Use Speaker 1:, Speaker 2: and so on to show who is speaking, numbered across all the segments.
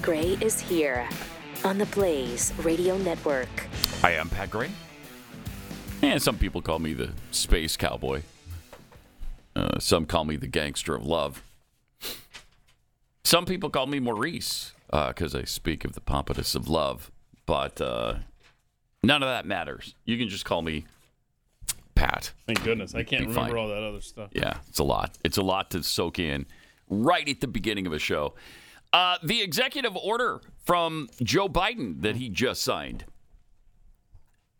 Speaker 1: Gray is here on the Blaze Radio Network.
Speaker 2: I am Pat Gray. And some people call me the space cowboy. Uh, some call me the gangster of love. Some people call me Maurice because I speak of the pompous of love. But uh, none of that matters. You can just call me Pat.
Speaker 3: Thank goodness. I can't
Speaker 2: Be
Speaker 3: remember
Speaker 2: fine.
Speaker 3: all that other stuff.
Speaker 2: Yeah, it's a lot. It's a lot to soak in right at the beginning of a show. Uh, the executive order from Joe Biden that he just signed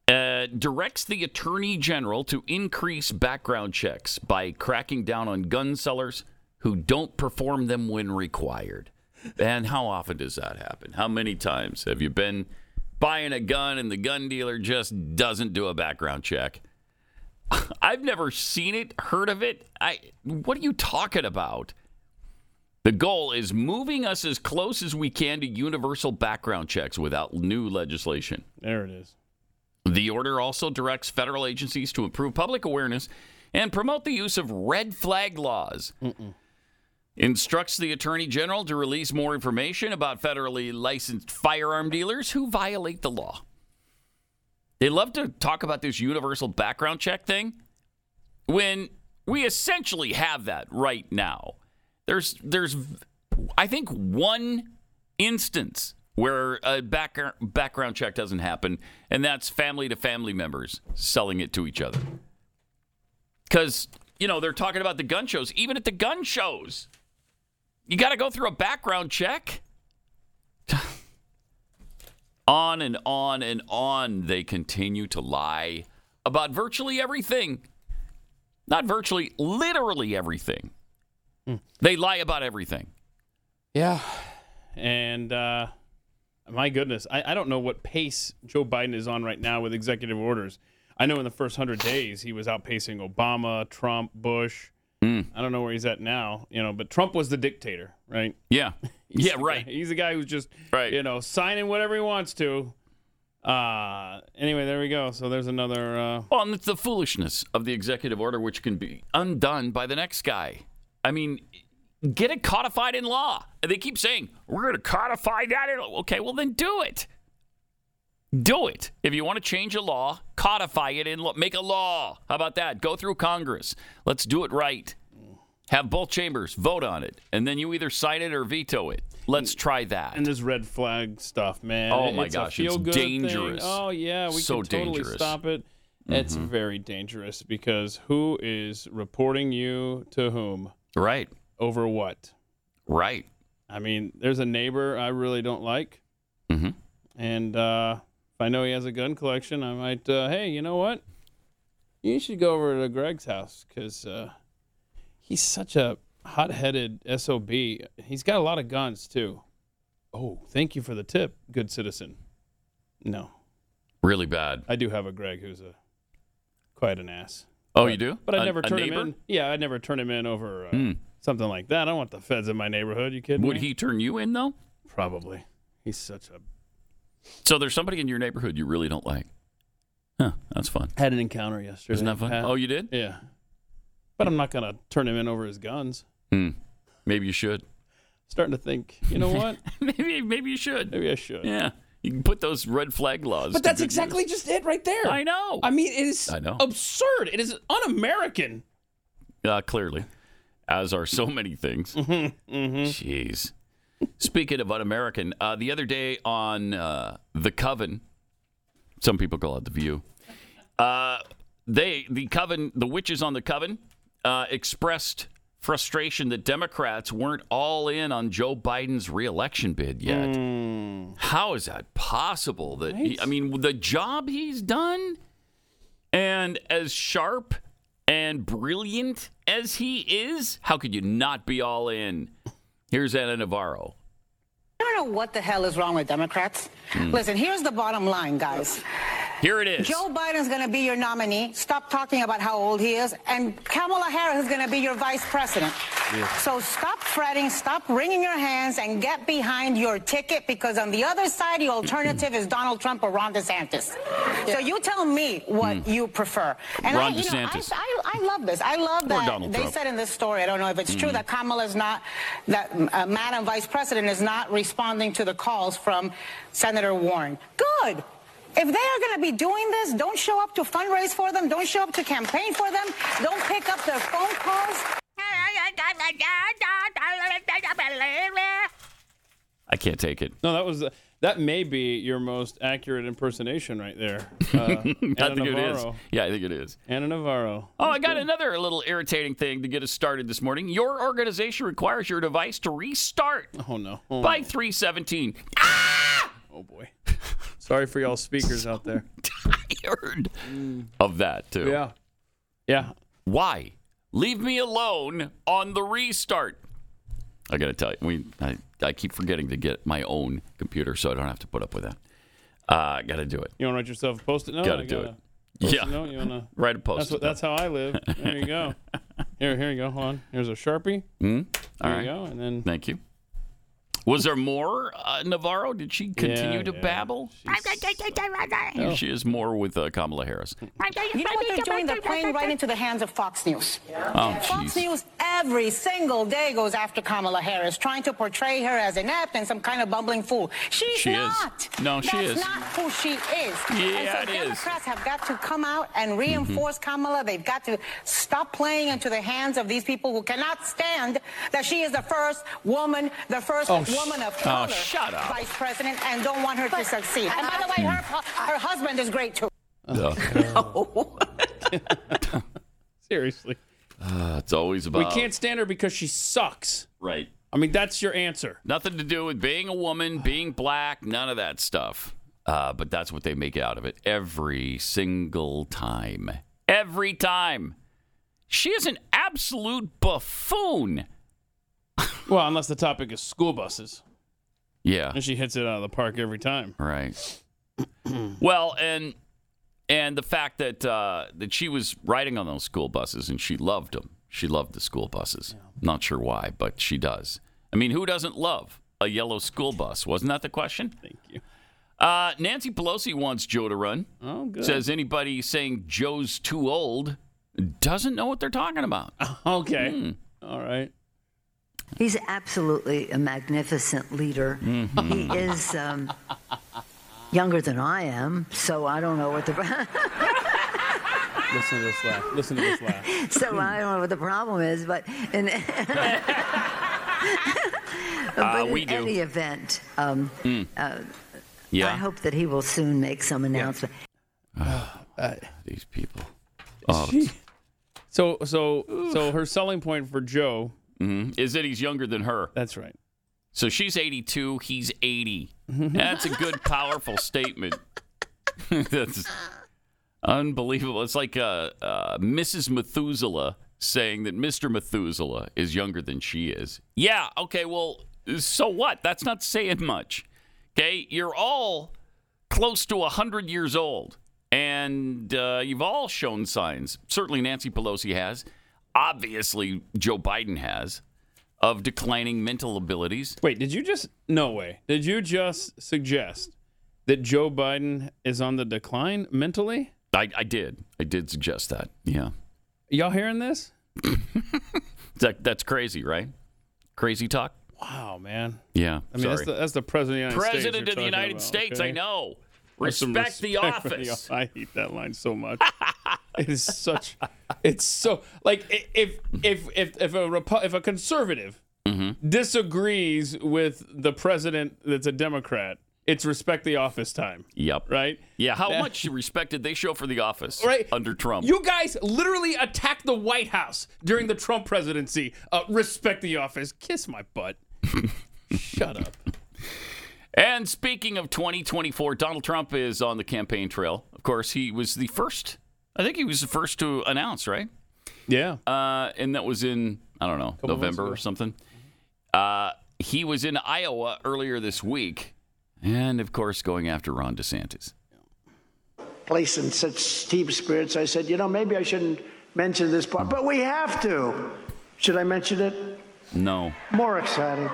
Speaker 2: uh, directs the attorney general to increase background checks by cracking down on gun sellers who don't perform them when required. And how often does that happen? How many times have you been buying a gun and the gun dealer just doesn't do a background check? I've never seen it, heard of it. I what are you talking about? The goal is moving us as close as we can to universal background checks without new legislation.
Speaker 3: There it is.
Speaker 2: The order also directs federal agencies to improve public awareness and promote the use of red flag laws. Instructs the Attorney General to release more information about federally licensed firearm dealers who violate the law. They love to talk about this universal background check thing when we essentially have that right now. There's there's I think one instance where a back, background check doesn't happen, and that's family to family members selling it to each other. Because, you know, they're talking about the gun shows. Even at the gun shows, you got to go through a background check. on and on and on, they continue to lie about virtually everything. Not virtually, literally everything. They lie about everything.
Speaker 3: Yeah. And uh, my goodness, I, I don't know what pace Joe Biden is on right now with executive orders. I know in the first 100 days, he was outpacing Obama, Trump, Bush.
Speaker 2: Mm.
Speaker 3: I don't know where he's at now, you know, but Trump was the dictator, right?
Speaker 2: Yeah.
Speaker 3: He's
Speaker 2: Yeah,
Speaker 3: the
Speaker 2: right.
Speaker 3: guy- he's the guy who's just,
Speaker 2: Right.
Speaker 3: you know, signing whatever he wants to. Uh, anyway, there we go. So there's another. Uh,
Speaker 2: Well, and it's the foolishness of the executive order, which can be undone by the next guy. I mean, get it codified in law. And They keep saying, we're going to codify that. In law." Okay, well, then do it. Do it. If you want to change a law, codify it in law. Make a law. How about that? Go through Congress. Let's do it right. Have both chambers vote on it, and then you either sign it or veto it.
Speaker 3: Mm.
Speaker 2: Let's try that.
Speaker 3: and this red flag stuff, man.
Speaker 2: Oh, my
Speaker 3: a
Speaker 2: gosh, it's
Speaker 3: feel-good thing.
Speaker 2: dangerous.
Speaker 3: Oh yeah, we
Speaker 2: So
Speaker 3: can totally
Speaker 2: dangerous. Mm-hmm.
Speaker 3: stop it. It's very dangerous because who is reporting you to whom
Speaker 2: right,
Speaker 3: over what?
Speaker 2: right.
Speaker 3: I mean, there's a neighbor I really don't like,
Speaker 2: Mhm.
Speaker 3: and uh, if I know he has a gun collection, I might. Uh, hey, you know what? You should go over to Greg's house because uh, he's such a hot-headed sob. He's got a lot of guns too. Oh, thank you for the tip, good citizen. No,
Speaker 2: Really bad.
Speaker 3: I do have a Greg who's a quite an ass.
Speaker 2: Oh, you do?
Speaker 3: But I
Speaker 2: A-
Speaker 3: would never
Speaker 2: a
Speaker 3: turn
Speaker 2: neighbor?
Speaker 3: him in. Yeah, I would never turn him in over uh,
Speaker 2: Hmm.
Speaker 3: something like that. I don't want the feds in my neighborhood. You kidding
Speaker 2: Would
Speaker 3: me?
Speaker 2: he turn you in though?
Speaker 3: Probably. He's such a
Speaker 2: So there's somebody in your neighborhood you really don't like. Huh, that's fun.
Speaker 3: had an encounter yesterday.
Speaker 2: Isn't that fun?
Speaker 3: Pat.
Speaker 2: Oh, you did?
Speaker 3: yeah. But I'm not gonna turn him in over his guns.
Speaker 2: Hmm. Maybe you should.
Speaker 3: Starting to think, you know what?
Speaker 2: maybe maybe you should.
Speaker 3: Maybe I should.
Speaker 2: Yeah. You can put those red flag laws.
Speaker 3: But
Speaker 2: to
Speaker 3: that's
Speaker 2: good
Speaker 3: exactly
Speaker 2: use.
Speaker 3: just it right there.
Speaker 2: I know.
Speaker 3: I mean, it is
Speaker 2: I know.
Speaker 3: absurd. It is un-American.
Speaker 2: Uh, clearly, as are so many things.
Speaker 3: Mm-hmm,
Speaker 2: Jeez. Speaking of un-American, uh, the other day on uh, the Coven, some people call it the View. Uh, they, the Coven, the witches on the Coven, uh, expressed frustration that Democrats weren't all in on Joe Biden's reelection bid yet. How is that possible? That he, I mean, the job he's done, and as sharp and brilliant as he is, how could you not be all in? Here's Anna Navarro.
Speaker 4: I don't know what the hell is wrong with Democrats. Listen, here's the bottom line, guys.
Speaker 2: Hmm. Here it is.
Speaker 4: Joe Biden's going to be your nominee. Stop talking about how old he is. And Kamala Harris is going to be your vice president. So stop fretting, stop wringing your hands, and get behind your ticket because on the other side, the alternative is Donald Trump or Ron DeSantis. So you tell me what you prefer. And
Speaker 2: Hmm. Ron
Speaker 4: I, you know, I-
Speaker 2: DeSantis.
Speaker 4: I, I, I love this. I love that
Speaker 2: Donald
Speaker 4: they
Speaker 2: Trump.
Speaker 4: said in this story, I don't know if it's true, that Kamala is not, that uh, Madam Vice President is not responding to the calls from Senator Warren. Good. If they are going to be doing this, don't show up to fundraise for them. Don't show up to campaign for them. Don't pick up their phone calls.
Speaker 2: I can't take it.
Speaker 3: No, that was that may be your most accurate impersonation right there. Uh,
Speaker 2: I
Speaker 3: Anna
Speaker 2: think it is.
Speaker 3: Navarro.
Speaker 2: Yeah, I think it is.
Speaker 3: Anna Navarro.
Speaker 2: Oh, I got another little irritating thing to get us started this morning. Your organization requires your device to restart
Speaker 3: Oh no. Oh,
Speaker 2: by Ah! 317.
Speaker 3: oh, boy. Sorry for y'all speakers out there. Mm.
Speaker 2: Tired of that, too.
Speaker 3: Yeah. Yeah.
Speaker 2: Why? Leave me alone on the restart. I got to tell you, we, I, I keep forgetting to get my own computer so I don't have to put up with that. Uh, got to do it.
Speaker 3: You want to write yourself a post-it note?
Speaker 2: Gotta
Speaker 3: I
Speaker 2: do
Speaker 3: got
Speaker 2: it.
Speaker 3: a Post-it
Speaker 2: Yeah.
Speaker 3: note? You wanna?
Speaker 2: Write a post.
Speaker 3: That's what. That's how I live. There you go. Here, here you go. Hold on. Here's a sharpie.
Speaker 2: Hmm? All
Speaker 3: There
Speaker 2: right.
Speaker 3: you go. And then
Speaker 2: Thank you. Was there more uh, Navarro? Did she continue
Speaker 3: Yeah,
Speaker 2: to
Speaker 3: yeah.
Speaker 2: babble? Here she is more with uh, Kamala Harris.
Speaker 4: You know what they're doing? They're playing right into the hands of Fox News.
Speaker 2: Oh,
Speaker 4: Fox
Speaker 2: jeez.
Speaker 4: News every single day goes after Kamala Harris, trying to portray her as inept and some kind of bumbling fool. She's
Speaker 2: She is.
Speaker 4: not.
Speaker 2: No, she
Speaker 4: That's
Speaker 2: is.
Speaker 4: not who she is.
Speaker 2: Yeah,
Speaker 4: and
Speaker 2: it
Speaker 4: so
Speaker 2: is. Mm-hmm.
Speaker 4: Democrats have got to come out and reinforce Kamala. They've got to stop playing into the hands of these people who cannot stand that she is the first woman, the first
Speaker 3: Oh, sh-
Speaker 4: woman of
Speaker 2: oh,
Speaker 4: color
Speaker 2: shut up. Hmm.
Speaker 4: vice president, and don't want her to succeed. And by the way, her, her husband is great too.
Speaker 2: Uh,
Speaker 3: seriously,
Speaker 2: Uh, it's always about
Speaker 3: we can't stand her because she sucks.
Speaker 2: right.
Speaker 3: I mean, that's your answer.
Speaker 2: Nothing to do with being a woman, being black, none of that stuff. Uh, but that's what they make out of it every single time. Every time. She is an absolute buffoon.
Speaker 3: Well, unless the topic is school buses,
Speaker 2: Yeah.
Speaker 3: and she hits it out of the park every time.
Speaker 2: Right. well, and and the fact that uh, that she was riding on those school buses and she loved them. She loved the school buses. Not sure why, but she does. I mean, who doesn't love a yellow school bus? Wasn't that the question?
Speaker 3: Thank you.
Speaker 2: Uh, Nancy Pelosi wants Joe to run.
Speaker 3: Oh, good.
Speaker 2: Says anybody saying Joe's too old doesn't know what they're talking about. Hmm.
Speaker 3: okay. All right.
Speaker 5: He's absolutely a magnificent leader. He is um, younger than I am, so I don't know what the
Speaker 3: Listen to this laugh. Listen to this laugh.
Speaker 5: so uh, I don't know what the problem is. But in, but
Speaker 2: we
Speaker 5: in
Speaker 2: do.
Speaker 5: any event, um,
Speaker 2: Yeah.
Speaker 5: I hope that he will soon make some announcement.
Speaker 2: These people. Oh,
Speaker 3: So, so, so her selling point for Joe.
Speaker 2: Is that he's younger than her.
Speaker 3: That's right.
Speaker 2: So she's 82, he's 80. That's a good, powerful statement. That's unbelievable. It's like uh, uh, Mrs. Methuselah saying that Mr. Methuselah is younger than she is. Yeah, okay, well, so what? That's not saying much. Okay, you're all close to 100 years old, and uh, you've all shown signs. Certainly, Nancy Pelosi has. Obviously, Joe Biden has. Of declining mental abilities.
Speaker 3: Wait, did you just? No way. Did you just suggest that Joe Biden is on the decline mentally?
Speaker 2: I, I did. I did suggest that. Yeah.
Speaker 3: Y'all hearing this?
Speaker 2: That, that's crazy, right? Crazy talk?
Speaker 3: Wow, man.
Speaker 2: Yeah.
Speaker 3: I mean, that's the, that's the president of the United States.
Speaker 2: President
Speaker 3: you're
Speaker 2: of the
Speaker 3: talking
Speaker 2: United
Speaker 3: about,
Speaker 2: States,
Speaker 3: okay?
Speaker 2: I know.
Speaker 3: Have some
Speaker 2: Respect, the
Speaker 3: respect for
Speaker 2: office.
Speaker 3: I hate that line so much. it is such. It's so like i- if if if if a Repu- if a conservative
Speaker 2: Mm-hmm.
Speaker 3: disagrees with the president that's a Democrat, it's respect the office time,
Speaker 2: Yep.
Speaker 3: right?
Speaker 2: Yeah. How
Speaker 3: That-
Speaker 2: much respect did they show for the office
Speaker 3: Right
Speaker 2: under Trump?
Speaker 3: you guys literally attacked the White House during the Trump presidency. Uh, respect the office. Kiss my butt. Shut up.
Speaker 2: And speaking of 2024, Donald Trump is on the campaign trail. Of course, he was the first. I think he was the first to announce, right?
Speaker 3: Yeah.
Speaker 2: Uh, and that was in I don't know
Speaker 3: months
Speaker 2: November
Speaker 3: ago.
Speaker 2: or something. Uh, he was in Iowa earlier this week, and of course, going after Ron DeSantis.
Speaker 6: place in such steep spirits, I said, you know, maybe I shouldn't mention this part, but we have to. Should I mention it?
Speaker 2: No,
Speaker 6: More exciting.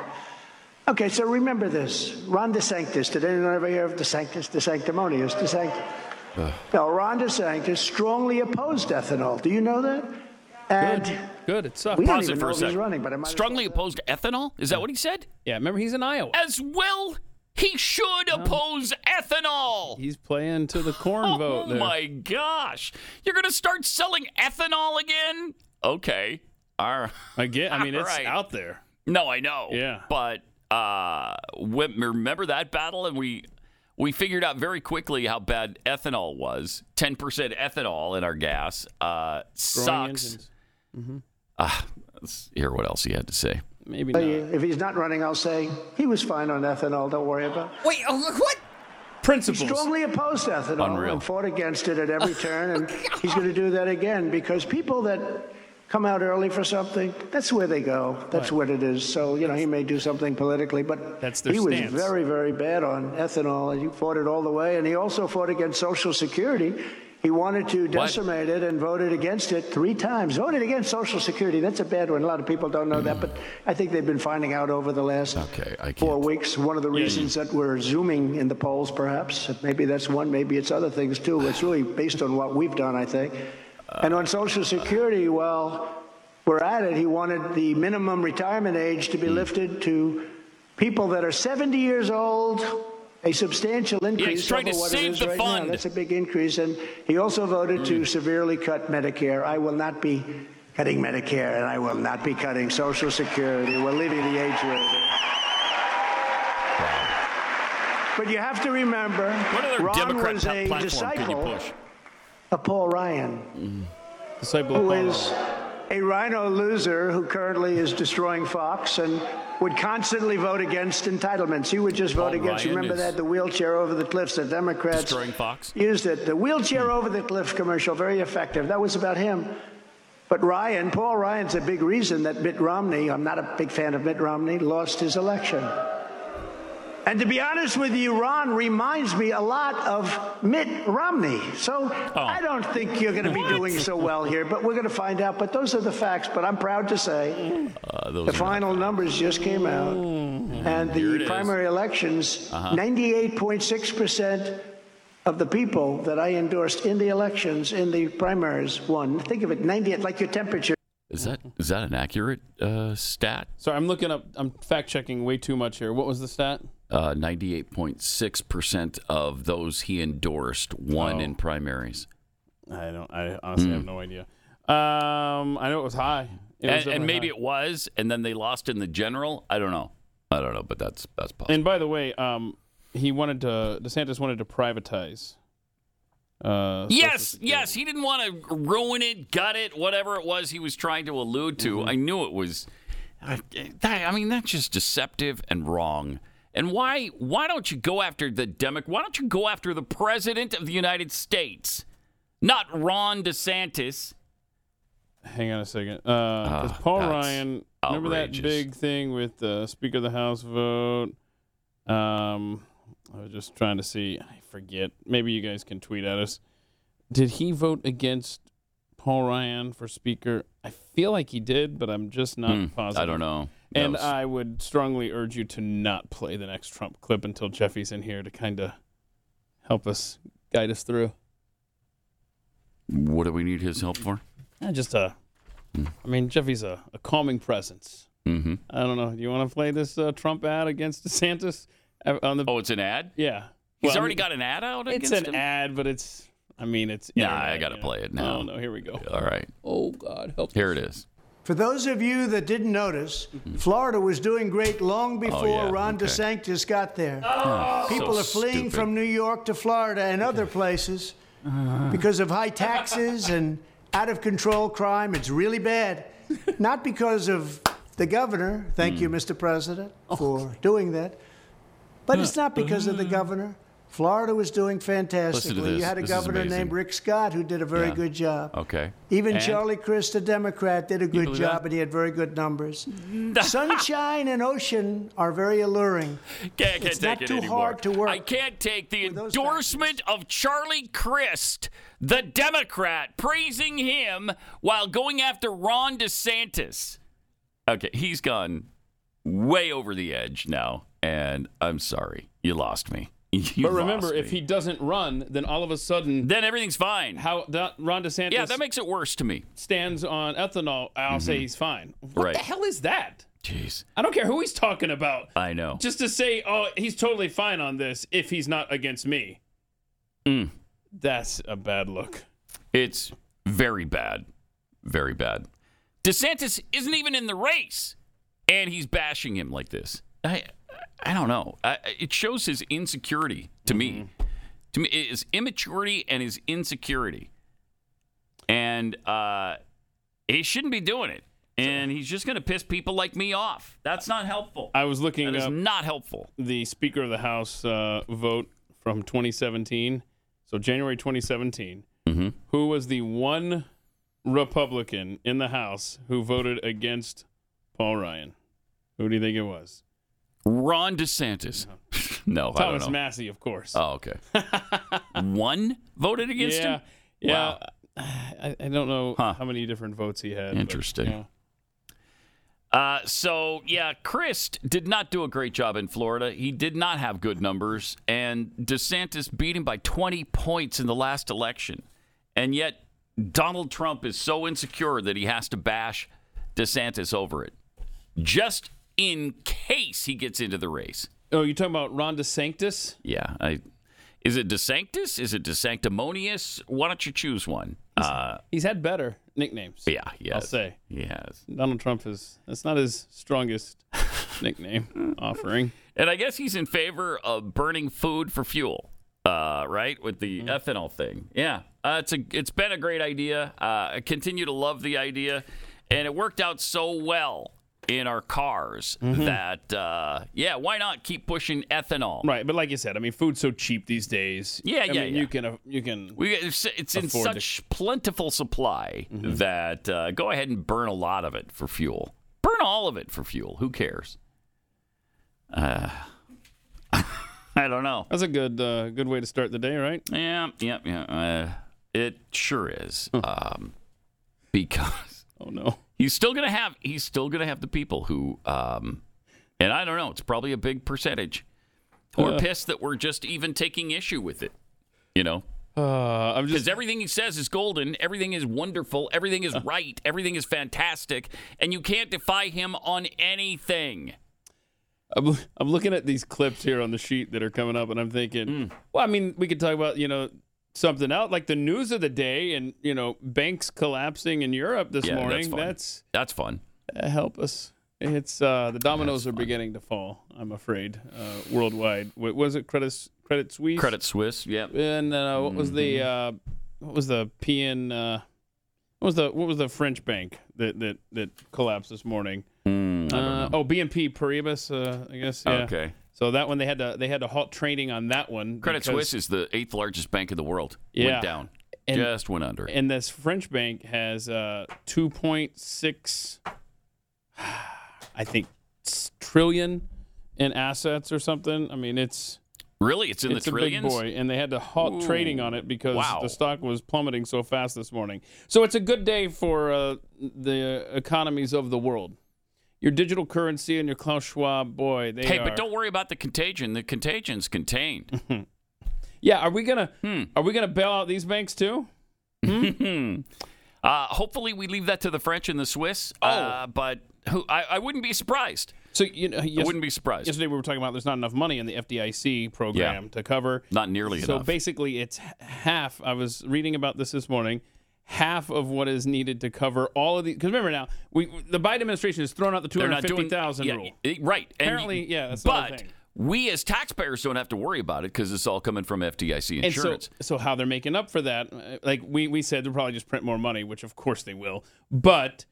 Speaker 6: Okay, so remember this. Ron DeSantis. Did anyone ever hear of DeSantis? DeSanctimonious. DeSanct. No, Ron DeSantis strongly opposed ethanol. Do you know that? And
Speaker 3: Good. It sucks.
Speaker 6: we don't
Speaker 2: Pause
Speaker 6: even
Speaker 2: it for
Speaker 6: know
Speaker 2: a
Speaker 6: if he's
Speaker 2: second.
Speaker 6: running, but I might as
Speaker 2: Strongly opposed to ethanol? Is that what he said?
Speaker 3: Yeah, remember he's in Iowa.
Speaker 2: As well, he should oppose ethanol.
Speaker 3: He's playing to the corn
Speaker 2: Oh
Speaker 3: vote there.
Speaker 2: my gosh. You're going to start selling ethanol again? Okay. All right.
Speaker 3: Again, I mean, it's
Speaker 2: Right.
Speaker 3: out there.
Speaker 2: No, I know.
Speaker 3: Yeah.
Speaker 2: But uh, we- remember that battle, and we we figured out very quickly how bad ethanol was. Ten percent ethanol in our gas uh,
Speaker 3: Growing
Speaker 2: sucks.
Speaker 3: engines.
Speaker 2: Let's hear what else he had to say.
Speaker 3: Maybe
Speaker 6: well.
Speaker 3: not.
Speaker 6: If he's not running, I'll say he was fine on ethanol. Don't worry about. it.
Speaker 7: Wait, oh, what?
Speaker 3: Principles.
Speaker 6: Strongly opposed to ethanol
Speaker 2: Unreal.
Speaker 6: and fought against it at every turn,
Speaker 7: Oh,
Speaker 6: and he's going to do that again because people that come out early for something, that's where they go. That's what it is. So you know, he may do something politically, but
Speaker 3: That's their
Speaker 6: he
Speaker 3: stance.
Speaker 6: was very, very bad on ethanol, and he fought it all the way. And he also fought against Social Security. He wanted to decimate it and voted against it three times. Voted against Social Security. That's a bad one. A lot of people don't know that, but I think they've been finding out over the last
Speaker 2: Okay, I
Speaker 6: four
Speaker 2: can't.
Speaker 6: weeks. One of the reasons that we're zooming in the polls, perhaps. Maybe that's one, maybe it's other things too. It's really based on what we've done, I think. And on Social Security, well, we're at it. He wanted the minimum retirement age to be
Speaker 2: Hmm.
Speaker 6: lifted to people that are 70 years old. A substantial increase.
Speaker 2: trying to
Speaker 6: over what
Speaker 2: save
Speaker 6: it is
Speaker 2: the
Speaker 6: right
Speaker 2: fund. Hmm.
Speaker 6: Now. That's a big increase, and he also voted to severely cut Medicare. I will not be cutting Medicare, and I will not be cutting Social Security. We're leaving the age where it is. But you have to remember,
Speaker 2: What other
Speaker 6: Ron
Speaker 2: Democrat
Speaker 6: was
Speaker 2: pla-
Speaker 6: a
Speaker 2: platform can you
Speaker 6: disciple
Speaker 2: push?
Speaker 6: of Paul Ryan,
Speaker 3: Disciple of
Speaker 6: who
Speaker 3: Paul.
Speaker 6: is a rhino loser who currently is destroying Fox and would constantly vote against entitlements. He would just vote
Speaker 2: Paul
Speaker 6: against.
Speaker 2: Ryan
Speaker 6: remember
Speaker 2: is
Speaker 6: that the wheelchair over the cliffs, the Democrats
Speaker 2: Destroying Fox?
Speaker 6: used it. The wheelchair over the cliff commercial, very effective. That was about him. But Ryan, Paul Ryan's a big reason that Mitt Romney, I'm not a big fan of Mitt Romney, lost his election. And to be honest with you, Ron reminds me a lot of Mitt Romney. So
Speaker 2: Oh.
Speaker 6: I don't think you're going to be doing so well here, but we're going to find out. But those are the facts. But I'm proud to say
Speaker 2: Uh, those
Speaker 6: the
Speaker 2: are- Mm-hmm.
Speaker 6: final numbers just came out. And
Speaker 2: Here it
Speaker 6: the
Speaker 2: is. Uh-huh.
Speaker 6: primary elections, 98.6% of the people that I endorsed in the elections, in the primaries, won. Think of it 98, like your temperature.
Speaker 2: is that is that an accurate uh, stat?
Speaker 3: Sorry, I'm looking up. I'm fact checking way too much here. What was the stat?
Speaker 2: uh, Ninety-eight point six percent of those he endorsed won in primaries, Hmm.
Speaker 3: I don't. I Oh. honestly have no idea. Um, I know it was high. It was
Speaker 2: and, and
Speaker 3: definitely
Speaker 2: maybe
Speaker 3: high.
Speaker 2: it was, and then they lost in the general. I don't know.
Speaker 3: Uh,
Speaker 2: I don't know, but that's that's possible.
Speaker 3: And by the way, um, he wanted to. DeSantis wanted to privatize. Uh, Social
Speaker 2: Yes,
Speaker 3: Security.
Speaker 2: yes. He didn't want to ruin it, gut it, whatever it was he was trying to allude to.
Speaker 3: Mm-hmm.
Speaker 2: I knew it was. I, that, I mean, that's just deceptive and wrong. And why? Why don't you go after the Democrat? Why don't you go after the president of the United States, not Ron DeSantis?
Speaker 3: Hang on a second. Uh, 'cause Paul
Speaker 2: Ah, that's
Speaker 3: Ryan, remember that
Speaker 2: outrageous.
Speaker 3: big thing with the Speaker of the House vote? Um, I was just trying to see. I forget. Maybe you guys can tweet at us. Did he vote against Paul Ryan for Speaker? I feel like he did, but I'm just not positive.
Speaker 2: Hmm, I don't know. That
Speaker 3: And
Speaker 2: was-
Speaker 3: I would strongly urge you to not play the next Trump clip until Jeffy's in here to kind of help us guide us through.
Speaker 2: what do we need his help for?
Speaker 3: Eh, just a, I mean, Jeffy's a, a calming presence.
Speaker 2: hmm
Speaker 3: I don't know. Do you want to play this uh, Trump ad against DeSantis Uh, on the?
Speaker 2: Oh, it's an ad.
Speaker 3: yeah,
Speaker 2: He's
Speaker 3: Well, I
Speaker 2: already
Speaker 3: mean,
Speaker 2: got an ad out.
Speaker 3: It's
Speaker 2: against
Speaker 3: an
Speaker 2: him?
Speaker 3: ad, but it's. I mean, it's.
Speaker 2: Nah,
Speaker 3: internet,
Speaker 2: I gotta
Speaker 3: you know.
Speaker 2: play it now.
Speaker 3: Oh no, here we go.
Speaker 2: All right,
Speaker 3: Oh God, help!
Speaker 2: here it is.
Speaker 6: For those of you that didn't notice, Florida was doing great long before
Speaker 2: Mm-hmm. Oh, yeah,
Speaker 6: Ron
Speaker 2: okay. Oh.
Speaker 6: DeSantis got there. People
Speaker 2: So
Speaker 6: are fleeing
Speaker 2: stupid.
Speaker 6: from New York to Florida and other places
Speaker 2: Uh-huh.
Speaker 6: because of high taxes and out of control crime. It's really bad. Not because of the governor, thank
Speaker 2: Mm.
Speaker 6: you, Mr. President,
Speaker 2: Oh.
Speaker 6: for doing that, but it's not because of the governor. Florida was doing fantastically.
Speaker 2: Uh-huh. this.
Speaker 6: You had a
Speaker 2: This is
Speaker 6: governor
Speaker 2: amazing.
Speaker 6: named Rick Scott who did a very
Speaker 2: Yeah.
Speaker 6: good job.
Speaker 2: Okay.
Speaker 6: Even
Speaker 2: And-
Speaker 6: Charlie Crist, the Democrat, did a good
Speaker 2: believe
Speaker 6: job
Speaker 2: that?
Speaker 6: and he had very good numbers. Sunshine and ocean are very alluring.
Speaker 2: Can't, can't
Speaker 6: It's
Speaker 2: take
Speaker 6: not
Speaker 2: it
Speaker 6: too
Speaker 2: anymore.
Speaker 6: hard to work.
Speaker 2: I can't take the
Speaker 6: with those
Speaker 2: endorsement of Charlie Crist, the Democrat, praising him while going after Ron DeSantis. Okay, he's gone way over the edge now, and I'm sorry. You lost me. You
Speaker 3: But remember,
Speaker 2: lost
Speaker 3: if
Speaker 2: me.
Speaker 3: he doesn't run, then all of a sudden,
Speaker 2: then everything's fine.
Speaker 3: how that Ron DeSantis
Speaker 2: yeah, that makes it worse to me.
Speaker 3: stands on ethanol, I'll say he's fine. What
Speaker 2: Right.
Speaker 3: the hell is that?
Speaker 2: Jeez,
Speaker 3: I don't care who he's talking about.
Speaker 2: I know.
Speaker 3: Just to say, oh, he's totally fine on this if he's not against me.
Speaker 2: Mm.
Speaker 3: That's a bad look.
Speaker 2: It's very bad. Very bad. DeSantis isn't even in the race, and he's bashing him like this. I, I don't know. I, it shows his insecurity to me. To me, his immaturity and his insecurity. And uh, he shouldn't be doing it. And he's just going to piss people like me off. That's not helpful.
Speaker 3: I was looking
Speaker 2: That is
Speaker 3: up
Speaker 2: not helpful.
Speaker 3: the Speaker of the House uh, vote from 2017. So January 2017.
Speaker 2: Mhm.
Speaker 3: Who was the one Republican in the House who voted against Paul Ryan? Who do you think it was? Uh-huh.
Speaker 2: Ron DeSantis. no, I
Speaker 3: Thomas
Speaker 2: don't know.
Speaker 3: Massey, of course.
Speaker 2: oh, okay. One voted against
Speaker 3: yeah,
Speaker 2: him.
Speaker 3: yeah.
Speaker 2: Wow.
Speaker 3: I, I don't know
Speaker 2: Huh.
Speaker 3: how many different votes he had. but,
Speaker 2: Interesting.
Speaker 3: yeah.
Speaker 2: Uh, so yeah, Christ did not do a great job in Florida. He did not have good numbers, and DeSantis beat him by 20 points in the last election. And yet, Donald Trump is so insecure that he has to bash DeSantis over it, just in case he gets into the race.
Speaker 3: Oh, you're talking about Ron DeSantis?
Speaker 2: Yeah, I, is it DeSanctis? Is it DeSanctimonious? Why don't you choose one? Uh,
Speaker 3: He's had better nicknames.
Speaker 2: yeah, yes,
Speaker 3: I'll say
Speaker 2: yes.
Speaker 3: Donald Trump is. That's not his strongest nickname offering.
Speaker 2: And I guess he's in favor of burning food for fuel, uh, right? With the ethanol thing. Yeah, uh, it's a it's been a great idea. Uh, I continue to love the idea, and it worked out so well in our cars that uh, yeah, why not keep pushing ethanol?
Speaker 3: Right, but like you said, I mean, food's so cheap these days.
Speaker 2: Yeah,
Speaker 3: I
Speaker 2: yeah,
Speaker 3: mean,
Speaker 2: yeah.
Speaker 3: You can, uh, you can.
Speaker 2: We, it's it's in
Speaker 3: Afford to- Mm-hmm.
Speaker 2: such plentiful supply that uh, go ahead and burn a lot of it for fuel. Burn all of it for fuel. Who cares? Uh, I don't know. Eh,
Speaker 3: That's a good, uh, good way to start the day, right?
Speaker 2: Yeah, yeah, yeah. Uh, it sure is. Um, because
Speaker 3: Oh no,
Speaker 2: he's still gonna have he's still gonna have the people who, um, and I don't know. It's probably a big percentage who
Speaker 3: Uh.
Speaker 2: are pissed that we're just even taking issue with it. You know,
Speaker 3: uh, I'm
Speaker 2: because
Speaker 3: just. Uh.
Speaker 2: everything he says is golden, everything is wonderful, everything is right, everything is fantastic, and you can't defy him on anything.
Speaker 3: I'm, loo- I'm looking at these clips here on the sheet that are coming up, and I'm thinking,
Speaker 2: Hmm.
Speaker 3: well, I mean, we could talk about you know something out like the news of the day, and you know, banks collapsing in Europe this
Speaker 2: Yeah, that's
Speaker 3: morning.
Speaker 2: fun.
Speaker 3: That's,
Speaker 2: That's fun.
Speaker 3: uh, help us. It's uh, the dominoes are beginning to fall. I'm afraid uh, worldwide. What was it? Credit Credit Suisse.
Speaker 2: Credit Suisse, yeah.
Speaker 3: And then uh, what was the
Speaker 2: Mm-hmm.
Speaker 3: uh, what was the PN? Uh, what was the what was the French bank that that that collapsed this morning?
Speaker 2: Mm, Hmm,
Speaker 3: uh, oh, BNP Paribas, uh, I guess. Yeah.
Speaker 2: Okay.
Speaker 3: So that one they had to they had to halt trading on that one.
Speaker 2: Credit
Speaker 3: because-
Speaker 2: Suisse is the eighth largest bank in the world.
Speaker 3: Yeah.
Speaker 2: Went down.
Speaker 3: And-
Speaker 2: Just went under.
Speaker 3: and this French bank has uh, 2.6, I think, s- trillion in assets or something. I mean, it's
Speaker 2: really? It's in
Speaker 3: it's
Speaker 2: the
Speaker 3: a big
Speaker 2: trillions?
Speaker 3: boy, and they had to halt tradiing on it because
Speaker 2: Wow.
Speaker 3: the stock was plummeting so fast this morning. So it's a good day for uh, the economies of the world. Your digital currency and your Klaus Schwab, boy, they
Speaker 2: Hey,
Speaker 3: are-
Speaker 2: but don't worry about the contagion. The contagion's contained. Hmm.
Speaker 3: Yeah, are we gonna are we gonna bail out these banks too?
Speaker 2: uh, hopefully, we leave that to the French and the Swiss. Oh. Uh, but who, I, I wouldn't be surprised.
Speaker 3: So you know, yes-
Speaker 2: I wouldn't be surprised.
Speaker 3: yesterday we were talking about there's not enough money in the FDIC program to cover.
Speaker 2: Not nearly
Speaker 3: so
Speaker 2: enough.
Speaker 3: basically, it's h- half. I was reading about this this morning. Half of what is needed to cover all of the. Because remember now, we the Biden administration has thrown out the two
Speaker 2: They're
Speaker 3: hundred
Speaker 2: not
Speaker 3: fifty
Speaker 2: doing
Speaker 3: thousand
Speaker 2: yeah,
Speaker 3: rule.
Speaker 2: y- Right. And
Speaker 3: Apparently, yeah, that's the whole
Speaker 2: but
Speaker 3: thing.
Speaker 2: we as taxpayers don't have to worry about it because it's all coming from FDIC
Speaker 3: And so,
Speaker 2: insurance.
Speaker 3: so how they're making up for that? uh, Like we we said, they'll probably just print more money, which of course they will. But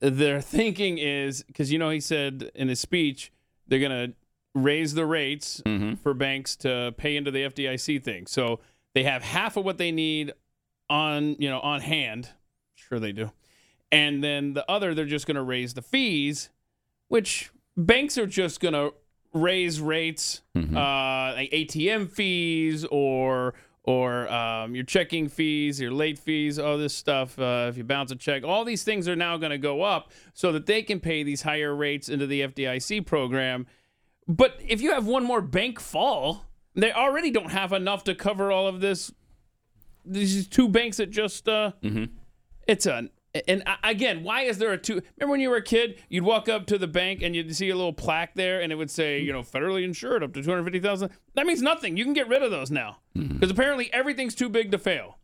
Speaker 3: their thinking is because you know he said in his speech they're gonna raise the rates
Speaker 2: Mm-hmm.
Speaker 3: for banks to pay into the FDIC thing. So they have half of what they need on you know on hand. Sure they do. And then the other, they're just gonna raise the fees, which banks are just gonna raise rates uh, like ATM fees or or um, your checking fees, your late fees, all this stuff. Uh, if you bounce a check, all these things are now going to go up so that they can pay these higher rates into the FDIC program. But if you have one more bank fall, They already don't have enough to cover all of this. These two banks that just uh,
Speaker 2: Mm-hmm.
Speaker 3: it's an and I- again, why is there a two? Remember when you were a kid, you'd walk up to the bank and you'd see a little plaque there, and it would say, you know, federally insured up to two hundred fifty thousand. That means nothing. You can get rid of those now because apparently everything's too big to fail.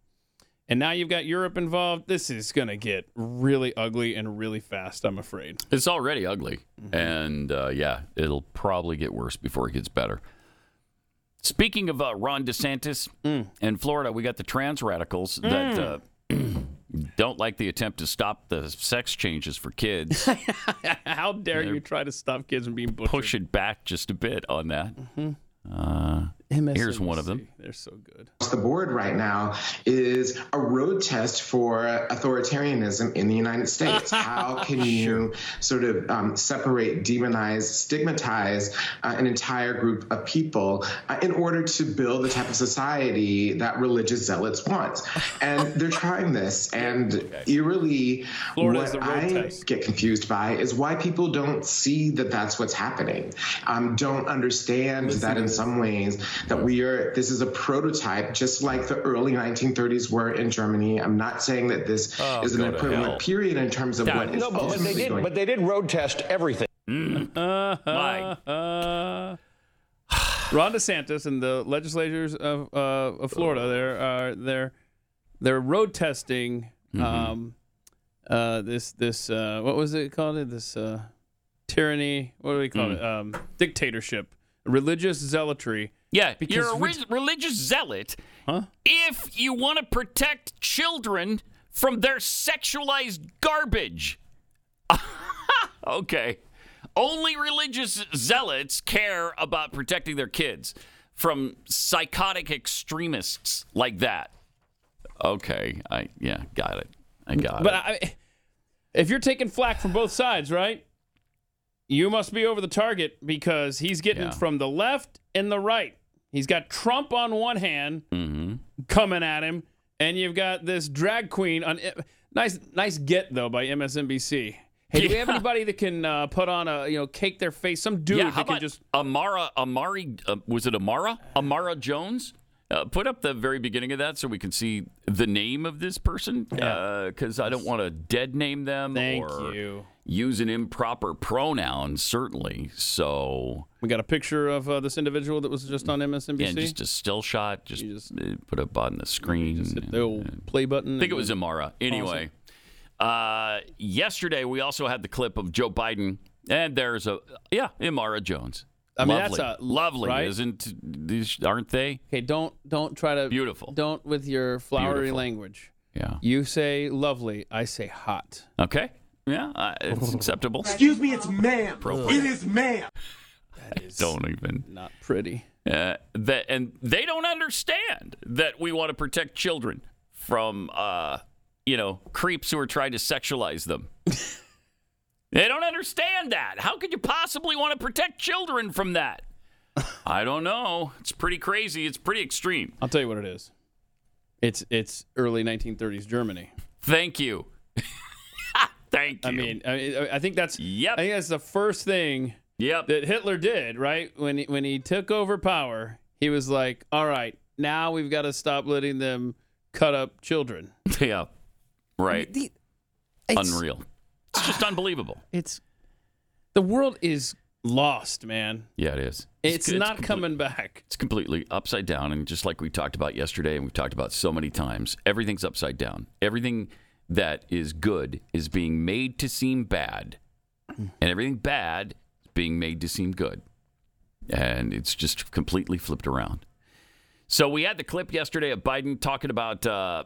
Speaker 3: And now you've got Europe involved. This is gonna get really ugly and really fast. I'm afraid.
Speaker 2: It's already ugly,
Speaker 3: Mm-hmm.
Speaker 2: and uh, yeah, it'll probably get worse before it gets better. Speaking of uh, Ron DeSantis
Speaker 3: Mm.
Speaker 2: in Florida, we got the trans radicals that uh, don't like the attempt to stop the sex changes for kids.
Speaker 3: How dare you try to stop kids from being butchered? Mm-hmm.
Speaker 2: Push it back just a bit on that. Uh, Here's one of them.
Speaker 3: They're so good.
Speaker 7: across the board right now is a road test for authoritarianism in the United States. How can you sort of um, separate, demonize, stigmatize uh, an entire group of people uh, in order to build the type of society that religious zealots want? And they're trying this, and eerily, what
Speaker 3: Florida's the road
Speaker 7: I
Speaker 3: test.
Speaker 7: get confused by is why people don't see that that's what's happening um, don't understand that in some ways that we are this is a prototype just like the early 1930s were in germany i'm not saying that this is an
Speaker 2: go to hell.
Speaker 7: equivalent period in terms of what is
Speaker 8: No, but, but
Speaker 7: ultimately
Speaker 8: they did.
Speaker 7: going
Speaker 8: But they did road test everything.
Speaker 3: Mm.
Speaker 2: My
Speaker 3: Uh, Ron DeSantis and the legislators of uh, of Florida, they're uh, they're they're road testing
Speaker 2: Mm-hmm.
Speaker 3: um, uh, this this uh, what was it called? This uh, tyranny? What do we
Speaker 2: Mm.
Speaker 3: call it? Um, dictatorship, religious zealotry.
Speaker 2: Yeah,
Speaker 3: Because
Speaker 2: you're a
Speaker 3: we-
Speaker 2: re- religious zealot if you want to protect children from their sexualized garbage. okay. Only religious zealots care about protecting their kids from psychotic extremists like that. Okay, I yeah, got it. I got
Speaker 3: But
Speaker 2: it.
Speaker 3: I, if you're taking flack from both sides, right? You must be over the target because he's getting
Speaker 2: Yeah.
Speaker 3: from the left and the right. He's got Trump on one hand
Speaker 2: Mm-hmm.
Speaker 3: coming at him, and you've got this drag queen on. Nice, nice get though by MSNBC. Hey, do we have
Speaker 2: Yeah.
Speaker 3: anybody that can uh, put on a you know cake their face? Some dude
Speaker 2: yeah, how
Speaker 3: that can
Speaker 2: about
Speaker 3: just
Speaker 2: Amara Amari uh, was it Amara Amara Jones? Uh, put up the very beginning of that so we can see the name of this person because I don't want to dead name them
Speaker 3: thank
Speaker 2: or
Speaker 3: you.
Speaker 2: use an improper pronoun certainly. So
Speaker 3: We got a picture of uh, this individual that was just on MSNBC.
Speaker 2: yeah, just a still shot, just, uh, put up on the screen. uh,
Speaker 3: Hit the old play button.
Speaker 2: I think it was Amara. Anyway, uh, yesterday we also had the clip of Joe Biden, and there's a yeah, Amara Jones.
Speaker 3: I mean,
Speaker 2: lovely,
Speaker 3: that's a-
Speaker 2: lovely,
Speaker 3: right?
Speaker 2: isn't? These aren't they?
Speaker 3: Okay, don't don't try to
Speaker 2: Beautiful.
Speaker 3: Don't with your flowery
Speaker 2: Beautiful.
Speaker 3: language.
Speaker 2: Yeah.
Speaker 3: You say lovely, I say hot.
Speaker 2: Okay. Yeah, uh, it's acceptable.
Speaker 9: Excuse me, it's ma'am. It is ma'am.
Speaker 2: Don't even.
Speaker 3: Not pretty.
Speaker 2: Uh, that and they don't understand that we want to protect children from, uh, you know, creeps who are trying to sexualize them. they don't understand that. How could you possibly want to protect children from that? I don't know. It's pretty crazy. It's pretty extreme.
Speaker 3: I'll tell you what it is. It's it's early 1930s Germany.
Speaker 2: Thank you. Thank you.
Speaker 3: I mean, I, mean, I think that's
Speaker 2: Yep.
Speaker 3: I think that's the first thing
Speaker 2: yep.
Speaker 3: that Hitler did. Right when he, when he took over power, he was like, "All right, now we've got to stop letting them cut up children."
Speaker 2: yeah. Right.
Speaker 3: The-
Speaker 2: Unreal. It's just unbelievable.
Speaker 3: It's the world is lost, man.
Speaker 2: Yeah, it is.
Speaker 3: It's,
Speaker 2: good.
Speaker 3: not
Speaker 2: complete-
Speaker 3: coming back.
Speaker 2: It's completely upside down, and just like we talked about yesterday, and we've talked about so many times, everything's upside down. Everything that is good is being made to seem bad, and everything bad is being made to seem good, and it's just completely flipped around. So we had the clip yesterday of Biden talking about uh,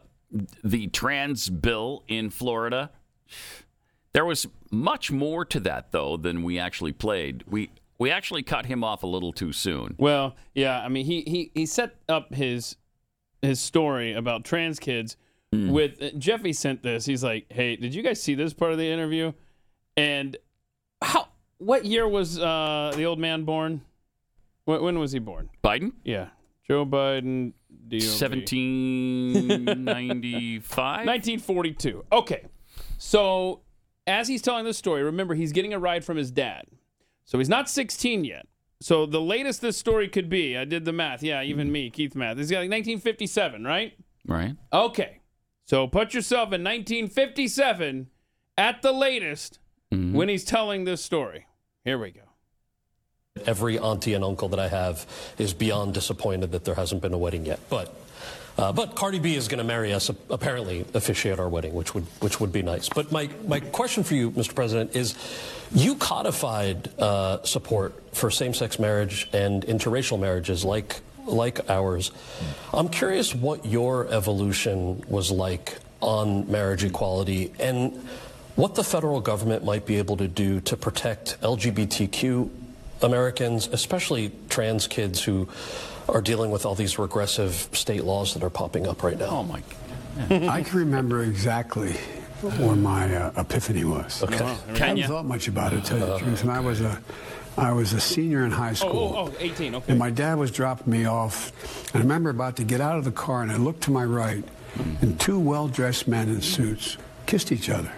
Speaker 2: the trans bill in Florida. There was much more to that though than we actually played. We we actually cut him off a little too soon.
Speaker 3: Well, yeah, I mean he he he set up his his story about trans kids with uh, Jeffy sent this. He's like, "Hey, did you guys see this part of the interview?" And how what year was uh the old man born? When, when was he born?
Speaker 2: Biden?
Speaker 3: Yeah. Joe Biden DOB.
Speaker 2: 1795.
Speaker 3: 1942. Okay. So, as he's telling this story, remember he's getting a ride from his dad. So he's not 16 yet. So the latest this story could be, I did the math. Yeah, even me, Keith math. It's like 1957, right?
Speaker 2: Right.
Speaker 3: Okay. So put yourself in 1957 at the latest
Speaker 2: Mm-hmm.
Speaker 3: when he's telling this story. Here we go.
Speaker 10: Every auntie and uncle that I have is beyond disappointed that there hasn't been a wedding yet. But, uh, but Cardi B is going to marry us, apparently officiate our wedding, which would which would be nice. But my my question for you, Mr. President, is you codified uh, support for same-sex marriage and interracial marriages like like ours. I'm curious what your evolution was like on marriage equality and what the federal government might be able to do to protect LGBTQ Americans, especially trans kids who are dealing with all these regressive state laws that are popping up right now. Oh my
Speaker 11: I can remember exactly where my uh, epiphany was.
Speaker 10: Okay. Wow.
Speaker 11: I haven't
Speaker 10: Kenya.
Speaker 11: thought much about it, to tell you the truth. And I was a, I was a senior in high
Speaker 3: Uh, Oh,
Speaker 11: school.
Speaker 3: oh, oh, 18. Okay.
Speaker 11: And my dad was dropping me off. I remember about to get out of the car, and I looked to my right, and two well-dressed men in suits kissed each other.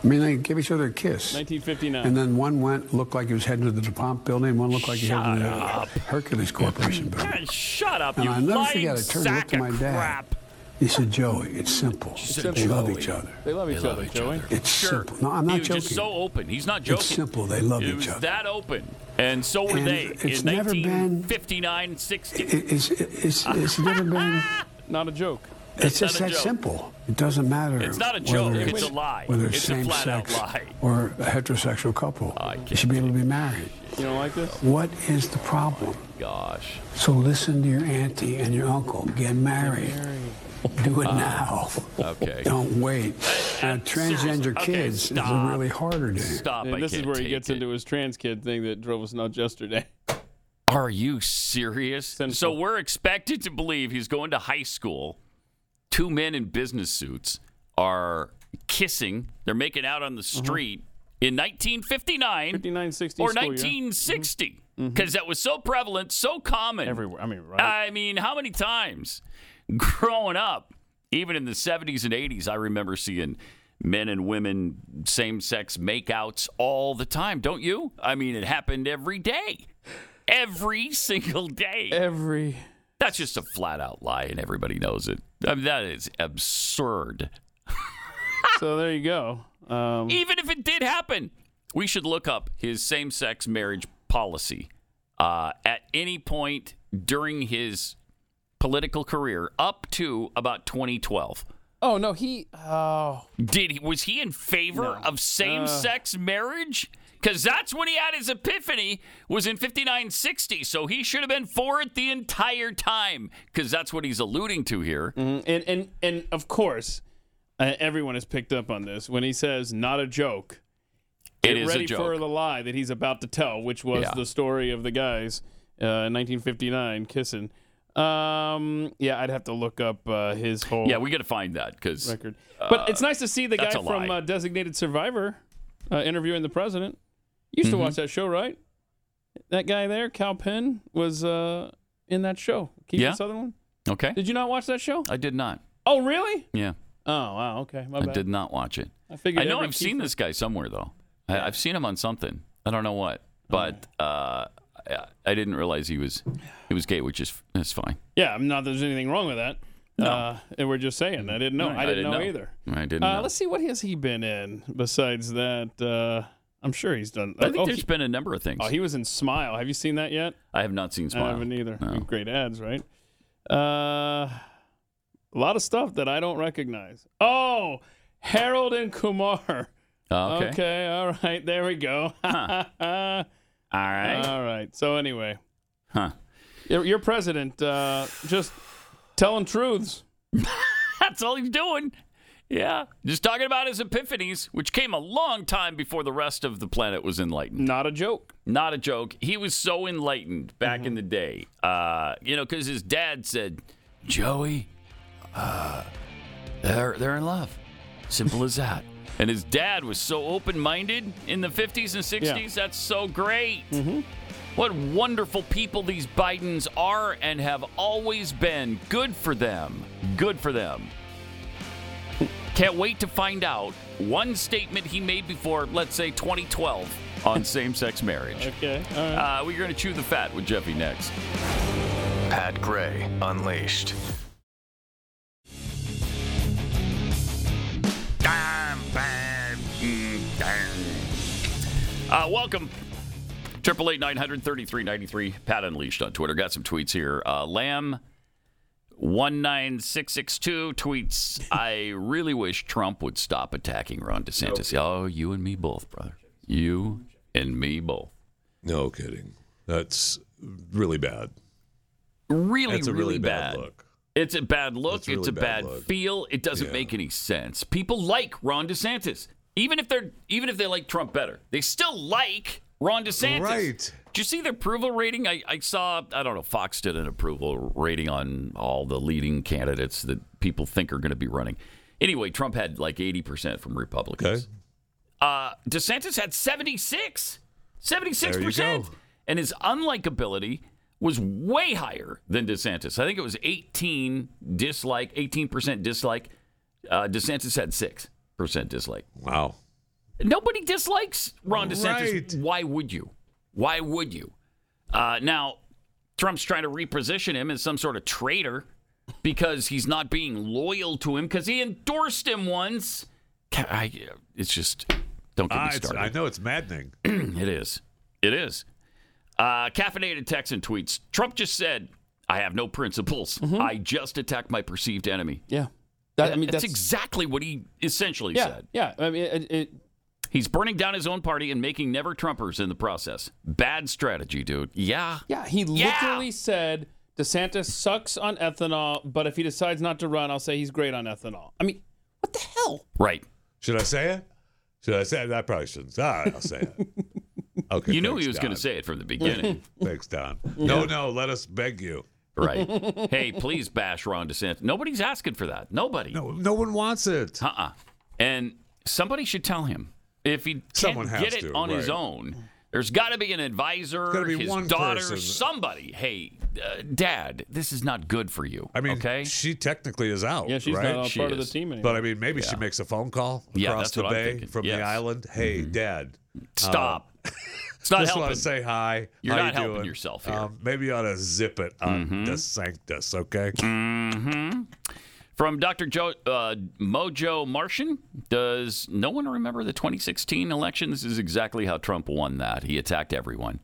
Speaker 11: I mean, they gave each other a kiss.
Speaker 3: 1959.
Speaker 11: And then one went looked like he was heading to the DuPont building, and one looked like he was heading to the Hercules Corporation building.
Speaker 2: God, shut up,
Speaker 11: And
Speaker 2: you
Speaker 11: I'll never
Speaker 2: lying
Speaker 11: forget, I turned and
Speaker 2: sack
Speaker 11: looked at my
Speaker 2: of
Speaker 11: dad.
Speaker 2: crap.
Speaker 11: He said, Joey, it's simple. they love each other.
Speaker 3: They love each other, Joey.
Speaker 11: It's
Speaker 2: Sure.
Speaker 11: simple. No, I'm not
Speaker 2: he was
Speaker 11: joking.
Speaker 2: just so open. He's not joking.
Speaker 11: It's simple. They love
Speaker 2: it
Speaker 11: each
Speaker 2: was
Speaker 11: other.
Speaker 2: that open. And so were
Speaker 11: And
Speaker 2: they
Speaker 11: it's
Speaker 2: in
Speaker 11: never been-
Speaker 2: 1959, 60.
Speaker 11: It- it's, it's, it's never been.
Speaker 3: Not a joke.
Speaker 11: It's, just
Speaker 2: not a
Speaker 11: that
Speaker 2: joke.
Speaker 11: simple. It doesn't matter.
Speaker 2: It's not a joke.
Speaker 11: whether
Speaker 2: It's a lie.
Speaker 11: Whether it's,
Speaker 2: It's a
Speaker 11: same
Speaker 2: flat-out
Speaker 11: sex
Speaker 2: lie.
Speaker 11: or a heterosexual couple, you should be able to be married.
Speaker 3: You don't like this?
Speaker 11: What is the problem?
Speaker 2: Gosh.
Speaker 11: So listen to your auntie and your uncle. Get married. Do it now.
Speaker 2: Uh, Okay.
Speaker 11: Don't wait. Uh, transgender
Speaker 2: Okay,
Speaker 11: kids is a
Speaker 2: stop.
Speaker 11: really harder day.
Speaker 2: Stop. I
Speaker 3: And this is
Speaker 2: can't
Speaker 3: where he
Speaker 2: take
Speaker 3: gets
Speaker 2: it.
Speaker 3: into his trans kid thing that drove us nuts yesterday.
Speaker 2: Are you serious?
Speaker 3: Sinful.
Speaker 2: So we're expected to believe he's going to high school. Two men in business suits are kissing. They're making out on the
Speaker 3: Mm-hmm.
Speaker 2: street in 1959
Speaker 3: 59, 60
Speaker 2: or
Speaker 3: school year.
Speaker 2: 1960 because that was so prevalent, so common.
Speaker 3: Mm-hmm. Everywhere. I mean, right.
Speaker 2: I mean, how many times growing up, even in the 70s and 80s, I remember seeing men and women same sex makeouts all the time, don't you? I mean, it happened every day. Every single day.
Speaker 3: Every.
Speaker 2: That's just a flat out lie, and everybody knows it. I mean, that is absurd.
Speaker 3: So there you go. Um,
Speaker 2: Even if it did happen, we should look up his same sex marriage policy uh, at any point during his political career up to about 2012.
Speaker 3: oh, no, he. Oh. Uh.
Speaker 2: Did he was he in favor of same sex marriage? Because that's when he had his epiphany was in 5960. So he should have been for it the entire time. Because that's what he's alluding to here.
Speaker 3: Mm-hmm. and and and of course, uh, everyone has picked up on this when he says "not a joke."
Speaker 2: It
Speaker 3: Get
Speaker 2: is
Speaker 3: ready
Speaker 2: a joke.
Speaker 3: for the lie that he's about to tell, which was
Speaker 2: Yeah.
Speaker 3: the story of the guys uh, in 1959 kissing. Um, yeah, I'd have to look up uh, his whole
Speaker 2: yeah, we got to find that because
Speaker 3: record. But it's nice to see the guy
Speaker 2: that's a
Speaker 3: from
Speaker 2: lie.
Speaker 3: uh, Designated Survivor uh, interviewing the president. You
Speaker 2: Mm-hmm.
Speaker 3: Used to watch that show, right? That guy there, Cal Penn, was uh, in that show. Keith
Speaker 2: Yeah.
Speaker 3: Sutherland.
Speaker 2: okay,
Speaker 3: Did you not watch that show?
Speaker 2: I did not.
Speaker 3: Oh, really?
Speaker 2: Yeah,
Speaker 3: Oh, wow. Okay, my
Speaker 2: I
Speaker 3: bad.
Speaker 2: did not watch it.
Speaker 3: I figured.
Speaker 2: I know
Speaker 3: every
Speaker 2: I've seen
Speaker 3: Keith-
Speaker 2: this guy somewhere though. I, I've seen him on something. I don't know
Speaker 3: Oh,
Speaker 2: what, but uh, I, I didn't realize he was he was gay, which is that's fine.
Speaker 3: Yeah, I'm not. that There's anything wrong with that. Uh, and we're just saying. I didn't know. I, didn't know, either.
Speaker 2: I didn't.
Speaker 3: Uh,
Speaker 2: know.
Speaker 3: Let's see what has he been in besides that. Uh, I'm sure he's done.
Speaker 2: I think
Speaker 3: oh,
Speaker 2: there's
Speaker 3: he,
Speaker 2: been a number of things.
Speaker 3: oh, he was in Smile. Have you seen that yet?
Speaker 2: I have not seen Smile.
Speaker 3: I haven't either.
Speaker 2: No.
Speaker 3: Great ads, right? Uh, a lot of stuff that I don't recognize. Oh, Harold and Kumar.
Speaker 2: Oh, okay.
Speaker 3: all right, there we go.
Speaker 2: All right.
Speaker 3: All right. So anyway,
Speaker 2: Huh.
Speaker 3: your, your president uh, just telling truths.
Speaker 2: That's all he's doing. Yeah. Just talking about his epiphanies, which came a long time before the rest of the planet was enlightened.
Speaker 3: Not a joke. Mm-hmm.
Speaker 2: Not a joke. He was so enlightened back in the day. Uh, you know, because his dad said, Joey, uh, they're, they're in love. Simple as that. And his dad was so open minded in the 50s and 60s. That's so great. What wonderful people these Bidens are and have always been. Good for them. Good for them. Can't wait to find out one statement he made before, let's say 2012, on same sex marriage.
Speaker 3: Okay.
Speaker 2: Uh, we're going to chew the fat with Jeffy next.
Speaker 12: Pat Gray Unleashed.
Speaker 2: Uh, welcome. Triple eight nine hundred thirty three ninety three. Pat Unleashed on Twitter. Got some tweets here. Uh, Lamb one nine six six two tweets. I really wish Trump would stop attacking Ron DeSantis. Oh, you and me both, brother. You and me both.
Speaker 13: No kidding. That's really bad.
Speaker 2: Really,
Speaker 13: That's a
Speaker 2: really,
Speaker 13: really bad
Speaker 2: look. It's a bad look.
Speaker 13: That's really
Speaker 2: it's a
Speaker 13: bad
Speaker 2: bad,
Speaker 13: look.
Speaker 2: feel. It doesn't make any sense. People like Ron DeSantis, even if they're even if they like Trump better, they still like Ron DeSantis.
Speaker 13: Right.
Speaker 2: Do you see the approval rating? I, I saw. I don't know. Fox did an approval rating on all the leading candidates that people think are going to be running. Anyway, Trump had like eighty percent from Republicans. Uh, DeSantis had seventy six. Seventy six
Speaker 13: There you go.
Speaker 2: percent and his unlikability was way higher than DeSantis. I think it was 18 dislike, 18% dislike. Uh, DeSantis had 6% dislike.
Speaker 13: Wow.
Speaker 2: Nobody dislikes Ron DeSantis.
Speaker 13: Right.
Speaker 2: Why would you? Why would you? Uh, now, Trump's trying to reposition him as some sort of traitor because he's not being loyal to him because he endorsed him once. Ca- I, it's just, don't get
Speaker 13: Ah,
Speaker 2: me
Speaker 13: it's-
Speaker 2: started.
Speaker 13: I know it's maddening.
Speaker 2: it is. It is. Uh, caffeinated Texan tweets Trump just said, I have no principles. I just attack my perceived enemy.
Speaker 3: Mm-hmm. Yeah. That- I mean,
Speaker 2: that's,
Speaker 3: that's-
Speaker 2: exactly what he essentially
Speaker 3: yeah,
Speaker 2: said.
Speaker 3: yeah. I mean, it, it,
Speaker 2: He's burning down his own party and making never Trumpers in the process. Bad strategy, dude. Yeah.
Speaker 3: yeah. He literally said DeSantis sucks on ethanol, but if he decides not to run, I'll say he's great on ethanol. I mean,
Speaker 2: Right.
Speaker 13: Should I say it? Should I say it? I probably shouldn't. All right, I'll say it. Okay.
Speaker 2: You knew
Speaker 13: thanks,
Speaker 2: he was
Speaker 13: Don.
Speaker 2: going to say it from the beginning.
Speaker 13: thanks, Don. No,
Speaker 2: Yeah.
Speaker 13: no, let us beg you.
Speaker 2: right. Hey, please bash Ron DeSantis. Nobody's asking for that. Nobody. No,
Speaker 13: no one wants it.
Speaker 2: Uh uh And somebody should tell him if he can't
Speaker 13: Someone has
Speaker 2: get it
Speaker 13: to,
Speaker 2: on his
Speaker 13: right.
Speaker 2: own. There's got to be an advisor,
Speaker 13: Gotta be
Speaker 2: his
Speaker 13: one
Speaker 2: daughter,
Speaker 13: person.
Speaker 2: somebody. Hey, uh, Dad, this is not good for you.
Speaker 13: I mean, she technically is out.
Speaker 2: Yeah, she's
Speaker 13: right?
Speaker 2: not a She part of the is. team anymore.
Speaker 13: But I mean, maybe she makes a phone call across
Speaker 2: Yeah, that's
Speaker 13: the
Speaker 2: what I'm
Speaker 13: bay
Speaker 2: thinking.
Speaker 13: from
Speaker 2: Yes. Mm-hmm.
Speaker 13: the island. Hey, Dad. um,
Speaker 2: Stop. It's not
Speaker 13: just
Speaker 2: helping.
Speaker 13: want to say hi.
Speaker 2: You're
Speaker 13: How
Speaker 2: not
Speaker 13: you
Speaker 2: helping
Speaker 13: doing?
Speaker 2: yourself here. Mm-hmm.
Speaker 13: Um, maybe you ought to zip it on the Sanctus, okay?
Speaker 2: hmm From Dr. Jo- uh, Mojo Martian, does no one remember the 2016 election? This is exactly how Trump won that. He attacked everyone.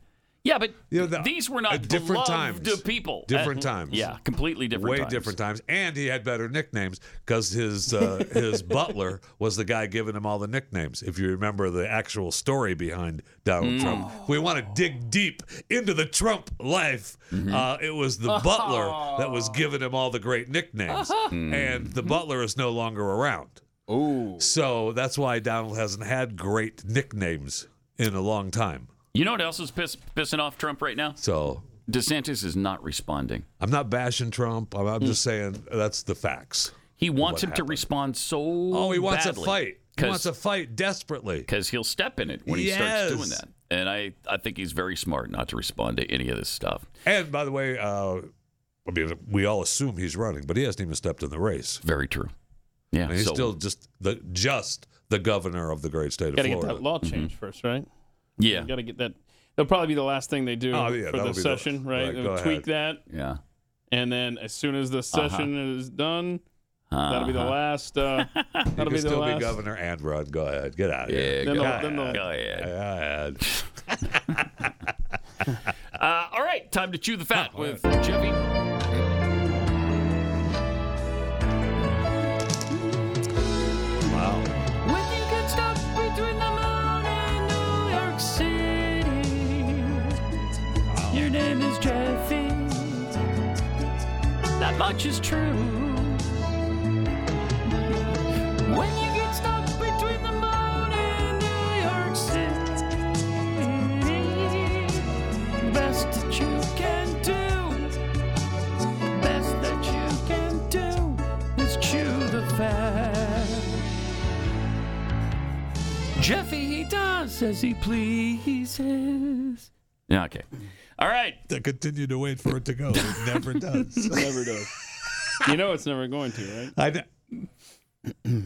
Speaker 2: Yeah, but these were not
Speaker 13: different
Speaker 2: beloved
Speaker 13: times.
Speaker 2: people.
Speaker 13: Different
Speaker 2: Uh,
Speaker 13: times.
Speaker 2: Yeah, completely different
Speaker 13: Way
Speaker 2: times.
Speaker 13: different times, and he had better nicknames because his uh, his butler was the guy giving him all the nicknames. If you remember the actual story behind Donald
Speaker 14: Mm.
Speaker 13: Trump, we want to dig deep into the Trump life.
Speaker 2: Mm-hmm.
Speaker 13: Uh, it was the butler that was giving him all the great nicknames,
Speaker 2: Mm.
Speaker 13: and the butler is no longer around.
Speaker 3: Ooh,
Speaker 13: so that's why Donald hasn't had great nicknames in a long time.
Speaker 2: You know what else is piss- pissing off Trump right now?
Speaker 13: So
Speaker 2: DeSantis is not responding.
Speaker 13: I'm not bashing Trump. I'm, I'm just saying that's the facts.
Speaker 2: Mm. He wants
Speaker 13: What
Speaker 2: him
Speaker 13: happened.
Speaker 2: to respond so.
Speaker 13: Oh, he wants
Speaker 2: badly.
Speaker 13: a fight. He
Speaker 2: 'Cause-
Speaker 13: wants a fight desperately.
Speaker 2: Because he'll step in it when he starts doing
Speaker 13: Yes.
Speaker 2: that. And I, I think he's very smart not to respond to any of this stuff.
Speaker 13: And by the way, uh, I mean, we all assume he's running, but he hasn't even stepped in the race.
Speaker 2: Very true. Yeah,
Speaker 13: he's
Speaker 2: so-
Speaker 13: still just the just the governor of the great state of
Speaker 3: gotta get
Speaker 13: Florida. Mm-hmm.
Speaker 3: that law
Speaker 2: Mm-hmm.
Speaker 3: changed first, right?
Speaker 2: Yeah.
Speaker 3: You gotta get that. That'll probably be the last thing they do
Speaker 13: Oh, yeah,
Speaker 3: for
Speaker 13: that'll
Speaker 3: the
Speaker 13: be the-
Speaker 3: session, right?
Speaker 13: right,
Speaker 3: They'll
Speaker 13: go
Speaker 3: tweak that,
Speaker 2: Yeah.
Speaker 3: and then as soon as the
Speaker 13: Uh-huh.
Speaker 3: session is done, that'll be the
Speaker 13: Uh-huh.
Speaker 3: last. Uh,
Speaker 13: You
Speaker 3: that'll
Speaker 13: can
Speaker 3: be the
Speaker 13: still
Speaker 3: last.
Speaker 13: be governor and run. Go ahead, get out of here.
Speaker 3: Yeah, Then go they'll- then they'll-
Speaker 2: Oh,
Speaker 13: Go ahead.
Speaker 2: Uh, all right, time to chew the fat with Jeffy.
Speaker 13: Wow.
Speaker 2: When you get stuck between the moon and New York City, your name is Jeffy. That much is true. When you get stuck between the moon and New York City, best that you can do, best that you can do is chew the fat. Jeffy, he does as he pleases. Yeah, okay. All right.
Speaker 13: I continue to wait for it to go. It never does.
Speaker 3: never does. You know it's never going to, right?
Speaker 13: I.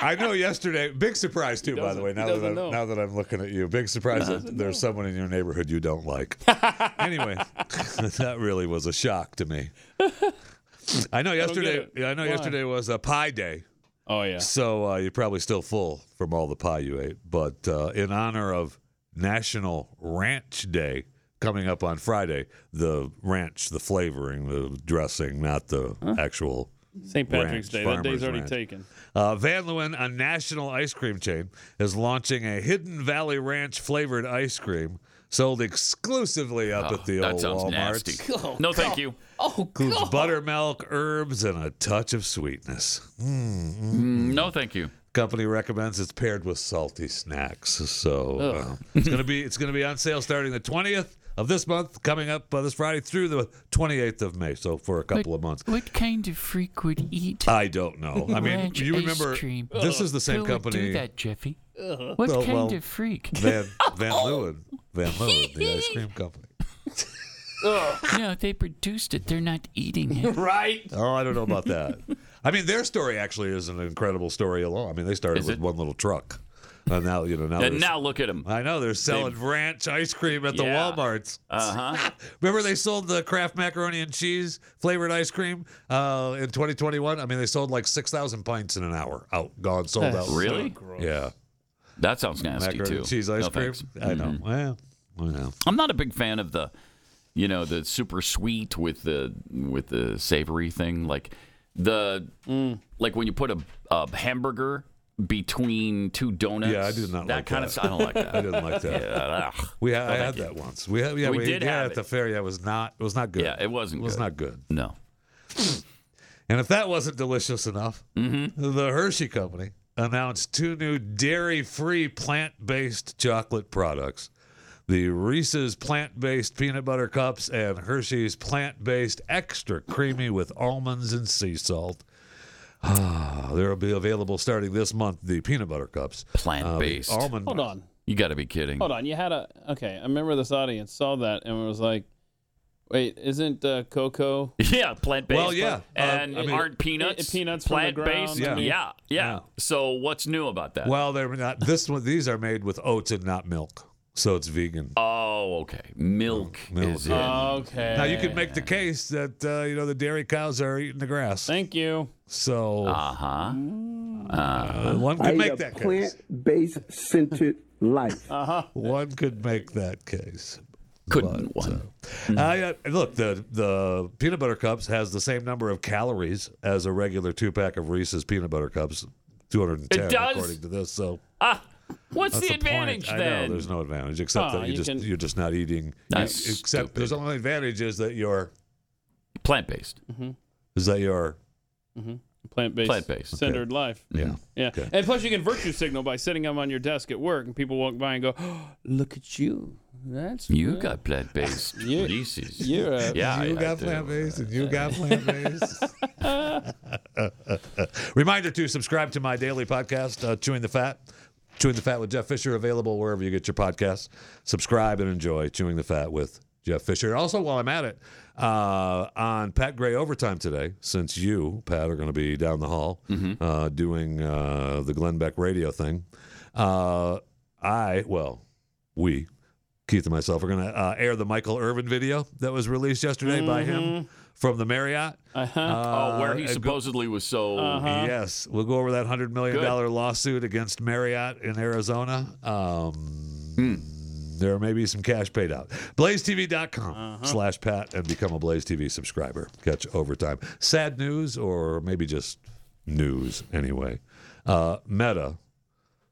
Speaker 13: I know yesterday, big surprise too. By the way,
Speaker 3: he
Speaker 13: now that
Speaker 3: doesn't
Speaker 13: I'm,
Speaker 3: know.
Speaker 13: now that I'm looking at you, big surprise that there's someone in your neighborhood you don't like. anyway, that really was a shock to me. I know
Speaker 3: I don't get
Speaker 13: yesterday.
Speaker 3: it.
Speaker 13: yeah, I know
Speaker 3: Why?
Speaker 13: yesterday was a pie day.
Speaker 3: Oh yeah.
Speaker 13: So uh, you're probably still full from all the pie you ate. But uh, in honor of National Ranch Day coming up on Friday, the ranch, the flavoring, the dressing, not the actual
Speaker 3: St. Patrick's
Speaker 13: ranch,
Speaker 3: Day. That day's
Speaker 13: farmer's
Speaker 3: already
Speaker 13: ranch.
Speaker 3: taken.
Speaker 13: Uh, Van Leeuwen, a national ice cream chain, is launching a Hidden Valley Ranch flavored ice cream sold exclusively up at the
Speaker 2: Oh, that
Speaker 13: old
Speaker 2: sounds
Speaker 13: Walmart.
Speaker 2: nasty. No, thank you.
Speaker 3: Oh,
Speaker 13: Includes buttermilk, herbs, and a touch of sweetness. Uh,
Speaker 2: Mm, No, Oh, thank you.
Speaker 13: Company recommends it's paired with salty snacks. So uh, it's gonna be it's gonna be on sale starting the twentieth of this month, coming up uh, this Friday through the twenty eighth of May. So for a couple of months.
Speaker 2: What kind of freak would eat?
Speaker 13: I don't know. I mean, you remember this is the same company.
Speaker 2: Jeffy?
Speaker 13: What Well, kind well, of freak? Van Van Leeuwen, Van Leeuwen, the ice cream company.
Speaker 2: no, they produced it. They're not eating it.
Speaker 3: right.
Speaker 13: Oh, I don't know about that. I mean, their story actually is an incredible story alone. I mean, they started
Speaker 2: Is
Speaker 13: with
Speaker 2: it?
Speaker 13: one little truck, and now you know now.
Speaker 2: And
Speaker 13: there's-
Speaker 2: now look at them.
Speaker 13: I know they're selling ranch ice cream at
Speaker 2: Yeah.
Speaker 13: the WalMarts.
Speaker 2: Uh huh.
Speaker 13: Remember they sold the Kraft macaroni and cheese flavored ice cream uh, in 2021. I mean, they sold like six thousand pints in an hour. Out, gone, sold
Speaker 3: That's
Speaker 13: out.
Speaker 3: so
Speaker 2: Really?
Speaker 3: gross.
Speaker 13: Yeah,
Speaker 2: That sounds nasty
Speaker 13: macaroni
Speaker 2: too.
Speaker 13: and cheese ice
Speaker 2: No,
Speaker 13: cream.
Speaker 2: thanks. Mm-hmm.
Speaker 13: I know. Well, I know.
Speaker 2: I'm not a big fan of the, you know, the super sweet with the with the savory thing. Like the
Speaker 3: Mm.
Speaker 2: like when you put a, a hamburger between two donuts.
Speaker 13: Yeah, I did not
Speaker 2: that
Speaker 13: like
Speaker 2: kind
Speaker 13: that.
Speaker 2: of. I don't like that.
Speaker 13: I didn't like that.
Speaker 2: Yeah, ugh.
Speaker 13: We had, I
Speaker 2: thank
Speaker 13: had
Speaker 2: you.
Speaker 13: that once. We had, yeah,
Speaker 2: We
Speaker 13: we,
Speaker 2: did
Speaker 13: yeah,
Speaker 2: have
Speaker 13: at
Speaker 2: it.
Speaker 13: the ferry. It was not. It was not good.
Speaker 2: Yeah, it wasn't
Speaker 13: It was
Speaker 2: good.
Speaker 13: not good.
Speaker 2: No.
Speaker 13: And if that wasn't delicious enough,
Speaker 2: Mm-hmm.
Speaker 13: the Hershey Company announced two new dairy-free plant-based chocolate products: the Reese's plant-based peanut butter cups and Hershey's plant-based extra creamy with almonds and sea salt. Ah, they'll be available starting this month. The peanut butter cups,
Speaker 2: Plant based.
Speaker 13: uh, the almond.
Speaker 3: Hold on.
Speaker 2: you got to be kidding.
Speaker 3: Hold on. You had a okay. I remember this audience saw that and was like, "Wait, isn't uh, cocoa?"
Speaker 2: Yeah, plant based.
Speaker 13: Well, yeah, uh,
Speaker 2: and
Speaker 13: I mean-
Speaker 2: aren't peanuts
Speaker 3: Eh, peanuts from the
Speaker 2: plant based?
Speaker 3: ground, I
Speaker 2: Yeah.
Speaker 3: mean-
Speaker 2: yeah,
Speaker 13: Yeah.
Speaker 2: So what's new about that?
Speaker 13: Well, they're not. This one, these are made with oats and not milk, so it's vegan.
Speaker 2: oh, okay. Milk,
Speaker 13: Milk.
Speaker 2: is in.
Speaker 3: Okay.
Speaker 13: Now you could make the case that uh, you know the dairy cows are eating the grass.
Speaker 3: Thank you.
Speaker 13: So
Speaker 2: Uh huh.
Speaker 3: Mm.
Speaker 13: uh, one could make that case.
Speaker 9: plant-based centered life.
Speaker 2: Uh-huh.
Speaker 13: One could make that case.
Speaker 2: Couldn't one. Hmm.
Speaker 13: I, uh, look, the the peanut butter cups has the same number of calories as a regular two pack of Reese's peanut butter cups, two hundred and ten
Speaker 2: It does?
Speaker 13: according to this. So
Speaker 2: Ah, What's
Speaker 13: That's
Speaker 2: the
Speaker 13: point.
Speaker 2: advantage
Speaker 13: I
Speaker 2: then?
Speaker 13: know there's no advantage except
Speaker 3: Ah,
Speaker 13: that you,
Speaker 3: you
Speaker 13: just
Speaker 3: can-
Speaker 13: you're just not eating.
Speaker 2: That's
Speaker 13: except there's only advantage is that you're
Speaker 2: Plant based.
Speaker 13: is that you're
Speaker 3: Plant based.
Speaker 2: Plant based.
Speaker 3: Mm-hmm. Centered life.
Speaker 13: yeah.
Speaker 3: Yeah.
Speaker 13: Okay.
Speaker 3: And plus, you can virtue signal by setting them on your desk at work, and people walk by and go, oh, "Look at you. That's
Speaker 2: You
Speaker 3: good."
Speaker 2: got plant based
Speaker 3: You-
Speaker 2: Reese's.
Speaker 3: you're a-
Speaker 2: yeah,
Speaker 13: you
Speaker 2: I- I
Speaker 13: got
Speaker 2: do.
Speaker 13: plant based and you got plant based. Reminder to subscribe to my daily podcast, uh, Chewing the Fat. Chewing the Fat with Jeff Fisher, available wherever you get your podcasts. Subscribe and enjoy Chewing the Fat with Jeff Fisher. And also, while I'm at it, uh, on Pat Gray Overtime today, since you, Pat, are going to be down the hall uh, doing uh, the Glenn Beck radio thing, uh, I, well, we, Keith and myself are going to uh, air the Michael Irvin video that was released yesterday by him from the Marriott.
Speaker 3: Uh-huh.
Speaker 2: Oh, where he
Speaker 13: Uh, go-
Speaker 2: supposedly was so.
Speaker 13: Yes, we'll go over that hundred million
Speaker 2: Good.
Speaker 13: dollar lawsuit against Marriott in Arizona. Um,
Speaker 2: Hmm.
Speaker 13: There may be some cash paid out. BlazeTV.com
Speaker 3: Uh-huh.
Speaker 13: slash Pat and become a Blaze TV subscriber. Catch overtime. Sad news, or maybe just news anyway. Uh, Meta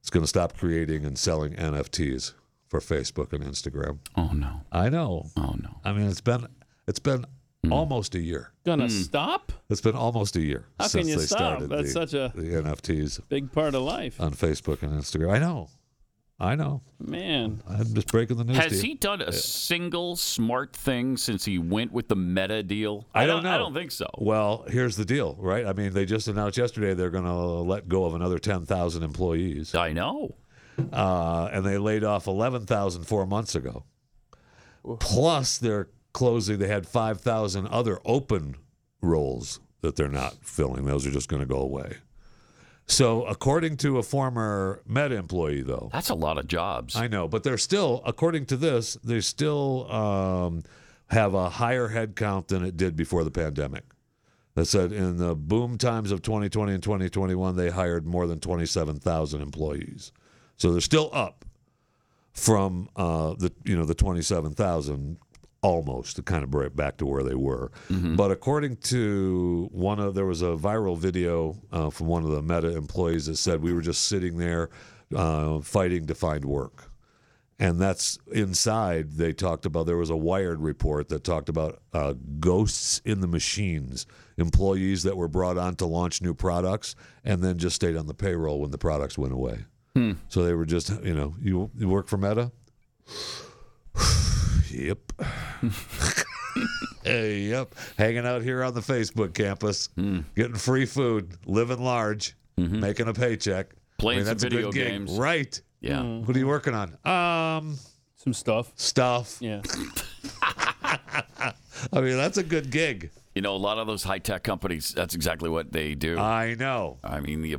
Speaker 13: is going to stop creating and selling NFTs for Facebook and Instagram.
Speaker 2: Oh no.
Speaker 13: I know.
Speaker 2: Oh no. Hmm.
Speaker 13: I mean, it's been it's been almost a year.
Speaker 3: Gonna stop?
Speaker 13: It's been almost a year
Speaker 3: How can
Speaker 13: since
Speaker 3: you
Speaker 13: they
Speaker 3: stop?
Speaker 13: started
Speaker 3: That's
Speaker 13: the,
Speaker 3: such a-
Speaker 13: the NFTs
Speaker 3: Big part of life,
Speaker 13: on Facebook and Instagram. I know, I know.
Speaker 3: man.
Speaker 13: I'm just breaking the news. to
Speaker 2: Has
Speaker 13: you.
Speaker 2: he done a single smart thing since he went with the Meta deal?
Speaker 13: I don't know.
Speaker 2: I don't think so.
Speaker 13: Well, here's the deal, right? I mean, they just announced yesterday they're going to let go of another 10,000 employees,
Speaker 2: I know.
Speaker 13: uh, and they laid off 11,000 four months ago. Plus, they're closing. They had 5,000 other open roles that they're not filling. Those are just going to go away. So, according to a former Meta employee, though,
Speaker 2: that's a lot of jobs.
Speaker 13: I know, but they're still, according to this, they still um, have a higher headcount than it did before the pandemic. That said, in the boom times of 2020 and 2021, they hired more than 27,000 employees. So they're still up from uh, the you know the 27,000 almost to kind of break back to where they were. But according to one of there was a viral video uh, from one of the Meta employees that said we were just sitting there uh, fighting to find work. And that's inside. They talked about there was a Wired report that talked about uh, ghosts in the machines, employees that were brought on to launch new products and then just stayed on the payroll when the products went away.
Speaker 2: Hmm.
Speaker 13: So they were just, you know, you, you work for Meta? yep. hey, yep. Hanging out here on the Facebook campus,
Speaker 2: Hmm.
Speaker 13: getting free food, living large, making a paycheck,
Speaker 2: Mm-hmm. Playing some
Speaker 13: that's a good
Speaker 2: video
Speaker 13: gig.
Speaker 2: games.
Speaker 13: Right.
Speaker 2: Yeah.
Speaker 13: What are you working on? Um,
Speaker 3: some stuff.
Speaker 13: Stuff.
Speaker 3: Yeah.
Speaker 13: I mean, that's a good gig.
Speaker 2: You know, a lot of those high tech companies, that's exactly what they do.
Speaker 13: I know.
Speaker 2: I mean, the,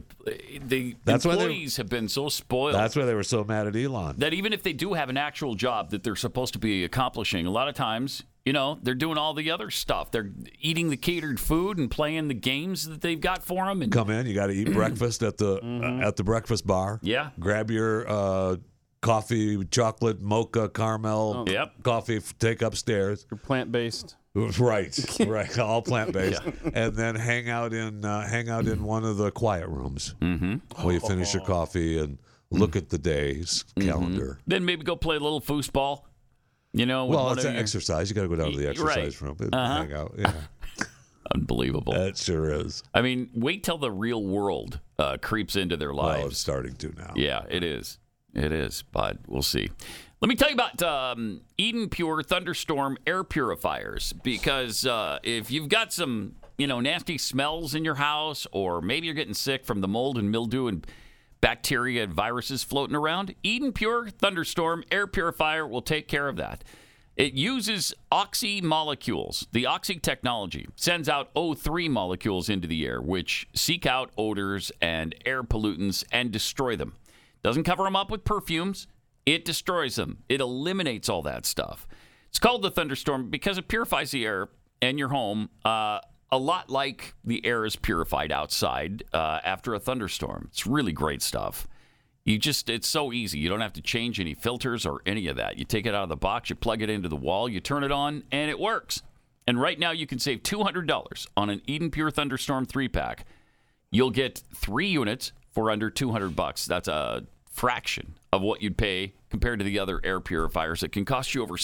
Speaker 2: the
Speaker 13: That's why they-
Speaker 2: employees have been so spoiled
Speaker 13: That's why they were so mad at Elon.
Speaker 2: that even if they do have an actual job that they're supposed to be accomplishing, a lot of times, you know, they're doing all the other stuff. They're eating the catered food and playing the games that they've got for them. And
Speaker 13: Come in, you got to eat breakfast at the at the breakfast bar.
Speaker 2: Mm-hmm. Yeah.
Speaker 13: Grab your uh, coffee, chocolate, mocha, caramel.
Speaker 2: Oh. Yep.
Speaker 13: Coffee, f- take upstairs.
Speaker 3: Plant based.
Speaker 13: Right, right, all plant based, and then hang out in uh, hang out in one of the quiet rooms mm-hmm. while you finish your coffee and look at the day's
Speaker 2: Mm-hmm.
Speaker 13: calendar.
Speaker 2: then maybe go play a little foosball, you know. Oh, with
Speaker 13: Well,
Speaker 2: one
Speaker 13: it's
Speaker 2: of
Speaker 13: an
Speaker 2: your-
Speaker 13: exercise. You got to go down to the
Speaker 2: Y- right.
Speaker 13: exercise room and
Speaker 2: Uh-huh.
Speaker 13: hang out. Yeah,
Speaker 2: Unbelievable.
Speaker 13: that sure is.
Speaker 2: I mean, wait till the real world uh, creeps into their
Speaker 13: Well,
Speaker 2: lives.
Speaker 13: it's starting to now.
Speaker 2: Yeah, it is. It is, but we'll see. Let me tell you about um, Eden Pure Thunderstorm air purifiers because uh, if you've got some, you know, nasty smells in your house, or maybe you're getting sick from the mold and mildew and bacteria and viruses floating around, Eden Pure Thunderstorm air purifier will take care of that. It uses oxy molecules. The oxy technology sends out O3 molecules into the air, which seek out odors and air pollutants and destroy them. Doesn't cover them up with perfumes, it destroys them. It eliminates all that stuff. It's called the thunderstorm because it purifies the air and your home uh, a lot like the air is purified outside uh, after a thunderstorm. It's really great stuff. You just, it's so easy. You don't have to change any filters or any of that. You take it out of the box, you plug it into the wall, you turn it on, and it works. And right now, you can save $200 on an Eden Pure Thunderstorm 3 pack. You'll get three units for under 200 bucks. That's a fraction of what you'd pay compared to the other air purifiers that can cost you over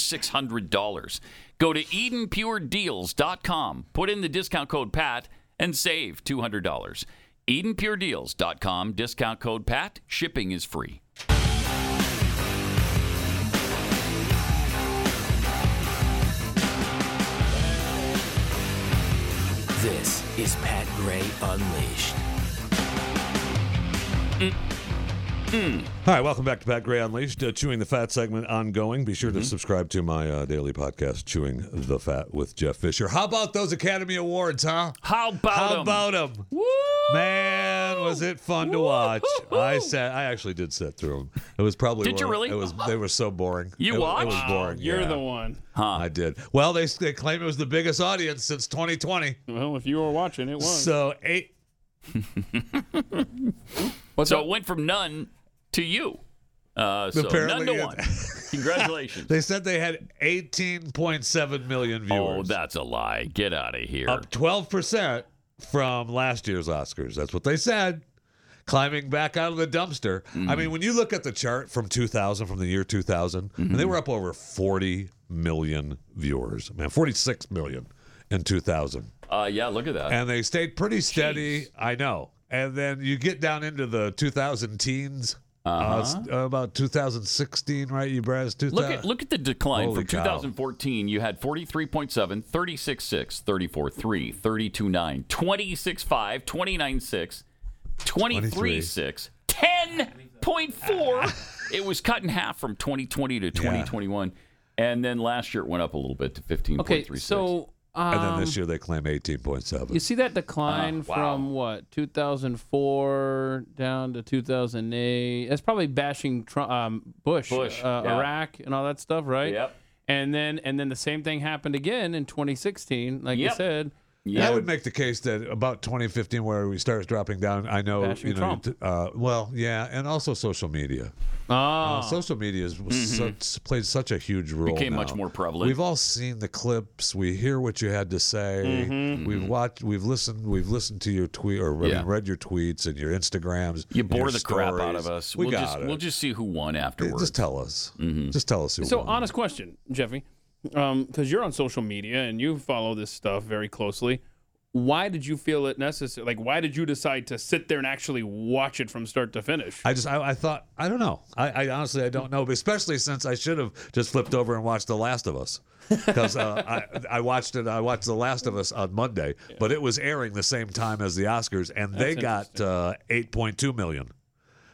Speaker 2: $600. Go to EdenPureDeals.com, put in the discount code PAT, and save $200. EdenPureDeals.com, discount code PAT. Shipping is free.
Speaker 14: This is Pat Gray Unleashed.
Speaker 13: All right, Hmm. welcome back to Pat Gray Unleashed, uh, Chewing the Fat segment ongoing. Be
Speaker 2: Mm-hmm.
Speaker 13: sure to subscribe to my uh, daily podcast, Chewing the Fat with Jeff Fisher. How about those Academy Awards, huh?
Speaker 2: How about
Speaker 13: How
Speaker 2: 'em?
Speaker 13: about them? Man, was it fun to watch? I sat. I actually did sit through them. It was probably.
Speaker 2: Did you
Speaker 13: one-
Speaker 2: really?
Speaker 13: It was. They were so boring.
Speaker 2: You
Speaker 13: it,
Speaker 2: watched?
Speaker 13: It was boring.
Speaker 3: You're
Speaker 13: yeah.
Speaker 3: the one.
Speaker 13: I did. Well, they they claim it was the biggest audience since 2020.
Speaker 3: Well, if you were watching, it was.
Speaker 13: So eight.
Speaker 2: so it went from none to you. Uh, so
Speaker 13: Apparently
Speaker 2: none to
Speaker 13: it-
Speaker 2: one. Congratulations.
Speaker 13: They said they had 18.7 million viewers.
Speaker 2: oh, that's a lie. Get out of here.
Speaker 13: up 12% from last year's Oscars. That's what they said. Climbing back out of the dumpster. I
Speaker 2: Mm-hmm.
Speaker 13: mean, when you look at the chart from 2000, from the year 2000, and
Speaker 2: Mm-hmm.
Speaker 13: they were up over 40 million viewers, man, 46 million in 2000.
Speaker 2: Uh, yeah, look at that.
Speaker 13: And they stayed pretty steady. I know. And then you get down into the 2000 teens, uh, it's about 2016, right? You brass 2000.
Speaker 2: Uh-huh. Look at look at the decline
Speaker 13: Holy
Speaker 2: from
Speaker 13: cow.
Speaker 2: 2014. You had 43.7, 36.6, 34.3, 32.9, 26.5, 29.6, 23.6, 10.4. it was cut in half from 2020 to 2021, and then last year it went up a little bit to 15.36.
Speaker 3: Okay, so
Speaker 13: and then
Speaker 3: Um,
Speaker 13: this year they claim 18.7.
Speaker 3: You see that decline
Speaker 2: Oh,
Speaker 13: Ah, wow.
Speaker 3: from what 2004 down to 2008. That's probably bashing Trump, um, Bush,
Speaker 2: Bush,
Speaker 3: uh,
Speaker 2: yeah.
Speaker 3: Iraq, and all that stuff, right?
Speaker 2: Yep.
Speaker 3: And then and then the same thing happened again in 2016, like you
Speaker 13: Yep.
Speaker 3: said.
Speaker 13: I would make the case that about 2015, where we start dropping down, I know,
Speaker 3: Bashing
Speaker 13: you know,
Speaker 3: Trump.
Speaker 13: t- uh, well, yeah, and also social media.
Speaker 3: Ah.
Speaker 13: Uh, social media has
Speaker 2: Mhm.
Speaker 13: such, played such a huge role.
Speaker 2: Became much
Speaker 13: now.
Speaker 2: more prevalent.
Speaker 13: We've all seen the clips. We hear what you had to say.
Speaker 2: Mhm.
Speaker 13: We've watched. We've listened. We've listened to your tweet or I
Speaker 2: Yeah.
Speaker 13: mean, read your tweets and your Instagrams.
Speaker 2: You
Speaker 13: and your
Speaker 2: bore the crap out
Speaker 13: stories.
Speaker 2: of us.
Speaker 13: We
Speaker 2: will
Speaker 13: got
Speaker 2: just,
Speaker 13: it.
Speaker 2: We'll just see who won afterwards. Mm-hmm.
Speaker 13: just tell us. Just tell us who.
Speaker 3: So
Speaker 13: won.
Speaker 3: honest question, Jeffy, because you're on social media and you follow this stuff very closely. Why did you feel it necessary? Like, why did you decide to sit there and actually watch it from start to finish?
Speaker 13: I just I, I thought I don't know. I, I honestly I don't know, especially since I should have just flipped over and watched The Last of Us because uh, I I watched it. I watched The Last of Us on Monday, but it was airing the same time as the Oscars, and they
Speaker 3: That's
Speaker 13: got uh, eight point two million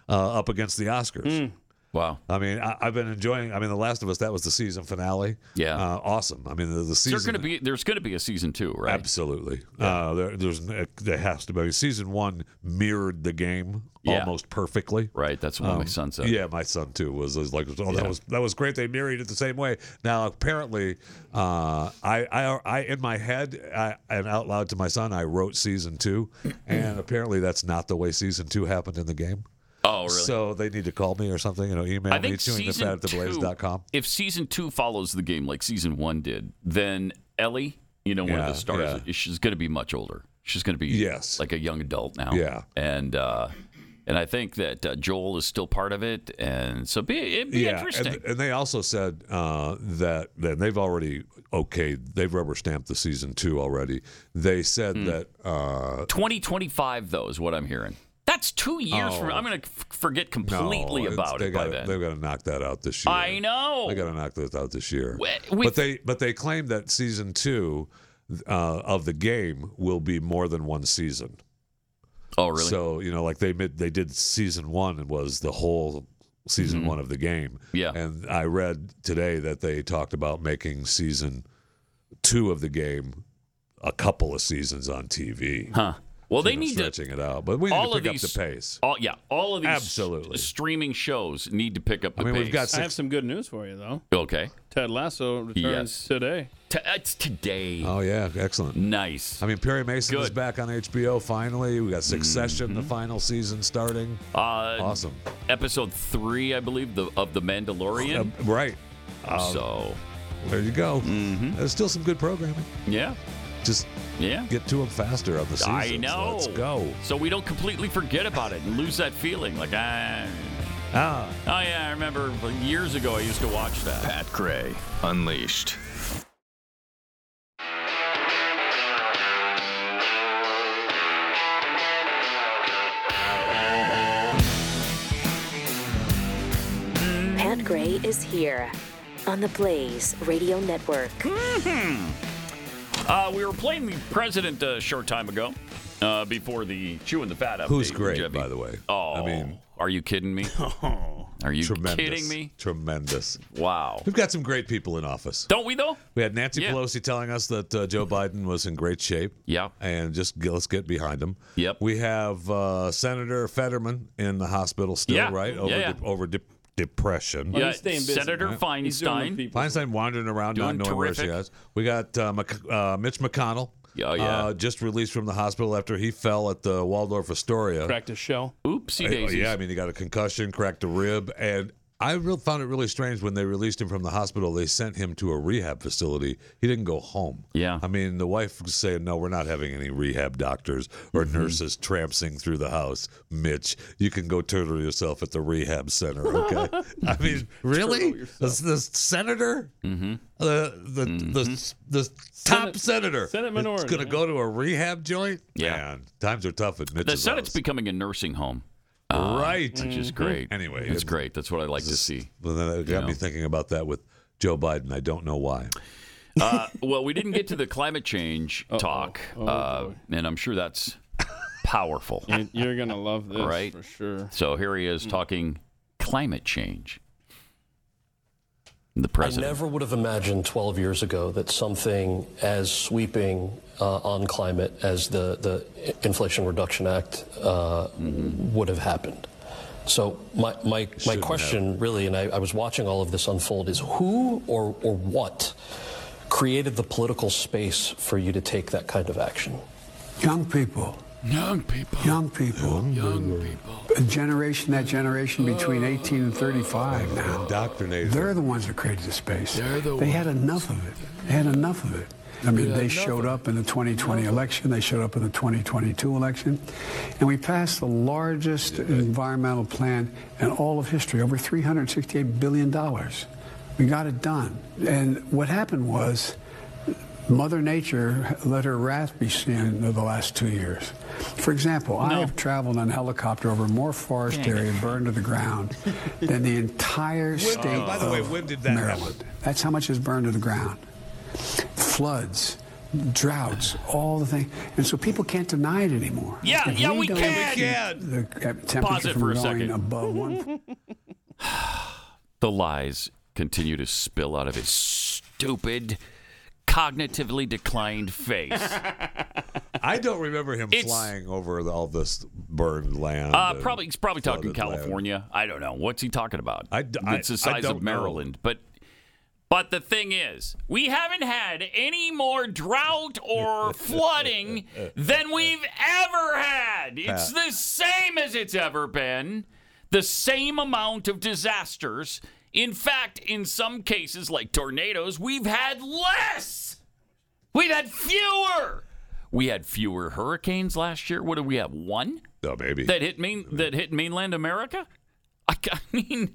Speaker 13: uh, up against the Oscars.
Speaker 2: Hmm. Wow.
Speaker 13: I mean, I, I've been enjoying. I mean, The Last of Us that was the season finale.
Speaker 2: Yeah.
Speaker 13: uh, awesome. I mean, the, the
Speaker 2: Is there
Speaker 13: season
Speaker 2: gonna be- there's going to be a season two, right?
Speaker 13: Absolutely. Uh, there, there's there has to be. Season one mirrored the game
Speaker 2: Yeah.
Speaker 13: almost perfectly. Um,
Speaker 2: Right. That's what my son said.
Speaker 13: Yeah, my son too was, was like, oh,
Speaker 2: Yeah.
Speaker 13: that was that was great. They mirrored it the same way. Now apparently, uh, I, I I in my head I, and out loud to my son, I wrote season two, and apparently that's not the way season two happened in the game.
Speaker 2: Oh, really?
Speaker 13: So they need to call me or something. You know, email
Speaker 2: I
Speaker 13: me
Speaker 2: think
Speaker 13: chewing the
Speaker 2: season
Speaker 13: fat at
Speaker 2: two,
Speaker 13: theblaze.com.
Speaker 2: If season two follows the game like season one did, then Ellie, you know, one of
Speaker 13: Yeah,
Speaker 2: the stars, she's going to be much older. She's going to be
Speaker 13: Yes.
Speaker 2: like a young adult now.
Speaker 13: Yeah.
Speaker 2: and uh, and I think that uh, Joel is still part of it, and so be it'd be interesting.
Speaker 13: And, and they also said uh, that, that they've already okayed, they've rubber stamped the season two already. They said that uh,
Speaker 2: 2025 Hmm. though is what I'm hearing. That's two years from.
Speaker 13: Oh.
Speaker 2: I'm going to f- forget completely
Speaker 13: no, it's-
Speaker 2: about
Speaker 13: they
Speaker 2: it by
Speaker 13: gotta-
Speaker 2: then.
Speaker 13: They've got to knock that out this year.
Speaker 2: I know.
Speaker 13: They got to knock this out this year.
Speaker 2: we-
Speaker 13: but they but they claim that season two uh, of the game will be more than one season.
Speaker 2: Oh, really?
Speaker 13: So you know, like they mid, they did season one and was the whole season one of the game.
Speaker 2: Mm-hmm. Yeah.
Speaker 13: And I read today that they talked about making season two of the game a couple of seasons on TV.
Speaker 2: Huh. Well,
Speaker 13: You
Speaker 2: they
Speaker 13: know,
Speaker 2: need to
Speaker 13: stretching it out, but we need
Speaker 2: all
Speaker 13: to
Speaker 2: of
Speaker 13: pick
Speaker 2: these,
Speaker 13: up the pace.
Speaker 2: All, yeah, all of these
Speaker 13: Absolutely.
Speaker 2: s- streaming shows need to pick up the
Speaker 13: I mean,
Speaker 2: pace.
Speaker 13: we've got
Speaker 3: I have some good news for you, though.
Speaker 2: Okay.
Speaker 3: Ted Lasso returns
Speaker 2: Yes.
Speaker 3: today.
Speaker 2: T- uh, it's today.
Speaker 13: Oh yeah, excellent.
Speaker 2: Nice.
Speaker 13: I mean, Perry Mason is
Speaker 2: Good. Mm-hmm.
Speaker 13: back on HBO finally. We got Succession, the final season starting.
Speaker 2: Uh,
Speaker 13: awesome.
Speaker 2: Episode three, I believe, the, of The Mandalorian.
Speaker 13: Uh, right. Uh,
Speaker 2: so, Mm-hmm.
Speaker 13: There you go. There's still some good programming.
Speaker 2: yeah.
Speaker 13: Just
Speaker 2: Yeah.
Speaker 13: get to them faster on the season.
Speaker 2: I know.
Speaker 13: Let's go.
Speaker 2: So we don't completely forget about it and lose that feeling. Like, ah.
Speaker 13: Ah.
Speaker 2: Oh, yeah, I remember years ago I used to watch that.
Speaker 12: Pat Gray Unleashed.
Speaker 1: Pat Gray is here on the Blaze Radio Network.
Speaker 2: Uh, we were playing the president a short time ago, uh, before the chewing the fat update.
Speaker 13: Who's great,
Speaker 2: Jeffy.
Speaker 13: by the way?
Speaker 2: Oh,
Speaker 13: I mean,
Speaker 2: are you kidding me? are you
Speaker 13: tremendous.
Speaker 2: kidding me?
Speaker 13: Tremendous.
Speaker 2: Wow.
Speaker 13: We've got some great people in office.
Speaker 2: Don't we though?
Speaker 13: We had Nancy
Speaker 2: Yeah.
Speaker 13: Pelosi telling us that uh, Joe Biden was in great shape.
Speaker 2: Yeah.
Speaker 13: And just g- let's get behind him.
Speaker 2: Yep.
Speaker 13: We have uh, Senator Fetterman in the hospital still,
Speaker 2: Yeah.
Speaker 13: right? Over,
Speaker 2: Yeah, yeah.
Speaker 13: de- over de- depression.
Speaker 2: Well, he's Yeah, staying busy, Senator right? Feinstein. He's doing the people.
Speaker 13: Feinstein wandering around
Speaker 2: Doing
Speaker 13: not knowing where
Speaker 2: terrific.
Speaker 13: she is. We got uh, Mc- uh, Mitch McConnell.
Speaker 2: Yeah, oh, yeah.
Speaker 13: Uh, just released from the hospital after he fell at the Waldorf Astoria.
Speaker 3: Cracked his shell.
Speaker 2: Oopsie
Speaker 13: Uh,
Speaker 2: daisies.
Speaker 13: Yeah, I mean, he got a concussion, cracked a rib, and I real, found it really strange when they released him from the hospital. They sent him to a rehab facility. He didn't go home.
Speaker 2: Yeah.
Speaker 13: I mean, the wife was saying, "No, we're not having any rehab doctors or
Speaker 2: Mm-hmm.
Speaker 13: nurses trampsing through the house." Mitch, you can go turtle yourself at the rehab center. Okay. I mean, really? The, the senator,
Speaker 2: Mm-hmm.
Speaker 13: the the the, the top senator,
Speaker 3: Senate
Speaker 13: is
Speaker 3: minority,
Speaker 13: going to
Speaker 3: yeah.
Speaker 13: go to a rehab joint.
Speaker 2: Yeah.
Speaker 13: Man, times are tough at Mitch's.
Speaker 2: The Senate's
Speaker 13: office.
Speaker 2: becoming a nursing home. Uh,
Speaker 13: Right. Mm-hmm.
Speaker 2: Which is great.
Speaker 13: Anyway,
Speaker 2: it's great. That's what I like to see.
Speaker 13: Well, then it got
Speaker 2: know.
Speaker 13: me thinking about that with Joe Biden. I don't know why.
Speaker 2: Uh, well, we didn't get to the climate change talk,
Speaker 3: Oh,
Speaker 2: uh, and I'm sure that's powerful.
Speaker 3: You- You're gonna love this,
Speaker 2: Right.
Speaker 3: For sure. Mm.
Speaker 2: So here he is talking climate change. The president.
Speaker 10: I never would have imagined 12 years ago that something as sweeping uh, on climate as the, the Inflation Reduction Act uh, would have happened. So my, my, my
Speaker 13: Shouldn't
Speaker 10: question really, and I, I was watching all of this unfold, is who or, or what created the political space for you to take that kind of action?
Speaker 11: Young people.
Speaker 2: Young people.
Speaker 11: Young people. Young people. A generation, that generation between 18 and 35 now.
Speaker 13: Indoctrinated.
Speaker 11: They're the ones that created the space.
Speaker 13: They're the
Speaker 11: they had enough of it. They had enough of it. I mean,
Speaker 13: Yeah,
Speaker 11: they
Speaker 13: enough
Speaker 11: showed up in the 2020 election. They showed up in the 2022 election. And we passed the largest environmental plan in all of history, over $368 billion. We got it done. And what happened was Mother Nature let her wrath be seen in the last two years. For example, I have traveled on helicopter over more forest
Speaker 13: Dang it.
Speaker 11: area burned to the ground than the entire
Speaker 13: When-
Speaker 11: state
Speaker 13: by the way,
Speaker 11: of
Speaker 13: when did that happen?
Speaker 11: Maryland. That's how much is burned to the ground. Floods, droughts, all the things. And so people can't deny it anymore.
Speaker 2: Yeah,
Speaker 11: If
Speaker 2: yeah, we
Speaker 11: don't
Speaker 2: can. We
Speaker 11: keep The uh, temperature
Speaker 2: Pause it
Speaker 11: from
Speaker 2: for a
Speaker 11: going
Speaker 2: second.
Speaker 11: above one.
Speaker 2: The lies continue to spill out of his stupid, cognitively declined face.
Speaker 13: I don't remember him
Speaker 2: It's-
Speaker 13: flying over the- all this burned land.
Speaker 2: Uh,
Speaker 13: and
Speaker 2: probably he's probably talking
Speaker 13: flooded land.
Speaker 2: California. I don't know what's he talking about.
Speaker 13: I-
Speaker 2: it's the
Speaker 13: I
Speaker 2: size
Speaker 13: don't know.
Speaker 2: of Maryland, but but the thing is, we haven't had any more drought or flooding than we've ever had. It's
Speaker 13: Pat.
Speaker 2: the same as it's ever been. The same amount of disasters. In fact, in some cases, like tornadoes, we've had less. We've had fewer. We had fewer hurricanes last year. What do we have? One?
Speaker 13: Oh, maybe.
Speaker 2: that hit main that hit mainland America. I, I mean,